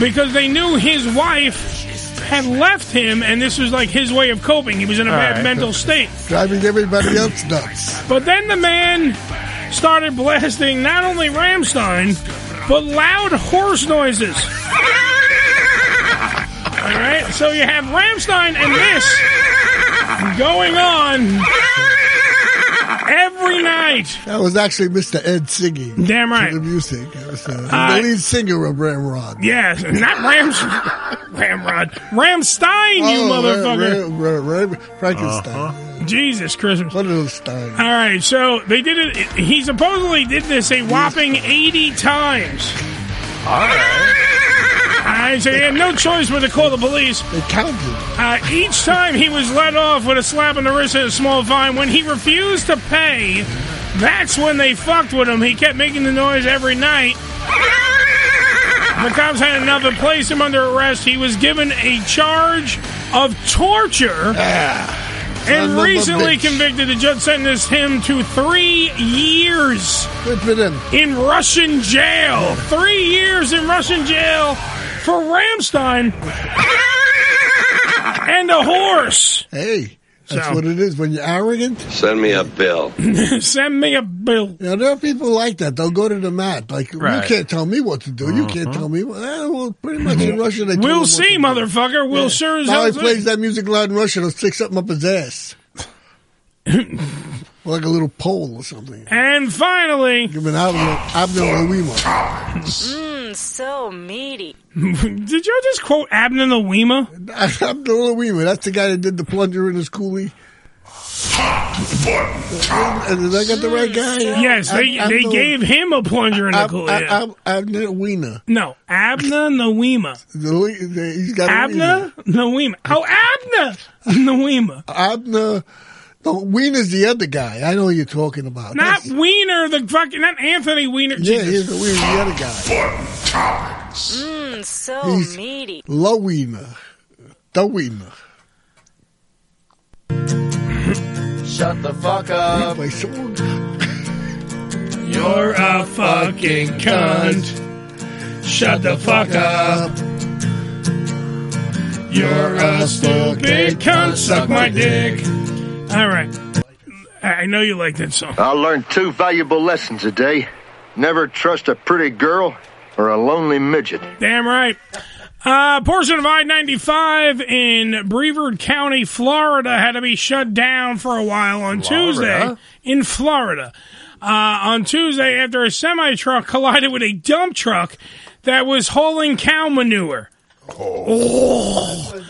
Speaker 9: because they knew his wife had left him, and this was like his way of coping. He was in a
Speaker 6: All
Speaker 9: bad
Speaker 6: right.
Speaker 9: mental state.
Speaker 6: Driving everybody else nuts.
Speaker 9: But then the man started blasting not only Ramstein, but loud horse noises. All right, so you have Ramstein and this going on every night.
Speaker 6: That was actually Mr. Ed singing.
Speaker 9: Damn
Speaker 6: to
Speaker 9: right.
Speaker 6: the music. That was, uh,
Speaker 9: Uh,
Speaker 6: the lead singer of Ramrod.
Speaker 9: Yes, not Rams, Ramrod, Ramstein,
Speaker 6: Oh,
Speaker 9: you
Speaker 6: Ra-
Speaker 9: motherfucker. Uh-huh.
Speaker 6: Ra- Ra- Ra- Frankenstein.
Speaker 9: Jesus Christmas.
Speaker 6: What is Stein?
Speaker 9: All right, so they did it. He supposedly did this a whopping 80 times. All right. so he had no choice but to call the police.
Speaker 6: They counted.
Speaker 9: Uh, each time he was let off with a slap on the wrist and a small fine. When he refused to pay, that's when they fucked with him. He kept making the noise every night. The cops had enough and placed him under arrest. He was given a charge of torture.
Speaker 6: Ah, son of
Speaker 9: And
Speaker 6: a
Speaker 9: recently
Speaker 6: bitch.
Speaker 9: convicted, the judge sentenced him to three years in Russian jail. Three years in Russian jail for Ramstein and a horse.
Speaker 6: Hey, that's
Speaker 9: Oh. So-
Speaker 6: what it is when you're arrogant.
Speaker 7: Send me a bill.
Speaker 9: Send me a bill.
Speaker 6: Yeah, there are people like that. They'll go to the mat. Like
Speaker 7: Right.
Speaker 6: you can't tell me what to do. You can't tell me. What, eh, well, pretty much in Russia they. tell them
Speaker 9: Uh-huh. We'll
Speaker 6: what to
Speaker 9: see,
Speaker 6: do.
Speaker 9: motherfucker. We'll
Speaker 6: Yeah.
Speaker 9: sure as
Speaker 6: Now
Speaker 9: hell
Speaker 6: he
Speaker 9: see.
Speaker 6: plays that music loud in Russian. He'll stick something up his ass, like a little pole or something.
Speaker 9: And finally,
Speaker 6: give him an abdominal, abdominal
Speaker 26: Mmm, so meaty.
Speaker 9: Did y'all just quote Abner Lawima?
Speaker 6: Abner Lawima. That's the guy that did the plunger in his coolie. And did I get the right guy?
Speaker 9: Yes, they,
Speaker 6: Ab-
Speaker 9: they
Speaker 6: Abdul-
Speaker 9: gave him a plunger in the
Speaker 6: Ab-
Speaker 9: coolie.
Speaker 6: Ab- Ab- Abner Wiener.
Speaker 9: No, Abner Nawima.
Speaker 6: He's got
Speaker 9: Abner Nawima. Oh, Abner Nawima.
Speaker 6: Abner. No, Wiener's the other guy. I know who you're talking about.
Speaker 9: Not Wiener, the fucking, not Anthony Wiener.
Speaker 6: yeah,
Speaker 9: Jesus.
Speaker 6: he's the Wiener, the other guy.
Speaker 26: Mmm, so
Speaker 6: He's
Speaker 26: meaty.
Speaker 6: La Wiener. The Wiener.
Speaker 7: Shut the fuck up.
Speaker 9: You're a fucking cunt. Shut the fuck up. You're a stupid cunt. Suck my dick. All right. I I know you like that song.
Speaker 13: I learned two valuable lessons today. Never trust a pretty girl or a lonely midget.
Speaker 9: Damn right. Uh, a portion of I 95 in Brevard County, Florida, had to be shut down for a while on Tuesday
Speaker 14: Florida?
Speaker 9: in Florida. Uh, on Tuesday, after a semi truck collided with a dump truck that was hauling cow manure. Oh.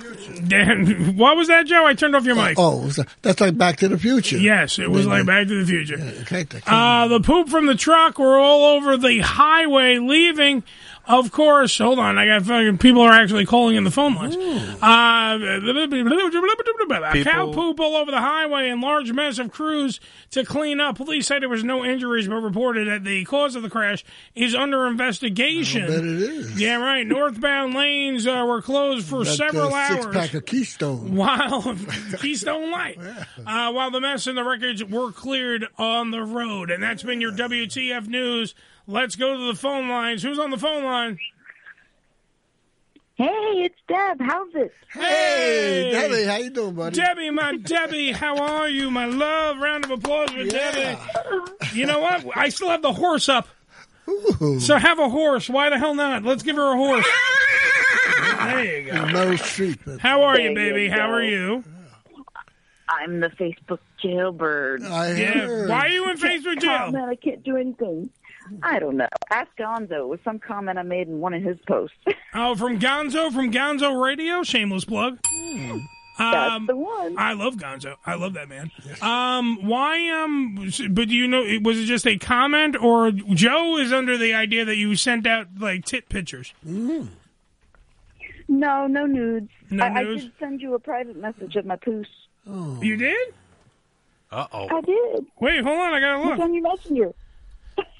Speaker 9: Damn. What was that, Joe? I turned off your mic.
Speaker 6: Oh, was that- that's like Back to the Future.
Speaker 9: Yes, it was like Back to the Future.
Speaker 6: Okay, th-
Speaker 9: Uh, the poop from the truck were all over the highway leaving. Of course, hold on. I got fucking people are actually calling in the phone lines. Uh, cow
Speaker 17: People-
Speaker 9: poop all over the highway and large mess of crews to clean up. Police say there was no injuries, but reported that the cause of the crash is under investigation.
Speaker 6: bet it is.
Speaker 9: Yeah, right. Northbound lanes uh, were closed for
Speaker 6: that,
Speaker 9: several
Speaker 6: uh,
Speaker 9: hours.
Speaker 6: Six pack of Keystone.
Speaker 9: Wow, Keystone Light. Uh, while the mess and the wreckage were cleared on the road, and that's been your WTF news. Let's go to the phone lines. Who's on the phone line?
Speaker 18: Hey, it's Deb. How's it?
Speaker 6: Hey, Debbie, how you doing, buddy?
Speaker 9: Debbie, my Debbie, how are you, my love? Round of applause for Debbie. You know what? I still have the horse up. So have a horse. Why the hell not? Let's give her a horse. There you go.
Speaker 6: Meryl Streep.
Speaker 9: How are you,
Speaker 18: There you
Speaker 9: baby? How
Speaker 18: go.
Speaker 9: are you?
Speaker 18: I'm the Facebook jailbird.
Speaker 6: I
Speaker 9: Yeah. Why are you in Facebook jail?
Speaker 18: Comment. I can't do anything. I don't know. Ask Gonzo. It was some comment I made in one of his posts.
Speaker 9: Oh, from Gonzo, from Gonzo Radio. Shameless plug.
Speaker 18: Hmm.
Speaker 9: Um,
Speaker 18: That's the one.
Speaker 9: I love Gonzo. I love that man. Um, why? Um, but do you know? Was it just a comment, or Joe is under the idea that you sent out like tit pictures?
Speaker 18: Hmm. No, no nudes.
Speaker 9: No
Speaker 18: I,
Speaker 9: nudes?
Speaker 18: I did send you a private message of my poos. Oh.
Speaker 9: You did?
Speaker 11: Uh
Speaker 18: I did.
Speaker 9: Wait, hold on. I gotta look.
Speaker 18: It's on your messenger.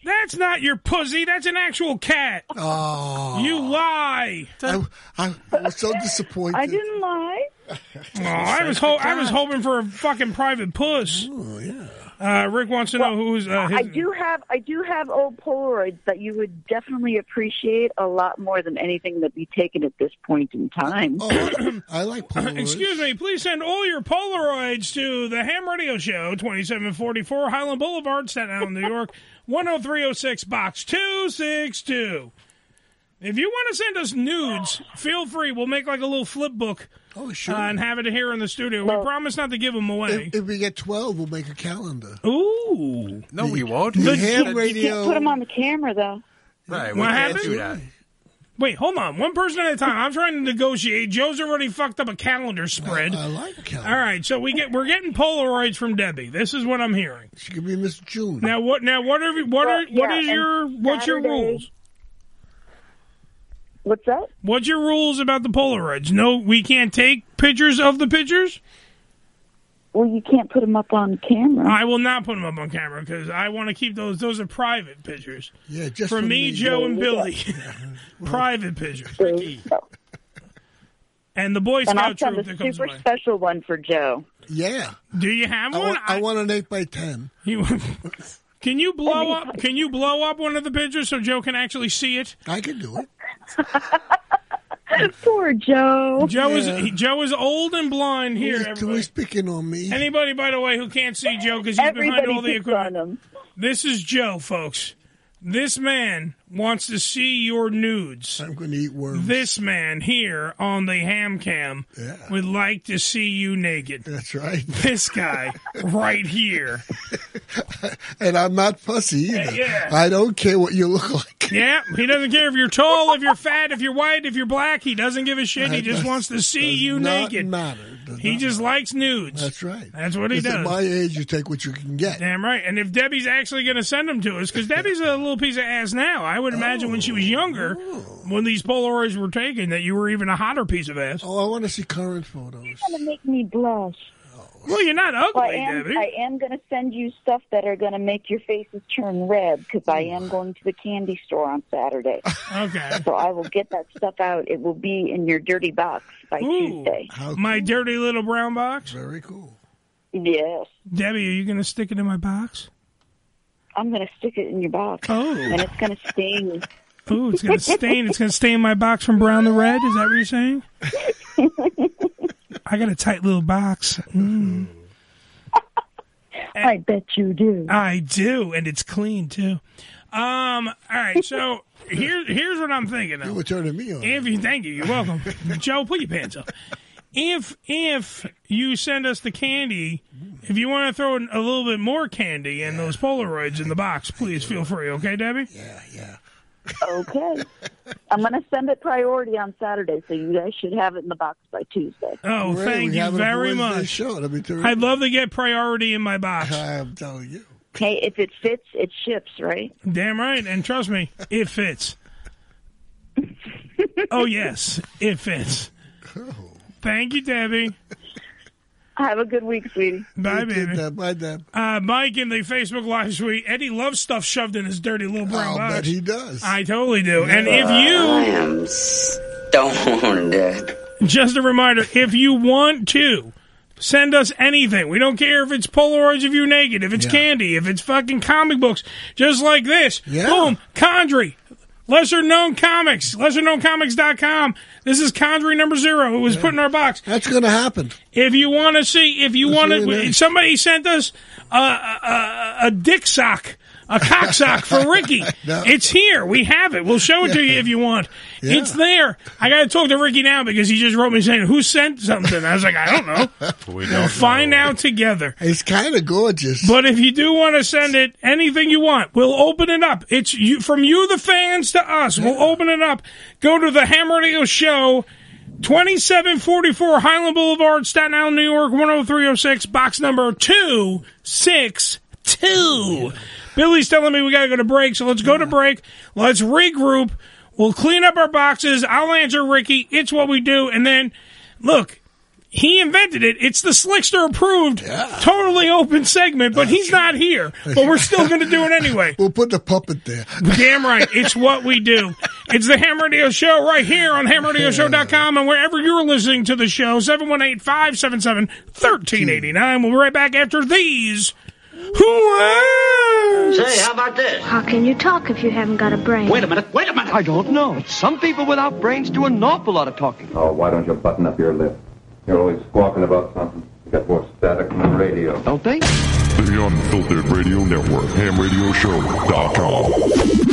Speaker 9: That's not your pussy. That's an actual cat.
Speaker 6: Oh.
Speaker 9: You lie.
Speaker 6: I, I was so disappointed.
Speaker 18: I didn't lie.
Speaker 9: Oh, I was ho- I was hoping for a fucking private puss. Oh yeah. Uh, Rick wants to know who's uh, his.
Speaker 18: I do have I do have old Polaroids that you would definitely appreciate a lot more than anything that be taken at this point in time.
Speaker 6: I like Polaroids.
Speaker 9: Excuse me, please send all your Polaroids to the Ham Radio Show, 2744 Highland Boulevard, Staten Island, New York, 10306, Box 262. If you want to send us nudes, feel free. We'll make like a little flip book uh,
Speaker 6: oh, sure.
Speaker 9: and have it here in the studio. we promise not to give them away.
Speaker 6: If, if we get 12, we'll make a calendar.
Speaker 9: Ooh.
Speaker 11: Uh, No, we won't.
Speaker 6: The
Speaker 18: You
Speaker 6: ham
Speaker 18: can't
Speaker 6: radio.
Speaker 18: put them on the camera though.
Speaker 11: Right, we
Speaker 9: What
Speaker 11: can't
Speaker 9: happened?
Speaker 11: do that.
Speaker 9: Wait, hold on. One person at a time. I'm trying to negotiate. Joe's already fucked up a calendar spread. I,
Speaker 6: like
Speaker 9: calendar. All right, so we get we're getting Polaroids from Debbie. This is what I'm hearing.
Speaker 6: She could be Miss June.
Speaker 9: Now what? Now what are what are what
Speaker 18: yeah,
Speaker 9: is
Speaker 18: and
Speaker 9: your what's your
Speaker 18: Saturday-
Speaker 9: rules?
Speaker 18: What's that?
Speaker 9: What's your rules about the Polaroids? No, we can't take pictures of the pictures.
Speaker 18: Well, you can't put them up on camera.
Speaker 9: I will not put them up on camera because I want to keep those. Those are private pictures. Yeah,
Speaker 6: just
Speaker 9: for
Speaker 6: for
Speaker 9: me,
Speaker 6: me.
Speaker 9: Joe, and
Speaker 6: Yeah.
Speaker 9: Billy. private pictures. And the Boy
Speaker 18: and I'll
Speaker 9: Scout
Speaker 18: send
Speaker 9: troop
Speaker 18: a
Speaker 9: that comes
Speaker 18: super
Speaker 9: away.
Speaker 18: special one for Joe.
Speaker 6: Yeah.
Speaker 9: Do you have
Speaker 6: I
Speaker 9: one?
Speaker 6: want, I want an eight by ten.
Speaker 9: You, Can you
Speaker 18: Oh
Speaker 9: blow up? Can you blow up one of the pictures so Joe can actually see it?
Speaker 6: I can do it.
Speaker 18: Poor Joe.
Speaker 9: Joe is
Speaker 6: Yeah.
Speaker 9: he, Joe is old and blind here.
Speaker 6: Who is- who
Speaker 9: everybody.
Speaker 6: is picking on me?
Speaker 9: Anybody, by the way, who can't see Joe because he's behind
Speaker 6: Everybody
Speaker 9: all the
Speaker 6: picks
Speaker 9: equipment. This is Joe, folks. This man wants to see your nudes. I'm
Speaker 6: going to eat worms.
Speaker 9: This man here on the ham cam would like to see you naked.
Speaker 6: That's right.
Speaker 9: This guy right here.
Speaker 6: And I'm not fussy either.
Speaker 9: Yeah.
Speaker 6: I don't care what you look like.
Speaker 9: Yeah, he doesn't care if you're tall, if you're fat, if you're white, if you're black. He doesn't give a shit. He just wants to see you
Speaker 6: not
Speaker 9: naked.
Speaker 6: matter.
Speaker 9: He just likes nudes. That's
Speaker 6: right.
Speaker 9: That's what he
Speaker 6: Because
Speaker 9: does.
Speaker 6: At my age, you take what you can get.
Speaker 9: Damn right. And if Debbie's actually going to send them to us, because Debbie's a little piece of ass now. I would imagine when she was younger,
Speaker 6: Oh.
Speaker 9: when these Polaroids were taken, that you were even a hotter piece of ass.
Speaker 6: Oh, I want to see current photos.
Speaker 18: You're going to make me blush.
Speaker 9: Well, you're not ugly,
Speaker 18: I am,
Speaker 9: Debbie.
Speaker 18: I am going to send you stuff that are going to make your faces turn red because I am going to the candy store on Saturday.
Speaker 9: Okay.
Speaker 18: So I will get that stuff out. It will be in your dirty box by Tuesday.
Speaker 9: My dirty little brown box.
Speaker 6: Very cool.
Speaker 18: Yes.
Speaker 9: Debbie, are you going to stick it in my box?
Speaker 18: I'm going to stick it in your box.
Speaker 9: Oh.
Speaker 18: And it's going to sting.
Speaker 9: Ooh, it's going to stain. It's going to stain my box from brown to red. Is that what you're saying? I got a tight little box. Mm.
Speaker 18: I bet you do.
Speaker 9: I do, and it's clean too. Um. All right. So here, here's what I'm thinking. Though. You were
Speaker 6: turning me on.
Speaker 9: If you, thank you. You're welcome, Joe. Put your pants up. If if you send us the candy, if you want to throw in a little bit more candy and those Polaroids in the box, please feel free. Okay, Debbie.
Speaker 6: Yeah.
Speaker 18: Okay. I'm going to send it priority on Saturday, so you guys should have it in the box by Tuesday.
Speaker 9: Oh,
Speaker 6: Great,
Speaker 9: thank
Speaker 6: we
Speaker 9: you
Speaker 6: have it for
Speaker 9: very
Speaker 6: Wednesday's
Speaker 9: much.
Speaker 6: show. That'd be terrific.
Speaker 9: I'd love to get priority in my box.
Speaker 6: I'm telling you.
Speaker 18: Hey, if it fits, it ships, right?
Speaker 9: Damn right, and trust me, it fits. oh yes, it fits.
Speaker 6: Oh.
Speaker 9: Thank you, Debbie.
Speaker 18: Have a good week, sweetie.
Speaker 9: Bye,
Speaker 6: You did
Speaker 9: baby.
Speaker 6: that, Bye, Deb.
Speaker 9: Uh, Mike in the Facebook Live suite, Eddie loves stuff shoved in his dirty little brown box.
Speaker 6: bet he does.
Speaker 9: I totally do. And if
Speaker 7: I
Speaker 9: you,
Speaker 7: am stoned.
Speaker 9: just a reminder, if you want to send us anything, we don't care if it's Polaroids of you naked, if it's candy, if it's fucking comic books, just like this. Boom, Condry. Lesser known comics, lesserknowncomics.com. This is Condry number zero. It was put in our box.
Speaker 6: That's going to happen.
Speaker 9: If you want to see, if you
Speaker 6: That's
Speaker 9: want
Speaker 6: really
Speaker 9: to,
Speaker 6: nice.
Speaker 9: somebody sent us a, a, a- a dick sock, a cock sock for Ricky.
Speaker 6: No.
Speaker 9: It's here. We have it. We'll show it to you if you want. It's there. I got to talk to Ricky now because he just wrote me saying, who sent something? I was like, I don't know.
Speaker 6: We
Speaker 9: We'll find out together.
Speaker 6: It's kind of gorgeous.
Speaker 9: But if you do want to send it, anything you want, we'll open it up. It's you from you, the fans, to us. We'll open it up. Go to the Ham Radio Show, twenty seven forty four Highland Boulevard, Staten Island, New York, one zero three zero six, box number two six two. Billy's telling me we got to go to break, so let's go to break. Let's regroup. We'll clean up our boxes. I'll answer Ricky. It's what we do, and then look. He invented it. It's the Slickster approved, totally open segment, but he's not here. But we're still going to do it anyway.
Speaker 6: We'll put the puppet there.
Speaker 9: Damn right. It's what we do. It's the Ham Radio Show right here on hamradioshow.com and wherever you're listening to the show, 718 577 1389. We'll be right back after these. Hooray!
Speaker 12: Say, how about this?
Speaker 2: How can you talk if you haven't got a brain?
Speaker 23: Wait a minute, wait a minute. I don't know. Some people without brains do an awful lot of talking.
Speaker 14: Oh, why don't you button up your lip? You're always squawking about something. You got more static than the radio. Don't they?
Speaker 19: The Unfiltered Radio Network, hamradioshow.com.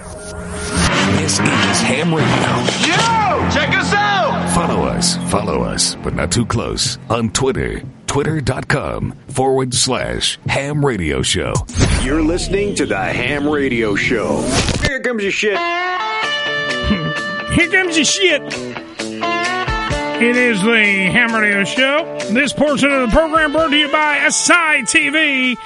Speaker 1: This is Ham Radio.
Speaker 12: Yo! Check us out!
Speaker 1: Follow us, follow us, but not too close on Twitter. Twitter.com forward slash ham radio show.
Speaker 24: You're listening to the Ham Radio Show. Here comes your shit.
Speaker 9: Here comes the shit. It is the Ham Radio Show. This portion of the program brought to you by Asai TV,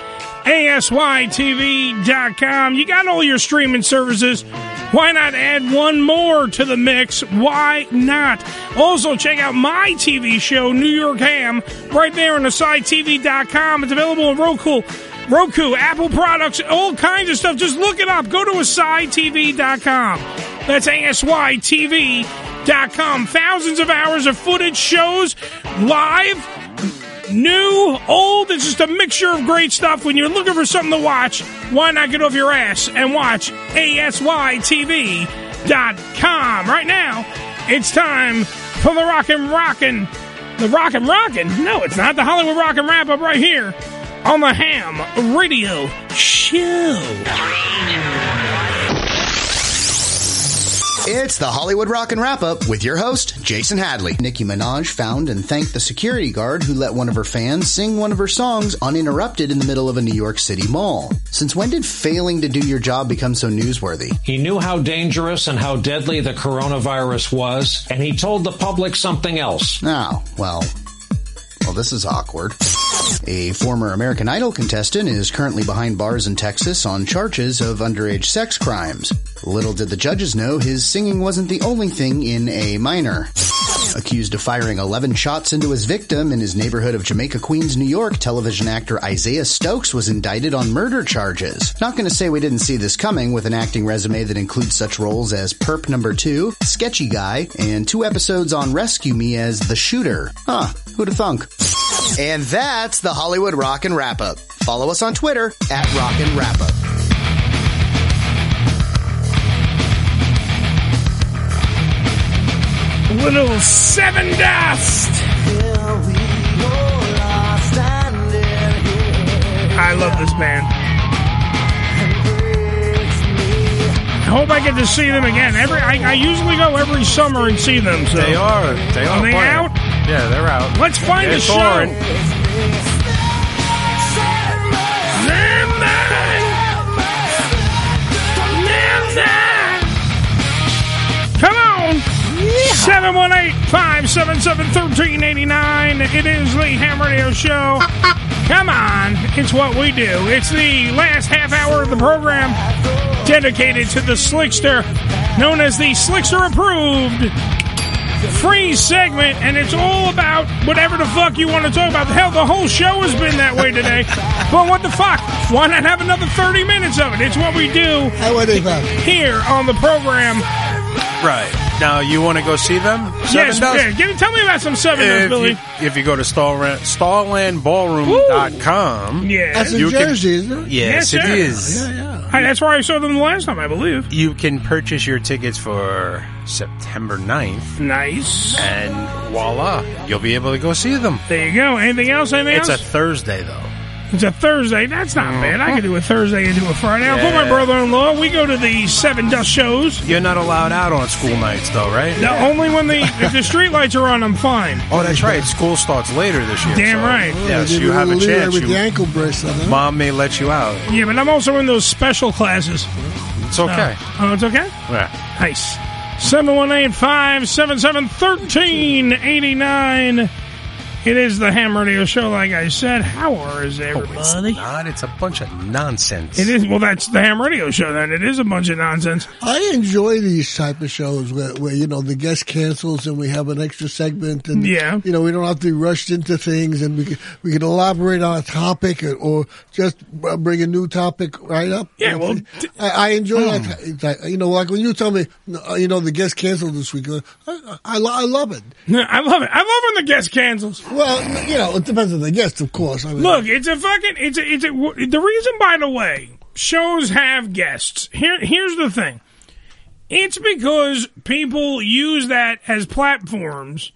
Speaker 9: ASYTV.com. You got all your streaming services. Why not add one more to the mix? Why not? Also, check out my TV show, New York Ham, right there on AsaiTV.com. It's available on Roku. Roku, Apple products, all kinds of stuff. Just look it up. Go to AsaiTV.com. That's ASYTV.com. Thousands of hours of footage, shows, live, new, old. It's just a mixture of great stuff. When you're looking for something to watch, why not get off your ass and watch ASYTV.com? Right now, it's time for the Rockin' Rockin'. The Rockin' Rockin'? No, it's not. The Hollywood Rockin' Wrap Up right here on the Ham Radio Show.
Speaker 17: It's the Hollywood Rock and Wrap Up with your host, Jason Hadley. Nicki Minaj found and thanked the security guard who let one of her fans sing one of her songs uninterrupted in the middle of a New York City mall. Since when did failing to do your job become so newsworthy?
Speaker 20: He knew how dangerous and how deadly the coronavirus was, and he told the public something else.
Speaker 17: Now, well, well, this is awkward. A former American Idol contestant is currently behind bars in Texas on charges of underage sex crimes. Little did the judges know his singing wasn't the only thing in A minor. Accused of firing 11 shots into his victim in his neighborhood of Jamaica, Queens, New York, television actor Isaiah Stokes was indicted on murder charges. Not going to say we didn't see this coming with an acting resume that includes such roles as Perp Number 2, Sketchy Guy, and two episodes on Rescue Me as The Shooter. Huh, who'd have thunk? And that's the Hollywood Rock and Wrap Up. Follow us on Twitter at Rock and Wrap Up.
Speaker 9: Little Seven Dust. I love this band. I hope I get to see them again. Every I, I usually go every summer and see them. So
Speaker 11: They are. They are
Speaker 9: Are they
Speaker 11: playing.
Speaker 9: out?
Speaker 11: Yeah, they're out.
Speaker 9: Let's find
Speaker 11: They're
Speaker 9: a show.
Speaker 11: touring.
Speaker 9: Come on! 718-577-1389. It is the Ham Radio Show. Come on. It's what we do. It's the last half hour of the program dedicated to the Slickster, known as the Slickster Approved free segment, and it's all about whatever the fuck you want to talk about. Hell, the whole show has been that way today. but what the fuck? Why not have another 30 minutes of it? It's what we do here on the program.
Speaker 11: Right. Now, you want to go see them?
Speaker 9: yes,
Speaker 11: Seven Dust?
Speaker 9: yeah. Give, tell me about some seven
Speaker 11: if,
Speaker 9: Dust, Billy.
Speaker 11: You, if you go to Starland, StarlandBallroom.com,
Speaker 9: Yes. That's in
Speaker 11: you can-
Speaker 9: Jersey, isn't it?
Speaker 11: Yes,
Speaker 9: Yes,
Speaker 11: it
Speaker 9: sir.
Speaker 11: is.
Speaker 9: Hey, that's where I saw them last time, I believe.
Speaker 11: You can purchase your tickets for September 9th.
Speaker 9: Nice.
Speaker 11: And voila, you'll be able to go see them.
Speaker 9: There you go. Anything else? Anything
Speaker 11: It's a
Speaker 9: else?
Speaker 11: Thursday, though.
Speaker 9: it's a Thursday. That's not bad. I could do a Thursday and do a Friday. I'll put my
Speaker 11: Oh. Yeah.
Speaker 9: brother-in-law. We go to the Seven Dust shows.
Speaker 11: You're not allowed out on school nights, though, right?
Speaker 9: No, only when the if the street lights are on, I'm fine.
Speaker 11: Oh, that's right. School starts later this year.
Speaker 9: Damn
Speaker 11: so-
Speaker 9: right.
Speaker 11: Yes, you have a chance.
Speaker 6: with the
Speaker 11: You,
Speaker 6: ankle bracelet. Huh?
Speaker 11: mom may let you out.
Speaker 9: Yeah, but I'm also in those special classes.
Speaker 11: It's okay.
Speaker 9: Oh, it's okay?
Speaker 11: Yeah.
Speaker 9: Nice. 718-577-1389. It is the Ham Radio Show, like I said. How are is
Speaker 11: It's
Speaker 9: everybody?
Speaker 11: not. It's a bunch of nonsense.
Speaker 9: It is well that's the Ham Radio Show then. It is a bunch of nonsense.
Speaker 6: I enjoy these type of shows where, where you know the guest cancels and we have an extra segment and
Speaker 9: Yeah.
Speaker 6: you know we don't have to be rushed into things and we can, we can elaborate on a topic or, or just br- bring a new topic right up.
Speaker 9: Yeah, well,
Speaker 6: I, I enjoy
Speaker 11: Hmm.
Speaker 6: that. that- You know, like when you tell me, uh, you know, the guest canceled this week. uh, I, I, lo- I love it.
Speaker 9: I love it. I love when the guest cancels.
Speaker 6: Well, you know, it depends on the guest, of course. I mean,
Speaker 9: Look, it's a fucking it's a, it's a, w- the reason by the way shows have guests. Here here's the thing. It's because people use that as platforms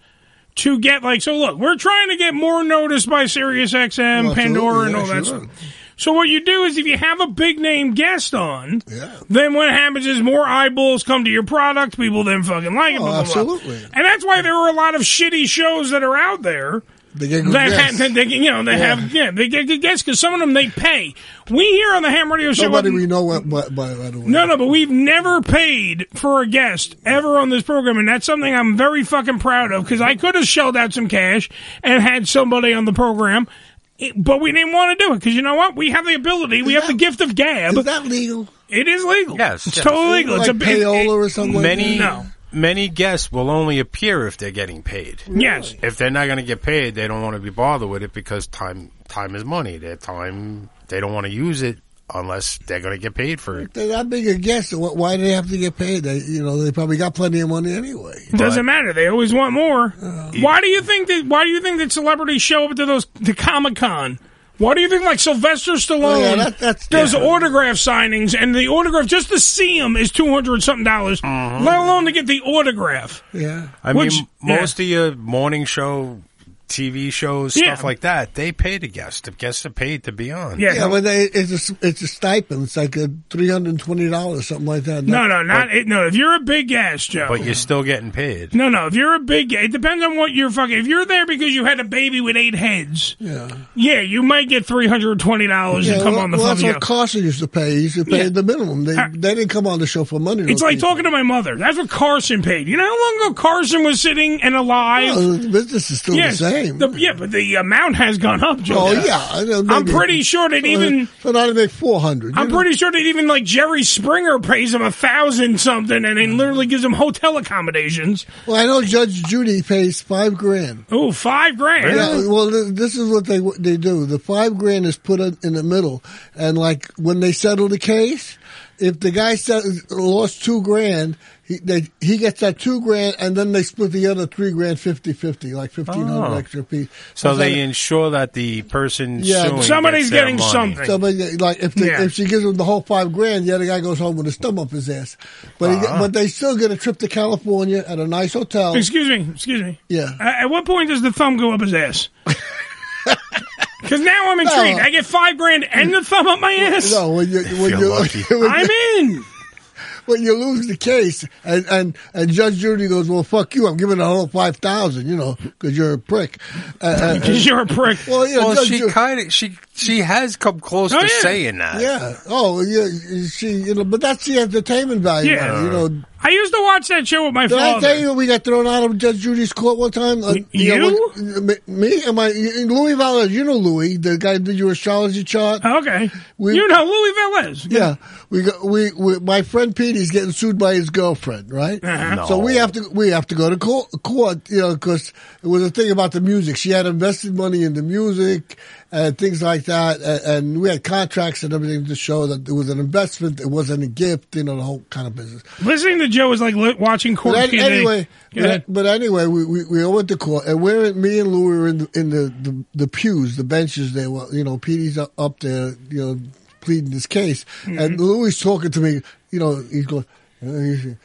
Speaker 9: to get like so look, we're trying to get more notice by SiriusXM,
Speaker 6: Well, absolutely,
Speaker 9: Pandora and
Speaker 6: yeah,
Speaker 9: all that
Speaker 6: sure.
Speaker 9: stuff. So what you do is if you have a big name guest on, then what happens is more eyeballs come to your product, people then fucking like it.
Speaker 6: Oh,
Speaker 9: blah, blah, blah.
Speaker 6: absolutely.
Speaker 9: And that's why there are a lot of shitty shows that are out there
Speaker 6: They get good
Speaker 9: that
Speaker 6: guests.
Speaker 9: ha- that they, you know, they
Speaker 6: Yeah.
Speaker 9: have yeah, they get good guests because some of them they pay. We here on the Ham Radio Show,
Speaker 6: nobody we know what, what, by, by the way.
Speaker 9: no, no, but we've never paid for a guest ever on this program, and that's something I'm very fucking proud of because I could have shelled out some cash and had somebody on the program. it- But we didn't want to do it because you know what? We have the ability. We have the gift of gab. Is
Speaker 6: that legal?
Speaker 9: It is legal.
Speaker 11: Yes,
Speaker 9: it's
Speaker 11: yes.
Speaker 9: totally legal. it's a
Speaker 6: Like
Speaker 9: it- it-
Speaker 6: payola or something like
Speaker 11: Many
Speaker 6: that?
Speaker 11: many guests will only appear if they're getting paid.
Speaker 9: Yes.
Speaker 11: If they're not going to get paid, they don't want to be bothered with it because time time is money. Their time they don't want to use it unless they're going to get paid for it.
Speaker 6: They're that big a guest. wh- Why do they have to get paid? They, you know, they probably got plenty of money anyway.
Speaker 9: It doesn't matter. They always want more.
Speaker 6: Uh,
Speaker 9: why do you think that? Why do you think that celebrities show up to those to Comic Con? Why do you think like Sylvester Stallone
Speaker 6: Well, yeah, that- that's
Speaker 9: does
Speaker 6: different.
Speaker 9: autograph signings and the autograph just to see him is two hundred something dollars,
Speaker 6: Uh-huh.
Speaker 9: let alone to get the autograph?
Speaker 6: Yeah.
Speaker 11: I
Speaker 9: Which-
Speaker 11: mean, most of your morning show, TV shows,
Speaker 9: Yeah.
Speaker 11: stuff like that, they pay the guests. The guests are paid to be on.
Speaker 6: yeah but they, it's a s- it's a stipend. It's like a three hundred twenty dollars, something like that.
Speaker 9: No, no, not it, no. If you're a big ass Joe,
Speaker 11: but you're still getting paid.
Speaker 9: no, no. If you're a big, it depends on what you're fucking. If you're there because you had a baby with eight heads, yeah, yeah, you might get three hundred twenty dollars
Speaker 6: Yeah,
Speaker 9: and come
Speaker 6: well,
Speaker 9: on the
Speaker 6: well,
Speaker 9: fucking
Speaker 6: that's
Speaker 9: show.
Speaker 6: what Carson used to pay. He used to pay
Speaker 9: Yeah. Uh,
Speaker 6: the minimum. They they didn't come on the show for money.
Speaker 9: It's
Speaker 6: those
Speaker 9: like
Speaker 6: people.
Speaker 9: talking to my mother. That's what Carson paid. You know how long ago Carson was sitting and alive?
Speaker 6: Well, the business is still
Speaker 9: Yes.
Speaker 6: the same.
Speaker 9: The- yeah, but the amount has gone up. Joe.
Speaker 6: Oh yeah, I know,
Speaker 9: I'm
Speaker 6: maybe-
Speaker 9: pretty sure that
Speaker 6: so-
Speaker 9: even-
Speaker 6: so now they make four hundred.
Speaker 9: I'm pretty sure that even like Jerry Springer pays him a thousand something, and
Speaker 6: Mm.
Speaker 9: then literally gives him hotel accommodations.
Speaker 6: Well, I know Judge Judy pays five grand.
Speaker 9: Oh, five grand.
Speaker 6: Yeah, well, th- this is what they they do. The five grand is put in, in the middle, and like when they settle the case, if the guy set, lost two grand, he they, he gets that two grand, and then they split the other three grand 50-50, like fifteen hundred
Speaker 11: Oh.
Speaker 6: extra piece.
Speaker 11: So
Speaker 6: That's
Speaker 11: they ensure that the person suing gets their money.
Speaker 6: Somebody like if they,
Speaker 11: Yeah.
Speaker 6: if she gives him the whole five grand, the other guy goes home with his thumb up his ass. But he,
Speaker 9: Uh-huh.
Speaker 6: but they still get a trip to California at a nice hotel.
Speaker 9: Excuse me. Excuse me.
Speaker 6: Yeah.
Speaker 9: Uh, at what point does the thumb go up his ass? Because now I'm intrigued.
Speaker 6: No.
Speaker 9: I get five grand and the thumb up my ass.
Speaker 6: No, when you when
Speaker 9: Feel
Speaker 6: you
Speaker 9: lucky.
Speaker 6: when
Speaker 9: I'm in.
Speaker 6: When you lose the case, and, and, and Judge Judy goes, "Well, fuck you! I'm giving the whole five thousand, you know, because you're a prick." Because
Speaker 9: you're a prick.
Speaker 6: Uh, Well, you know,
Speaker 11: Well,
Speaker 6: Judge
Speaker 11: she
Speaker 6: Judy-
Speaker 11: kind of she she has come close
Speaker 9: Oh,
Speaker 11: to saying that.
Speaker 6: Oh, Yeah. Oh, yeah. She, you know, but that's the entertainment value.
Speaker 11: Yeah.
Speaker 6: You know,
Speaker 9: I used to watch that show with my
Speaker 6: Did I
Speaker 9: father.
Speaker 6: tell you we got thrown out of Judge Judy's court one time? Uh,
Speaker 9: you?
Speaker 6: know, what- me? Am I? Louis Valdez. You know Louis, the guy who did your astrology chart.
Speaker 9: Okay. You know Louis Velez.
Speaker 6: Yeah. We got we, we my friend Petey's getting sued by his girlfriend, right?
Speaker 9: Uh-huh. No.
Speaker 6: So we have to we have to go to court, court you know, because it was a thing about the music. She had invested money in the music and things like that, and, and we had contracts and everything to show that it was an investment. It wasn't a gift, you know, the whole kind of business.
Speaker 9: Listening to Joe is like li- watching court
Speaker 6: But an-
Speaker 9: TV.
Speaker 6: anyway,
Speaker 9: Go
Speaker 6: but,
Speaker 9: ahead.
Speaker 6: but anyway, we, we, we all went to court, and we're me and Lou were in the, in the, the, the pews, the benches. They were, you know, Petey's up- up there, you know, pleading his case,
Speaker 9: Mm-hmm.
Speaker 6: and Louie's talking to me. You know, he's going, uh,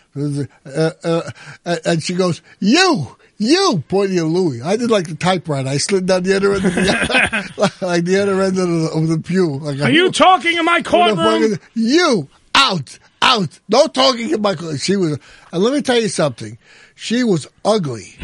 Speaker 6: uh, uh, uh, and she goes, "You, you," pointing at Louie. I did like the typewriter. I slid down the other end of the, like the other end of the, of the pew. Like
Speaker 9: Are you talking in my courtroom?
Speaker 6: you out, out. No talking in my courtroom. She was, and let me tell you something. She was ugly.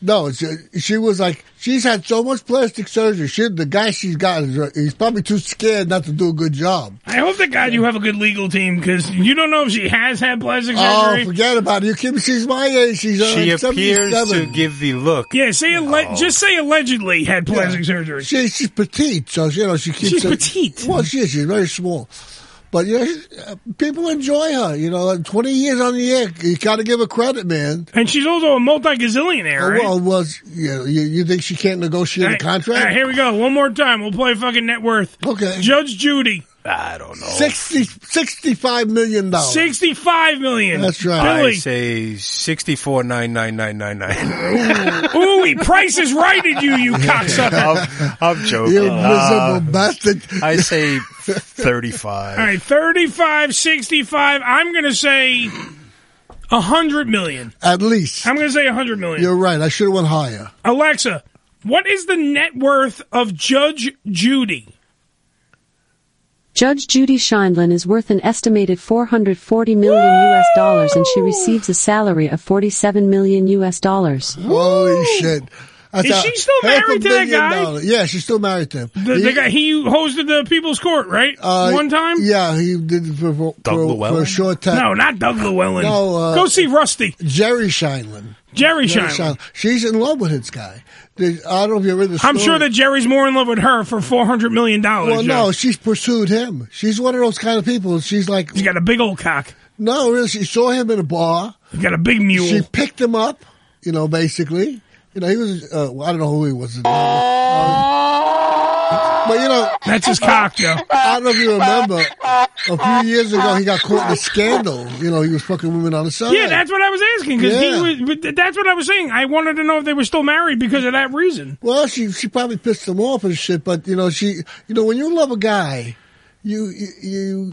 Speaker 6: no, she, she was like she's had so much plastic surgery. She, the guy she's got, is, uh, he's probably too scared not to do a good job.
Speaker 9: I hope to God you have a good legal team because you don't know if she has had plastic
Speaker 6: Oh,
Speaker 9: surgery.
Speaker 6: forget about it. You kidding? me? She's my age. She's uh,
Speaker 11: She
Speaker 6: like
Speaker 11: appears to
Speaker 6: 77.
Speaker 11: give the look.
Speaker 9: yeah, say alle- just say allegedly had plastic surgery.
Speaker 6: She, she's petite, so you know she keeps.
Speaker 9: She's
Speaker 6: it-
Speaker 9: petite.
Speaker 6: Well, she is. She's very small, but you know, she- uh, people enjoy her. You know, and twenty years on the air, you got to give her credit, man.
Speaker 9: And she's also a multi gazillionaire,
Speaker 6: Oh,
Speaker 9: right?
Speaker 6: Well, was you, know, you you think she can't negotiate a
Speaker 9: All right,
Speaker 6: contract?
Speaker 9: here we go. One more time. We'll play fucking net worth.
Speaker 6: Okay.
Speaker 9: Judge Judy.
Speaker 11: I don't know.
Speaker 6: Sixty sixty five million dollars.
Speaker 9: Sixty-five million.
Speaker 6: That's right.
Speaker 11: I
Speaker 9: Billy.
Speaker 11: say sixty-four nine nine nine nine nine.
Speaker 9: Ooh, he prices righted you, you cocksucker.
Speaker 11: I'm, I'm joking.
Speaker 6: You
Speaker 11: Uh,
Speaker 6: miserable bastard.
Speaker 11: I say thirty-five.
Speaker 9: All right, 35, 65. I'm going to say a hundred million.
Speaker 6: At least
Speaker 9: I'm going to say a hundred million.
Speaker 6: you're right. I should have went higher.
Speaker 9: Alexa, what is the net worth of Judge Judy?
Speaker 15: Judge Judy Scheinlin is worth an estimated 440 million US dollars and she receives a salary of 47 million US dollars.
Speaker 6: Holy shit! That's
Speaker 9: Is
Speaker 6: a-
Speaker 9: she still
Speaker 6: half a
Speaker 9: married to that
Speaker 6: billion
Speaker 9: guy?
Speaker 6: dollars. Yeah, she's still married to him.
Speaker 9: The, the guy he hosted the People's Court, right?
Speaker 6: Uh,
Speaker 9: One time.
Speaker 6: Yeah, he did it for, for, for, for a short time.
Speaker 9: No, not Doug Llewellyn.
Speaker 6: No, uh,
Speaker 9: go see Rusty.
Speaker 6: Jerry Scheinlin.
Speaker 9: Jerry Scheinlin.
Speaker 6: She's in love with this guy. The- I don't know if you read the
Speaker 9: I'm
Speaker 6: story.
Speaker 9: sure that Jerry's more in love with her for four hundred million dollars.
Speaker 6: Well, no, she's pursued him. She's one of those kind of people. She's like,
Speaker 9: she's got a big old cock.
Speaker 6: no, really, she saw him in a bar.
Speaker 9: He's got a big mule.
Speaker 6: She picked him up, you know, basically. You know, he was, uh, well, I don't know who he was. Uh, But, you know.
Speaker 9: That's his cock, Joe.
Speaker 6: I don't know if you remember. A few years ago, he got caught in a scandal. You know, he was fucking women on the side.
Speaker 9: yeah, that's what I was asking because
Speaker 6: Yeah.
Speaker 9: he was. but That's what I was saying. I wanted to know if they were still married because of that reason.
Speaker 6: Well, she she probably pissed him off and shit, but you know she you know when you love a guy, you you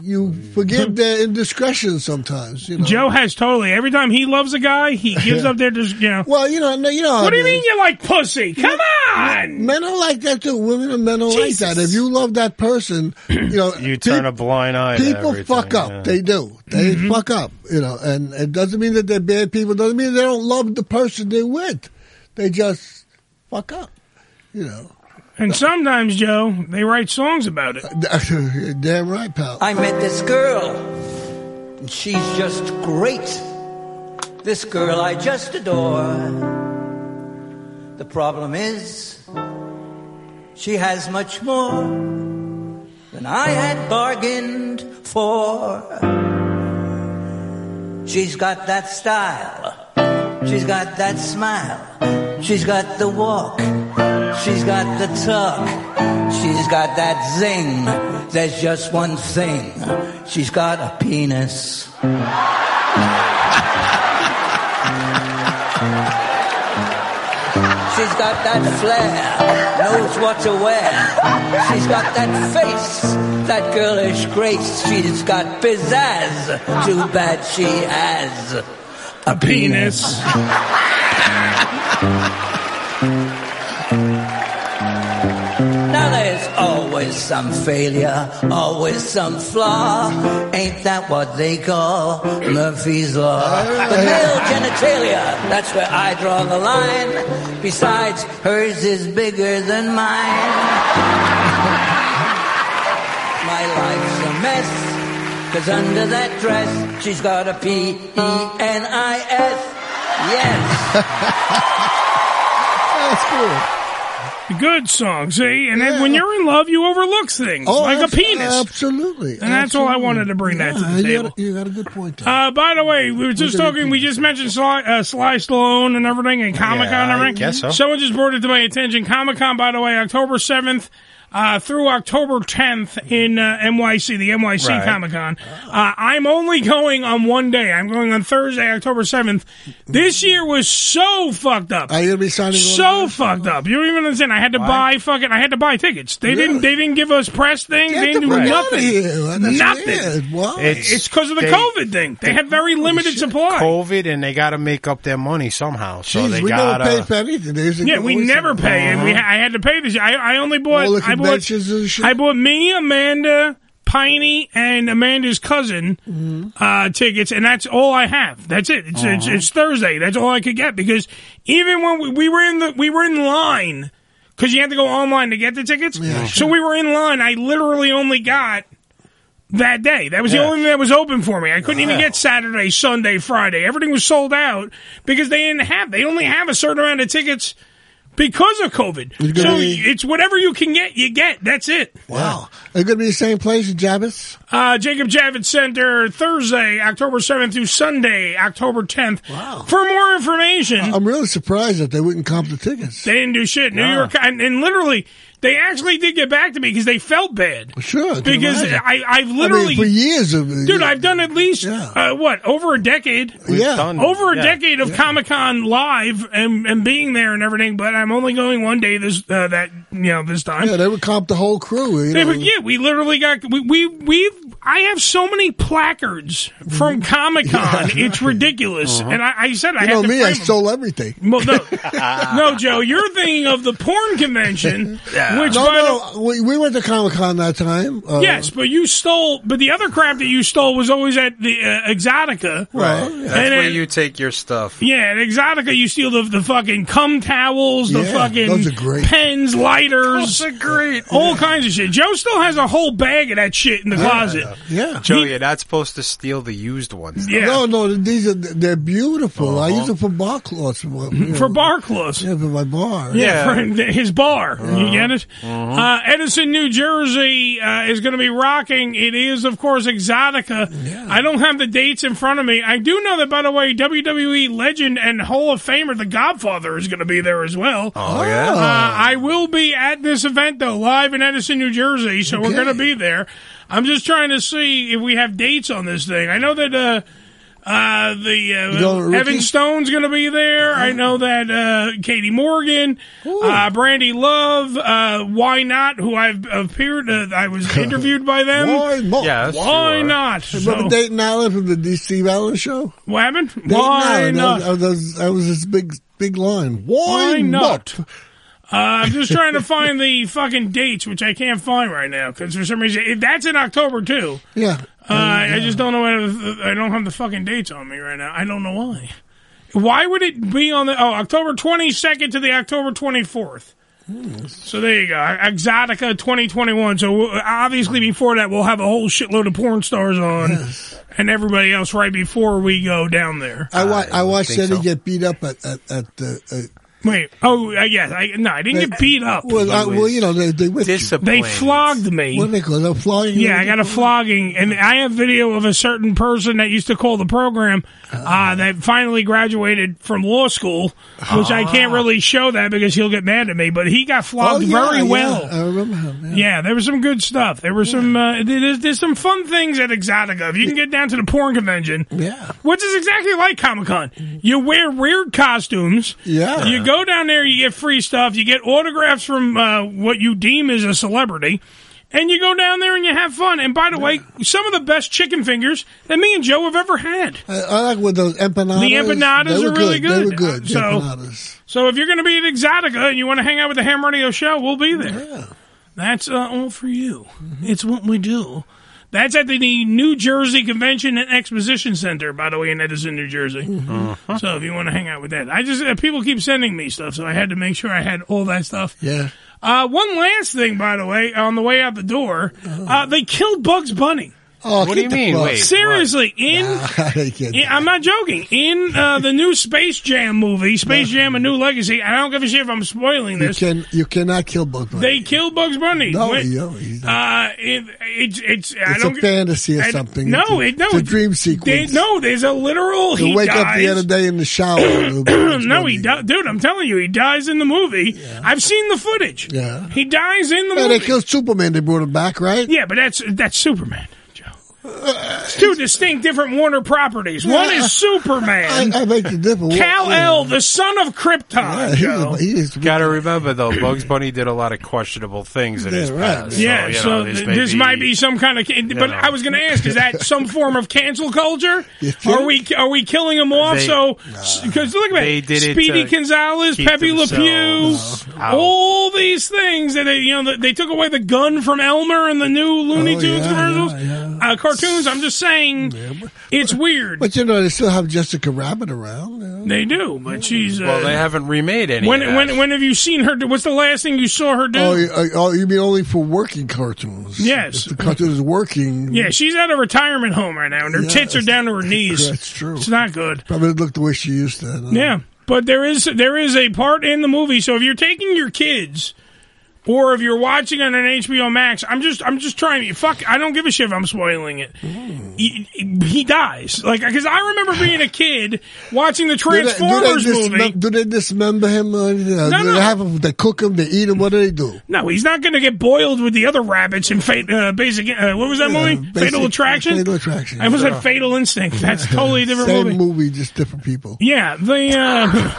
Speaker 6: you, you forgive their indiscretions sometimes. You know.
Speaker 9: Joe has totally. Every time he loves a guy, he gives up their. Just you know.
Speaker 6: Well, you know, no, you know. how
Speaker 9: What do you
Speaker 6: it
Speaker 9: mean
Speaker 6: is.
Speaker 9: you like pussy? Come on.
Speaker 6: Men are like that too. Women and men are like that. If you love that person, you know
Speaker 11: You turn a blind eye. to
Speaker 6: people
Speaker 11: everything,
Speaker 6: fuck up.
Speaker 11: yeah.
Speaker 6: They do. They fuck up. You know, and it doesn't mean that they're bad people. It doesn't mean they don't love the person they're with. They just fuck up. You know.
Speaker 9: And sometimes, Joe, they write songs about it.
Speaker 6: Damn right, pal.
Speaker 16: I met this girl. and She's just great. This girl I just adore. The problem is, she has much more than I had bargained for. She's got that style. She's got that smile. She's got the walk. She's got the tuck. She's got that zing. There's just one thing. She's got a penis. She's got that flair, knows what to wear. She's got that face, that girlish grace. She's got pizzazz. Too bad she has a penis. Now there's always some failure, always some flaw. Ain't that what they call Murphy's Law? The male genitalia, that's where I draw the line. Besides, hers is bigger than mine. My life's a mess. Cause under that dress, she's got a P E N I S. Yes.
Speaker 9: Good song, see? And then when you're in love, you overlook things
Speaker 6: Oh,
Speaker 9: like
Speaker 6: abs-
Speaker 9: a penis.
Speaker 6: Absolutely.
Speaker 9: And that's all I wanted to bring that to the
Speaker 6: Yeah, you
Speaker 9: table.
Speaker 6: got a- You got a good point. there.
Speaker 9: Uh, by the way, we were just
Speaker 6: did we
Speaker 9: talking. We just mentioned Sly, uh, Sly Stallone and everything, and Comic Con
Speaker 11: Yeah,
Speaker 9: and
Speaker 11: I
Speaker 9: everything.
Speaker 11: guess so.
Speaker 9: Someone just brought it to my attention. Comic Con, by the way, October seventh uh, through October tenth in uh, NYC, the NYC
Speaker 11: Right.
Speaker 9: Comic Con. Uh, I'm only going on one day. I'm going on Thursday, October seventh. This year was so fucked up.
Speaker 6: Are you gonna be signing
Speaker 9: so fucked up. You don't even understand. I had to buy fucking. I had to buy tickets. They didn't. They didn't give us press things. They
Speaker 6: Get
Speaker 9: didn't
Speaker 6: the
Speaker 9: do
Speaker 6: fuck
Speaker 9: nothing.
Speaker 6: outta here. That's
Speaker 9: nothing.
Speaker 6: weird. Why?
Speaker 9: It's because of the
Speaker 11: they-
Speaker 9: COVID thing. They had very limited supply.
Speaker 11: COVID, and they got to make up their money somehow. So
Speaker 9: Jeez,
Speaker 11: they
Speaker 9: we
Speaker 11: got
Speaker 9: never paid
Speaker 11: to.
Speaker 9: for
Speaker 6: anything.
Speaker 9: Yeah, we never pay, and we I had to pay this. I, I only bought
Speaker 6: All the
Speaker 9: I bought
Speaker 6: conventions and shit.
Speaker 9: I bought me, Amanda, Piney, and Amanda's cousin
Speaker 6: Mm-hmm.
Speaker 9: uh, tickets, and that's all I have. That's it. It's, it's,
Speaker 11: Uh-huh.
Speaker 9: it's Thursday. That's all I could get because even when we, we were in the we were in line because you had to go online to get the tickets, so we were in line. I literally only got. That day, that was the
Speaker 11: Yeah.
Speaker 9: only thing that was open for me. I couldn't even
Speaker 11: Wow.
Speaker 9: get Saturday, Sunday, Friday. Everything was sold out because they didn't have. They only have a certain amount of tickets because of COVID.
Speaker 6: It's gonna
Speaker 9: So
Speaker 6: be-
Speaker 9: it's whatever you can get, you get. That's it.
Speaker 6: Wow. Are you going to be the same place in Jabbis?
Speaker 9: Uh, Jacob Javits Center, Thursday, October 7th through Sunday, October 10th. Wow. For more information,
Speaker 6: I'm really surprised that they wouldn't comp the tickets.
Speaker 9: they didn't do shit. New York, and, and literally, they actually did get back to me because they felt bad.
Speaker 6: Sure. I can
Speaker 9: Because
Speaker 6: imagine.
Speaker 9: I, I've
Speaker 6: mean,
Speaker 9: literally.
Speaker 6: for years of
Speaker 9: Dude, I've done at least uh, what over a decade.
Speaker 6: We've Yeah. done-
Speaker 9: over a
Speaker 6: yeah.
Speaker 9: decade of Comic Con live and, and being there and everything. But I'm only going one day this uh, that you know this time.
Speaker 6: yeah, they would comp the whole crew. You
Speaker 9: They
Speaker 6: know.
Speaker 9: were- yeah, we literally got we we we. I have so many placards from Comic Con. It's ridiculous,
Speaker 6: Uh-huh.
Speaker 9: and I, I said I
Speaker 6: you
Speaker 9: had
Speaker 6: know
Speaker 9: to
Speaker 6: me, I
Speaker 9: frame 'em.
Speaker 6: stole everything.
Speaker 9: Well, no, no, Joe, you're thinking of the porn convention, which
Speaker 6: no,
Speaker 9: by the-
Speaker 6: no, we, we went to Comic Con that time. Uh,
Speaker 9: yes, but you stole. But the other crap that you stole was always at the uh, Exotica,
Speaker 11: Right.
Speaker 9: And
Speaker 11: That's where
Speaker 9: at-
Speaker 11: you take your stuff.
Speaker 9: yeah, at Exotica you steal the, the fucking cum towels, the
Speaker 11: Yeah,
Speaker 9: fucking
Speaker 11: those are great.
Speaker 9: pens, lighters,
Speaker 11: Those are great.
Speaker 9: all kinds of shit. Joe still has a whole bag of that shit in the closet.
Speaker 6: Yeah.
Speaker 11: Joe, you're not supposed to steal the used ones. though.
Speaker 6: No, no, these are they're beautiful. I
Speaker 11: Uh-huh.
Speaker 6: use them for bar cloths.
Speaker 9: For bar cloths.
Speaker 6: Yeah, for my bar.
Speaker 9: Yeah, for his bar. You get it?
Speaker 6: Uh-huh.
Speaker 9: Uh, Edison, New Jersey uh, is going to be rocking. It is, of course, Exotica. I don't have the dates in front of me. I do know that, by the way, WWE legend and Hall of Famer, The Godfather, is going to be there as well.
Speaker 11: Oh, yeah?
Speaker 9: Uh, I will be at this event, though, live in Edison, New Jersey, so we're going to be there. I'm just trying to see if we have dates on this thing. I know that. Uh, uh, the
Speaker 6: You going
Speaker 9: uh,
Speaker 6: with
Speaker 9: Evan
Speaker 6: Ricky?
Speaker 9: Stone's going to be there.
Speaker 6: Uh-huh.
Speaker 9: I know that uh, Katie Morgan, uh, Brandy Love, uh, why not? Who I've appeared, uh, I was interviewed by them.
Speaker 6: Why not? Yes,
Speaker 9: why
Speaker 6: you are.
Speaker 9: not?
Speaker 6: Remember
Speaker 9: So- uh,
Speaker 6: Dayton Allen from the DC Allen show?
Speaker 9: what happened?
Speaker 6: Dayton
Speaker 9: Why
Speaker 6: Allen,
Speaker 9: not?
Speaker 6: That was, that was- that was his big big line. Why,
Speaker 9: Why not?
Speaker 6: not?
Speaker 9: Uh, I'm just trying to find the fucking dates, which I can't find right now because for some reason it, that's in October too.
Speaker 6: Yeah.
Speaker 9: Uh, I just don't know. Why the, I don't have the fucking dates on me right now. I don't know why. Why would it be on the oh October 22nd to the October 24th? So there you go, Exotica 2021. So we'll- obviously before that we'll have a whole shitload of porn stars on, and everybody else right before we go down there.
Speaker 6: I, wa- I watched
Speaker 9: think
Speaker 6: Eddie
Speaker 9: so.
Speaker 6: get beat up at at, at the. Uh,
Speaker 9: Wait, oh uh, yes, I, no, I didn't get beat up.
Speaker 6: well, I, well, you know they they whipped you.
Speaker 9: They flogged me.
Speaker 6: What do they call it? A flogging?
Speaker 9: Yeah, I got a flogging, and I have video of a certain person that used to call the program
Speaker 6: Uh-huh.
Speaker 9: uh, that finally graduated from law school, which I can't really show that because he'll get mad at me. But he
Speaker 6: Ah.
Speaker 9: got
Speaker 6: Oh,
Speaker 9: flogged
Speaker 6: yeah,
Speaker 9: very
Speaker 6: yeah,
Speaker 9: well.
Speaker 6: I remember him.
Speaker 9: Yeah. there was some good stuff. There were some. Uh, there's, there's some fun things at Exotica. If you can get down to the porn convention,
Speaker 6: yeah,
Speaker 9: which is exactly like Comic Con. You wear weird costumes.
Speaker 6: Yeah.
Speaker 9: you go down there, you get free stuff, you get autographs from uh, what you deem is a celebrity. And you go down there and you have fun. And by the way, some of the best chicken fingers that me and Joe have ever had.
Speaker 6: I, I like with those empanadas.
Speaker 9: The empanadas
Speaker 6: They were
Speaker 9: are really
Speaker 6: They were
Speaker 9: good.
Speaker 6: good.
Speaker 9: So-
Speaker 6: empanadas.
Speaker 9: So if you're going to be at Exotica and you want to hang out with the Ham Radio Show, we'll be there. That's uh, all for you. It's what we do. That's at the, the New Jersey Convention and Exposition Center, by the way, in Edison, New Jersey. So if you want to hang out with that, I just uh, people keep sending me stuff, so I had to make sure I had all that stuff.
Speaker 6: Yeah.
Speaker 9: Uh, one last thing, by the way, on the way out the door, uh, they killed Bugs Bunny.
Speaker 6: Uh-huh. Oh,
Speaker 11: What do
Speaker 6: get
Speaker 11: you
Speaker 6: the
Speaker 11: mean?
Speaker 6: fuck-
Speaker 11: Wait,
Speaker 9: Seriously, in Yeah, I'm not joking. In uh, the new Space Jam movie, Space Jam: A New Legacy, I don't give a shit if I'm spoiling
Speaker 6: You
Speaker 9: this.
Speaker 6: can you cannot kill Bugs Bunny.
Speaker 9: They kill Bugs Bunny.
Speaker 6: No,
Speaker 9: When-
Speaker 6: you don't.
Speaker 9: uh, it, it's it's I
Speaker 6: It's a
Speaker 9: don't,
Speaker 6: fantasy or
Speaker 9: I-
Speaker 6: something.
Speaker 9: No,
Speaker 6: It's a-
Speaker 9: it, no,
Speaker 6: it's a dream
Speaker 9: They,
Speaker 6: sequence.
Speaker 9: no, there's a literal.
Speaker 6: You
Speaker 9: he
Speaker 6: wake
Speaker 9: dies.
Speaker 6: up the other day in the shower. and Bugs
Speaker 9: no,
Speaker 6: Bunny.
Speaker 9: he di- dude. I'm telling you, he dies in the movie. I've seen the footage.
Speaker 6: Yeah.
Speaker 9: He dies in the
Speaker 6: Yeah,
Speaker 9: movie.
Speaker 6: they killed Superman. They brought him back, right?
Speaker 9: Yeah, but that's that's Superman. Joe. It's two distinct different Warner properties. One
Speaker 6: Yeah, I-
Speaker 9: is Superman.
Speaker 6: I, I make the difference.
Speaker 9: Cal El, the son of Krypton. Joe.
Speaker 11: Gotta remember though, Bugs Bunny did a lot of questionable things in his
Speaker 6: Yeah,
Speaker 9: right.
Speaker 11: past.
Speaker 9: yeah,
Speaker 11: you know,
Speaker 9: so
Speaker 11: this
Speaker 9: th-
Speaker 11: may
Speaker 9: this
Speaker 11: be-
Speaker 9: might be some kind of. ca- But
Speaker 11: know.
Speaker 9: I was going to ask: Is that some form of cancel culture? Are we are we killing them off?
Speaker 11: They-
Speaker 9: so because look at
Speaker 11: They
Speaker 9: it,
Speaker 11: did it
Speaker 9: Speedy
Speaker 11: to
Speaker 9: Gonzales,
Speaker 11: keep
Speaker 9: Pepe Le Pew,
Speaker 11: themselves out.
Speaker 9: all these things that they, you know they- they took away the gun from Elmer and the new Looney
Speaker 6: Oh,
Speaker 9: Tunes
Speaker 6: yeah,
Speaker 9: commercials, Uh, cartoons. I'm just saying, it's weird.
Speaker 6: But you know, they still have Jessica Rabbit around.
Speaker 9: They do, but she's. Uh,
Speaker 11: Well, they haven't remade any.
Speaker 9: when
Speaker 11: of that.
Speaker 9: when when have you seen her? do- What's the last thing you saw her do?
Speaker 6: Oh, you- uh, oh, you mean only for working cartoons?
Speaker 9: Yes.
Speaker 6: If the cartoon is working.
Speaker 9: Yeah, she's at a retirement home right now, and her
Speaker 6: Yeah,
Speaker 9: tits are down to her knees.
Speaker 6: That's true.
Speaker 9: It's not good.
Speaker 6: Probably uh, didn't look the way she used to. no.
Speaker 9: Yeah, but there is there is a part in the movie. So if you're taking your kids, or if you're watching on an HBO Max, I'm just I'm just trying. Fuck, I don't give a shit if I'm spoiling it. He, he dies, like because I remember being a kid watching the
Speaker 6: Do they- do they
Speaker 9: Transformers
Speaker 6: dismem-
Speaker 9: movie.
Speaker 6: Do they dismember him or anything?
Speaker 9: No,
Speaker 6: do
Speaker 9: no.
Speaker 6: they have him? They cook him. They eat him. What do they do?
Speaker 9: No, he's not going to get boiled with the other rabbits in Fate. Uh, basic. Uh, what was that movie? Fatal
Speaker 6: Basic-
Speaker 9: Attraction.
Speaker 6: Fatal Attraction.
Speaker 9: I was
Speaker 6: Yeah.
Speaker 9: at Fatal Instinct. That's totally a different
Speaker 6: Same
Speaker 9: movie.
Speaker 6: just different people.
Speaker 9: Yeah, the uh,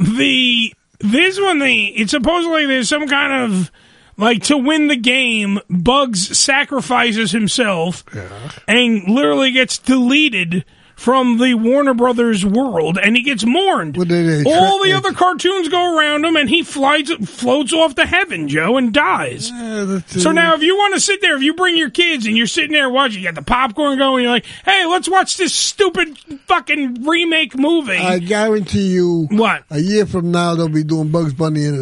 Speaker 9: the this one the it's supposedly there's some kind of like to win the game, Bugs sacrifices himself and literally gets deleted from the Warner Brothers world, and he gets mourned. All the other cartoons go around him, and he flies, floats off to heaven, Joe, and dies. So now, if you want to sit there, if you bring your kids and you're sitting there watching, you got the popcorn going, you're like, "Hey, let's watch this stupid fucking remake movie."
Speaker 6: I guarantee you.
Speaker 9: What?
Speaker 6: A year from now, they'll be doing Bugs Bunny, and,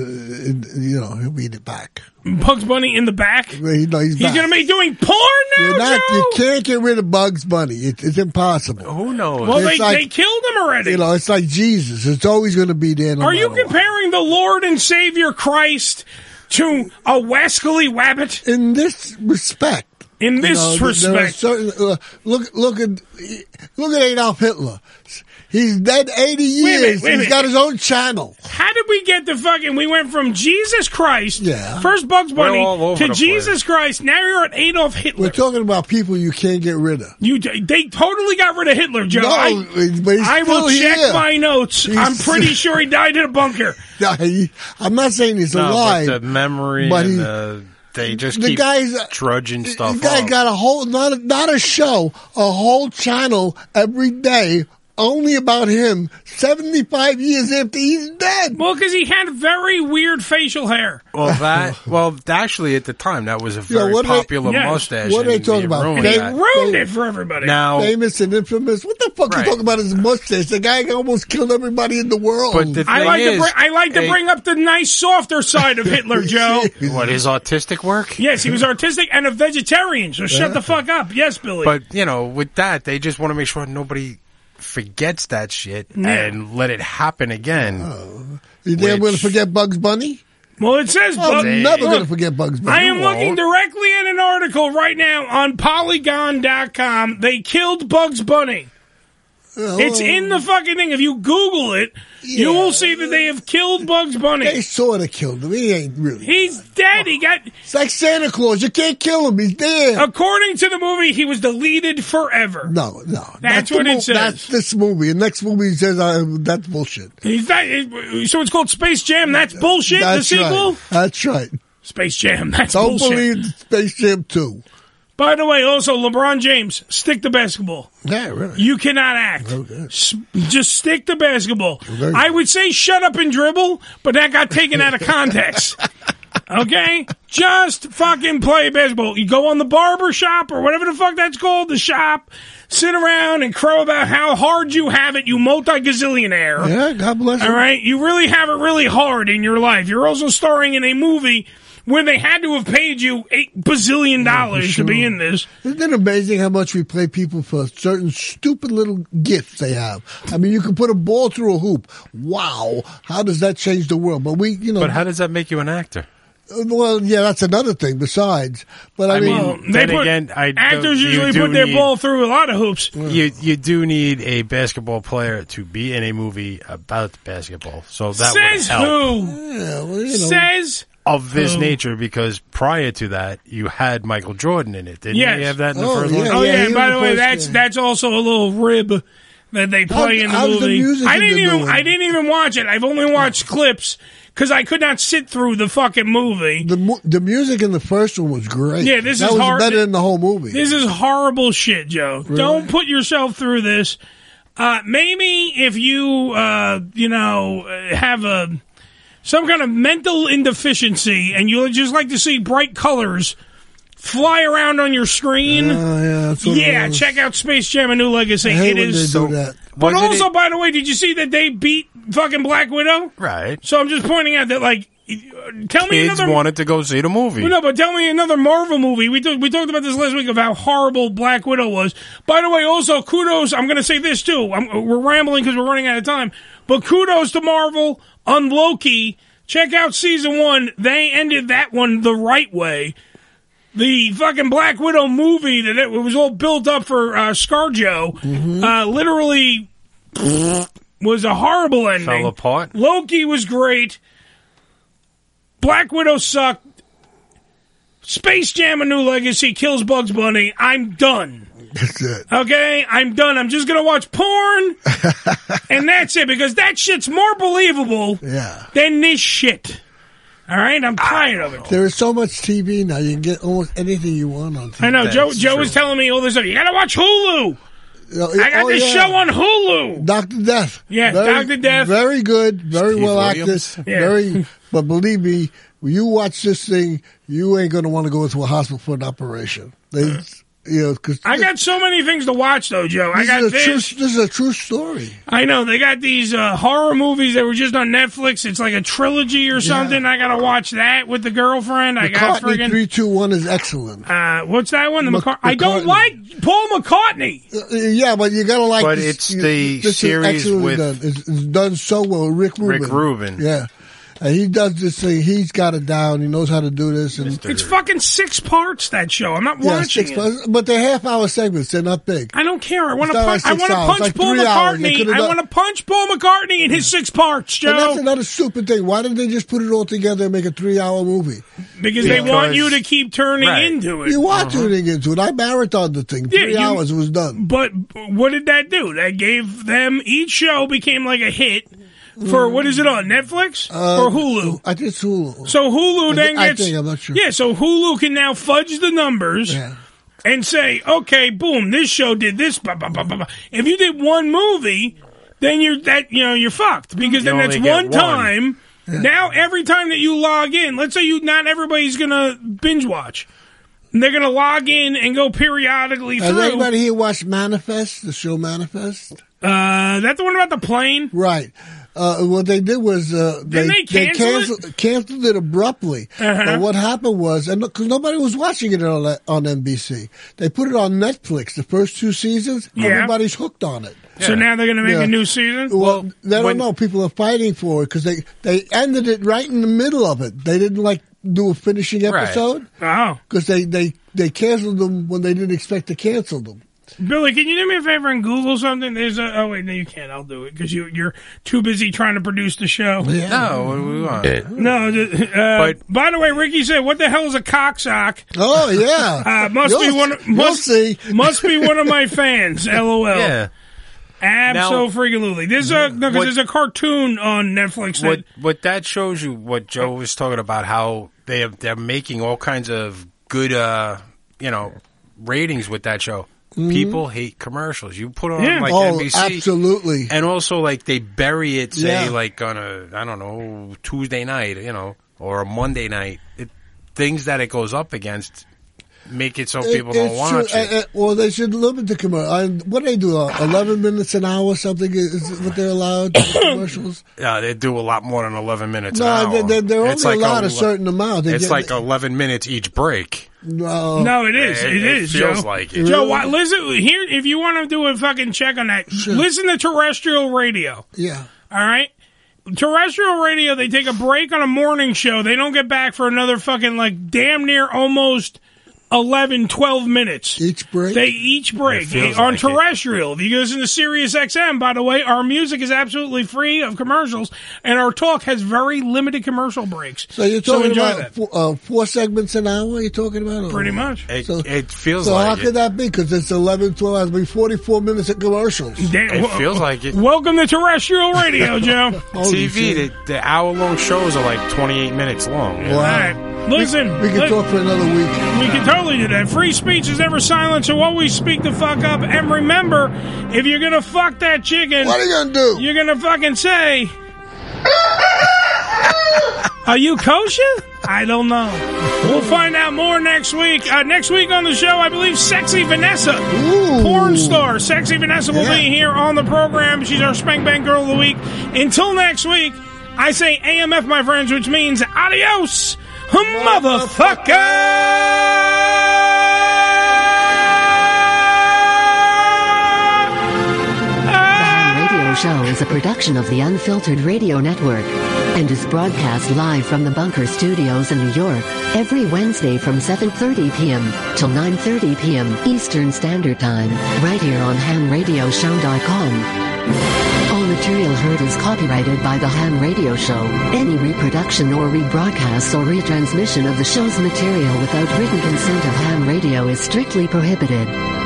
Speaker 6: and you know he'll be in the back.
Speaker 9: Bugs Bunny in the back.
Speaker 6: He- no, he's
Speaker 9: He's
Speaker 6: back.
Speaker 9: gonna be doing porn now,
Speaker 6: You're not-
Speaker 9: Joe.
Speaker 6: you can't get rid of Bugs Bunny. It, it's impossible.
Speaker 11: Who knows?
Speaker 9: Well,
Speaker 6: It's
Speaker 9: they,
Speaker 6: like-
Speaker 9: they killed him already.
Speaker 6: You know, it's like Jesus. It's always going to be there. No
Speaker 9: Are you
Speaker 6: matter what.
Speaker 9: comparing the Lord and Savior Christ to a wascally wabbit?
Speaker 6: In this respect.
Speaker 9: In this
Speaker 6: You know, th- there are
Speaker 9: respect.
Speaker 6: certain- uh, look, look at look at Adolf Hitler. He's dead eighty years.
Speaker 9: Wait a minute, wait a
Speaker 6: He's
Speaker 9: minute.
Speaker 6: got his own channel.
Speaker 9: How did we get the fucking? We went from Jesus Christ, first Bugs
Speaker 6: We're
Speaker 9: Bunny,
Speaker 6: all over
Speaker 9: to
Speaker 6: the
Speaker 9: Jesus Christ. Now you're at Adolf Hitler.
Speaker 6: We're talking about people you can't get rid of.
Speaker 9: You they totally got rid of Hitler, Joe.
Speaker 6: No,
Speaker 9: I,
Speaker 6: but he's
Speaker 9: I will
Speaker 6: still
Speaker 9: check
Speaker 6: here.
Speaker 9: my notes. I'm pretty sure he died in a bunker.
Speaker 6: No, he- I'm not saying he's
Speaker 11: no,
Speaker 6: alive.
Speaker 11: But the memory
Speaker 6: but
Speaker 11: and
Speaker 6: he-
Speaker 11: the, they just
Speaker 6: the
Speaker 11: keep
Speaker 6: guy's- uh,
Speaker 11: trudging stuff
Speaker 6: The guy
Speaker 11: up.
Speaker 6: got a whole not a, not a show, a whole channel every day only about him. Seventy five years after he's dead.
Speaker 9: Well, because he had very weird facial hair.
Speaker 11: well, that well, actually, at the time, that was a
Speaker 6: Yeah,
Speaker 11: very
Speaker 6: what are they-
Speaker 11: popular
Speaker 6: Yes.
Speaker 11: mustache.
Speaker 6: What are they
Speaker 11: and
Speaker 6: talking about?
Speaker 11: Ruined
Speaker 6: They-
Speaker 11: that.
Speaker 9: Ruined it for everybody.
Speaker 11: Now-
Speaker 6: famous and infamous. What the fuck you
Speaker 11: Right.
Speaker 6: talking about his mustache? The guy almost killed everybody in the world.
Speaker 11: But the
Speaker 9: I
Speaker 11: thing
Speaker 9: like to
Speaker 11: is,
Speaker 9: bring, I like to
Speaker 11: hey-
Speaker 9: bring up the nice softer side of Hitler, Joe.
Speaker 11: What his autistic work?
Speaker 9: Yes, he was artistic and a vegetarian. So shut the fuck up. Yes, Billy.
Speaker 11: But you know, with that, they just want to make sure nobody forgets that shit
Speaker 9: Yeah. Oh,
Speaker 11: and let it happen again.
Speaker 6: you damn
Speaker 11: which-
Speaker 6: going to forget Bugs Bunny?
Speaker 9: well, it says Bugs.
Speaker 6: I'm never going to
Speaker 9: Look,
Speaker 6: forget Bugs Bunny.
Speaker 9: I am looking directly at an article right now on Polygon.com. They killed Bugs Bunny.
Speaker 6: Oh.
Speaker 9: It's in the fucking thing. If you Google it, you will see that they have killed Bugs
Speaker 6: They
Speaker 9: Bunny.
Speaker 6: sort of killed him. He ain't really.
Speaker 9: He's dead. He got.
Speaker 6: It's like Santa Claus. You can't kill him. He's dead.
Speaker 9: According to the movie, he was deleted forever.
Speaker 6: No, no.
Speaker 9: That's
Speaker 6: the
Speaker 9: what it
Speaker 6: mo-
Speaker 9: says.
Speaker 6: That's this movie. The next movie says uh, that's bullshit.
Speaker 9: He's not, it- so it's called Space Jam. That's bullshit.
Speaker 6: That's
Speaker 9: the sequel,
Speaker 6: Right. That's right.
Speaker 9: Space Jam. That's
Speaker 6: Don't
Speaker 9: bullshit.
Speaker 6: believe Space Jam 2.
Speaker 9: By the way, also LeBron James, stick to basketball.
Speaker 6: Yeah, really.
Speaker 9: You cannot act. S- just stick to basketball.
Speaker 6: very
Speaker 9: I would say shut up and dribble, but that got taken out of context. okay? Just fucking play basketball. You go on the barber shop or whatever the fuck that's called, the shop, sit around and crow about how hard you have it, you multi gazillionaire.
Speaker 6: Yeah, God bless
Speaker 9: All
Speaker 6: him.
Speaker 9: right, you really have it really hard in your life. You're also starring in a movie where they had to have paid you eight bazillion dollars to be in this.
Speaker 6: Isn't it amazing how much we play people for certain stupid little gifts they have? I mean, you can put a ball through a hoop. Wow, how does that change the world? But we, you know,
Speaker 11: But how does that make you an actor?
Speaker 6: Uh, well, yeah, that's another thing besides. But I,
Speaker 11: I
Speaker 6: mean,
Speaker 11: mean, Well, they then put- again, I don't-
Speaker 9: Actors
Speaker 11: you
Speaker 9: usually
Speaker 11: do
Speaker 9: put their
Speaker 11: need-
Speaker 9: ball through a lot of hoops.
Speaker 11: You you do need a basketball player to be in a movie about basketball. So that
Speaker 9: Says
Speaker 11: would help.
Speaker 9: who? Says
Speaker 11: of this
Speaker 9: who?
Speaker 11: nature because prior to that you had Michael Jordan in it. Didn't
Speaker 9: yes.
Speaker 11: you have that in the first one?
Speaker 9: Oh yeah. and by the way, that's that's also a little rib that they play in the
Speaker 11: how's the
Speaker 9: movie.
Speaker 11: music
Speaker 9: I
Speaker 11: in
Speaker 9: didn't
Speaker 11: the
Speaker 9: even
Speaker 11: new one?
Speaker 9: I didn't even watch it. I've only watched clips because I could not sit through the fucking movie.
Speaker 6: The mu- the music in the first one was great.
Speaker 9: Yeah, this
Speaker 6: is
Speaker 9: is
Speaker 6: was
Speaker 9: hard-
Speaker 6: better than the whole movie.
Speaker 9: This is horrible shit, Joe.
Speaker 6: Really?
Speaker 9: Don't put yourself through this. Uh, maybe if you, uh, you know, uh, have a some kind of mental indeficiency and you just like to see bright colors fly around on your screen.
Speaker 6: what it
Speaker 9: yeah,
Speaker 6: was.
Speaker 9: check out Space Jam: A New Legacy.
Speaker 6: I hate
Speaker 9: it
Speaker 6: when
Speaker 9: is
Speaker 6: they do that.
Speaker 9: But
Speaker 6: Wasn't
Speaker 9: also, by the way, did you see that they beat fucking Black Widow?
Speaker 11: Right.
Speaker 9: So I'm just pointing out that, like, uh, tell me
Speaker 11: Kids
Speaker 9: another
Speaker 11: wanted to go see the movie.
Speaker 9: well, no, but tell me another Marvel movie. We talked we talked about this last week of how horrible Black Widow was. By the way, also kudos. I'm going to say this too. I'm, we're rambling because we're running out of time. But kudos to Marvel on Loki. Check out season one. They ended that one the right way. The fucking Black Widow movie that it was all built up for uh, ScarJo,
Speaker 11: Mm-hmm.
Speaker 9: uh, literally was a horrible ending.
Speaker 11: Fell apart.
Speaker 9: Loki was great. Black Widow sucked. Space Jam: A New Legacy kills Bugs Bunny. I'm done.
Speaker 6: That's
Speaker 9: uh,
Speaker 6: it.
Speaker 9: Okay, I'm done. I'm just gonna watch porn, and that's it because that shit's more believable
Speaker 6: Yeah.
Speaker 9: than this shit. All right, I'm tired of it.
Speaker 6: There is so much TV now. You can get almost anything you want on TV.
Speaker 9: I know Joe. Joe was telling me all this stuff. You gotta watch Hulu. I got
Speaker 6: oh,
Speaker 9: this
Speaker 6: yeah.
Speaker 9: show on Hulu.
Speaker 6: Doctor Death.
Speaker 9: Yeah, Dr. Death.
Speaker 6: Very good. Very
Speaker 9: Steve
Speaker 6: well
Speaker 9: Williams.
Speaker 6: acted.
Speaker 9: Yeah.
Speaker 6: Very. But believe me, when you watch this thing, you ain't going to want to go into a hospital for an operation. They,
Speaker 9: Uh.
Speaker 6: you know, 'cause
Speaker 9: I got so many things to watch though, Joe. I
Speaker 6: this
Speaker 9: got
Speaker 6: is a
Speaker 9: this.
Speaker 6: true. This is a true story.
Speaker 9: I know they got these uh, horror movies that were just on Netflix. It's like a trilogy or something. I gotta watch that with the girlfriend. I got
Speaker 6: McCartney
Speaker 9: friggin'
Speaker 6: three two one is excellent.
Speaker 9: uh, what's that one? The
Speaker 6: Mc-
Speaker 9: McCart- I don't
Speaker 6: McCartney.
Speaker 9: like Paul McCartney.
Speaker 6: Uh, yeah, but you gotta like.
Speaker 11: But
Speaker 6: this-
Speaker 11: it's
Speaker 6: you-
Speaker 11: the
Speaker 6: this is
Speaker 11: series
Speaker 6: excellently
Speaker 11: with-
Speaker 6: done. It's, it's done so well. Rick Rubin.
Speaker 11: Rick Rubin.
Speaker 6: Yeah, and he does this thing. He's got it down. He knows how to do this. And
Speaker 9: It's fucking six parts that show. I'm not
Speaker 6: Yeah,
Speaker 9: watching
Speaker 6: six
Speaker 9: it.
Speaker 6: parts, but they're half hour segments. They're not big.
Speaker 9: I don't care. I want to
Speaker 6: It's not
Speaker 9: punch.
Speaker 6: like
Speaker 9: I
Speaker 6: six
Speaker 9: want to
Speaker 6: hours.
Speaker 9: punch
Speaker 6: Like
Speaker 9: Paul
Speaker 6: three hours. They
Speaker 9: McCartney.
Speaker 6: could've
Speaker 9: I
Speaker 6: done-
Speaker 9: want to punch Paul McCartney in his six parts,
Speaker 6: And that's
Speaker 9: Joe,
Speaker 6: another stupid thing. Why didn't they just put it all together and make a three hour movie?
Speaker 9: because they want you to keep turning into it. Uh-huh.
Speaker 6: You are tuning into it. I marathoned the thing.
Speaker 9: Yeah,
Speaker 6: Three
Speaker 9: you-
Speaker 6: hours it was done.
Speaker 9: But what did that do? That gave them each show became like a hit for what is it on Netflix
Speaker 6: Uh,
Speaker 9: or Hulu?
Speaker 6: I think it's Hulu.
Speaker 9: So Hulu
Speaker 6: I thi-
Speaker 9: then
Speaker 6: I
Speaker 9: gets
Speaker 6: think, I'm not sure.
Speaker 9: yeah. So Hulu can now fudge the numbers and say, okay, boom, this show did this. Blah, blah, blah, blah, blah. If you did one movie, then you're that you know you're fucked because
Speaker 11: You
Speaker 9: then that's
Speaker 11: only get
Speaker 9: one
Speaker 11: one.
Speaker 9: time. Now every time that you log in, let's say you not everybody's gonna binge watch. They're gonna log in and go periodically
Speaker 6: Has
Speaker 9: through.
Speaker 6: anybody here watched Manifest, the show Manifest?
Speaker 9: Uh, that the one about the plane?
Speaker 6: Right. Uh, what they did was uh, they,
Speaker 9: they cancel it?
Speaker 6: canceled, canceled it abruptly.
Speaker 9: Uh-huh.
Speaker 6: But what happened was, and because nobody was watching it on, on NBC, they put it on Netflix. The first two seasons,
Speaker 9: Yeah.
Speaker 6: everybody's hooked on it.
Speaker 9: So now they're gonna make
Speaker 6: Yeah.
Speaker 9: a new season.
Speaker 6: Well, they don't
Speaker 9: when-
Speaker 6: know. People are fighting for it because they they ended it right in the middle of it. They didn't like do a finishing
Speaker 9: Right.
Speaker 6: episode.
Speaker 9: Oh,
Speaker 6: because they they they canceled them when they didn't expect to cancel them.
Speaker 9: Billy, can you do me a favor and Google something? There's a. Oh wait, no, you can't. I'll do it because you you're too busy trying to produce the show.
Speaker 11: No, what do we want?
Speaker 9: No, th- uh, by the way, Ricky said, "What the hell is a cocksock?"
Speaker 6: Oh yeah.
Speaker 9: uh, must be
Speaker 6: You'll-
Speaker 9: one. Of,
Speaker 6: you'll
Speaker 9: must
Speaker 6: see.
Speaker 9: must be one of my fans. LOL.
Speaker 11: Yeah.
Speaker 9: Absolutely. There's a no, 'cause
Speaker 11: What-
Speaker 9: there's a cartoon on Netflix that
Speaker 11: what what that shows you what Joe was talking about how they are, they're making all kinds of good uh you know ratings with that show.
Speaker 6: Mhm.
Speaker 11: People hate commercials. You put on
Speaker 6: Yeah.
Speaker 11: like
Speaker 6: Oh,
Speaker 11: NBC,
Speaker 6: absolutely.
Speaker 11: and also like they bury it, say
Speaker 6: Yeah.
Speaker 11: like on a I don't know Tuesday night, you know, or a Monday night. It, things that it goes up against make it so
Speaker 6: It-
Speaker 11: people don't
Speaker 6: it's
Speaker 11: watch
Speaker 6: true.
Speaker 11: it.
Speaker 6: Uh, uh, well, they should limit the commercial. I, what do they do? Uh, Eleven minutes an hour, or something is is what they're allowed commercials.
Speaker 11: Yeah, they do a lot more than eleven minutes.
Speaker 6: No,
Speaker 11: an hour.
Speaker 6: they- they- they're
Speaker 11: It's
Speaker 6: only
Speaker 11: like
Speaker 6: allowed a certain amount. They
Speaker 11: it's
Speaker 6: get-
Speaker 11: like eleven minutes each break.
Speaker 6: No,
Speaker 9: no, it is.
Speaker 11: It-
Speaker 9: It
Speaker 11: it
Speaker 9: is.
Speaker 11: feels
Speaker 9: Joe.
Speaker 11: like it.
Speaker 9: Joe,
Speaker 11: Really?
Speaker 9: why, listen here. If you want to do a fucking check on that, listen to terrestrial radio.
Speaker 6: Yeah.
Speaker 9: All right. Terrestrial radio, they take a break on a morning show. They don't get back for another fucking like damn near almost 11, 12 minutes.
Speaker 6: Each break?
Speaker 9: They each break.
Speaker 28: It feels
Speaker 9: on
Speaker 28: like it.
Speaker 9: terrestrial. If you listen to Sirius XM, by the way, our music is absolutely free of commercials and our talk has very limited commercial breaks.
Speaker 6: So you're talking
Speaker 9: enjoy that.
Speaker 6: about four, uh, four segments an hour. You're talking about
Speaker 9: Pretty much.
Speaker 11: It, it feels
Speaker 6: So how
Speaker 11: like
Speaker 6: could
Speaker 11: it.
Speaker 6: that be? Because it's 11, 12 hours. Be forty-four minutes of commercials.
Speaker 11: It feels like it.
Speaker 9: Welcome to terrestrial radio, Joe.
Speaker 11: TV, the, the hour long shows are like 28 minutes long.
Speaker 9: All right. Listen,
Speaker 6: We can
Speaker 9: let-
Speaker 6: talk for another week.
Speaker 9: We can totally do that. Free speech is never silent, so always speak the fuck up. And remember, if you're gonna fuck that chicken,
Speaker 6: What are you gonna do?
Speaker 9: You're gonna fucking say, "Are you kosher?" I don't know. We'll find out more next week. Uh, next week on the show, I believe Sexy Vanessa, porn star Sexy Vanessa, will be here on the program. She's our Spank Bank Girl of the Week. Until next week, I say AMF, my friends, which means adios, motherfucker.
Speaker 25: Fan Radio Show is a production of the Unfiltered Radio Network and is broadcast live from the Bunker Studios in New York every Wednesday from 7:30 p.m. till 9:30 p.m. Eastern Standard Time, right here on hamradioshow.com. All material heard is copyrighted by the Ham Radio Show. Any reproduction or rebroadcast or retransmission of the show's material without written consent of Ham Radio is strictly prohibited.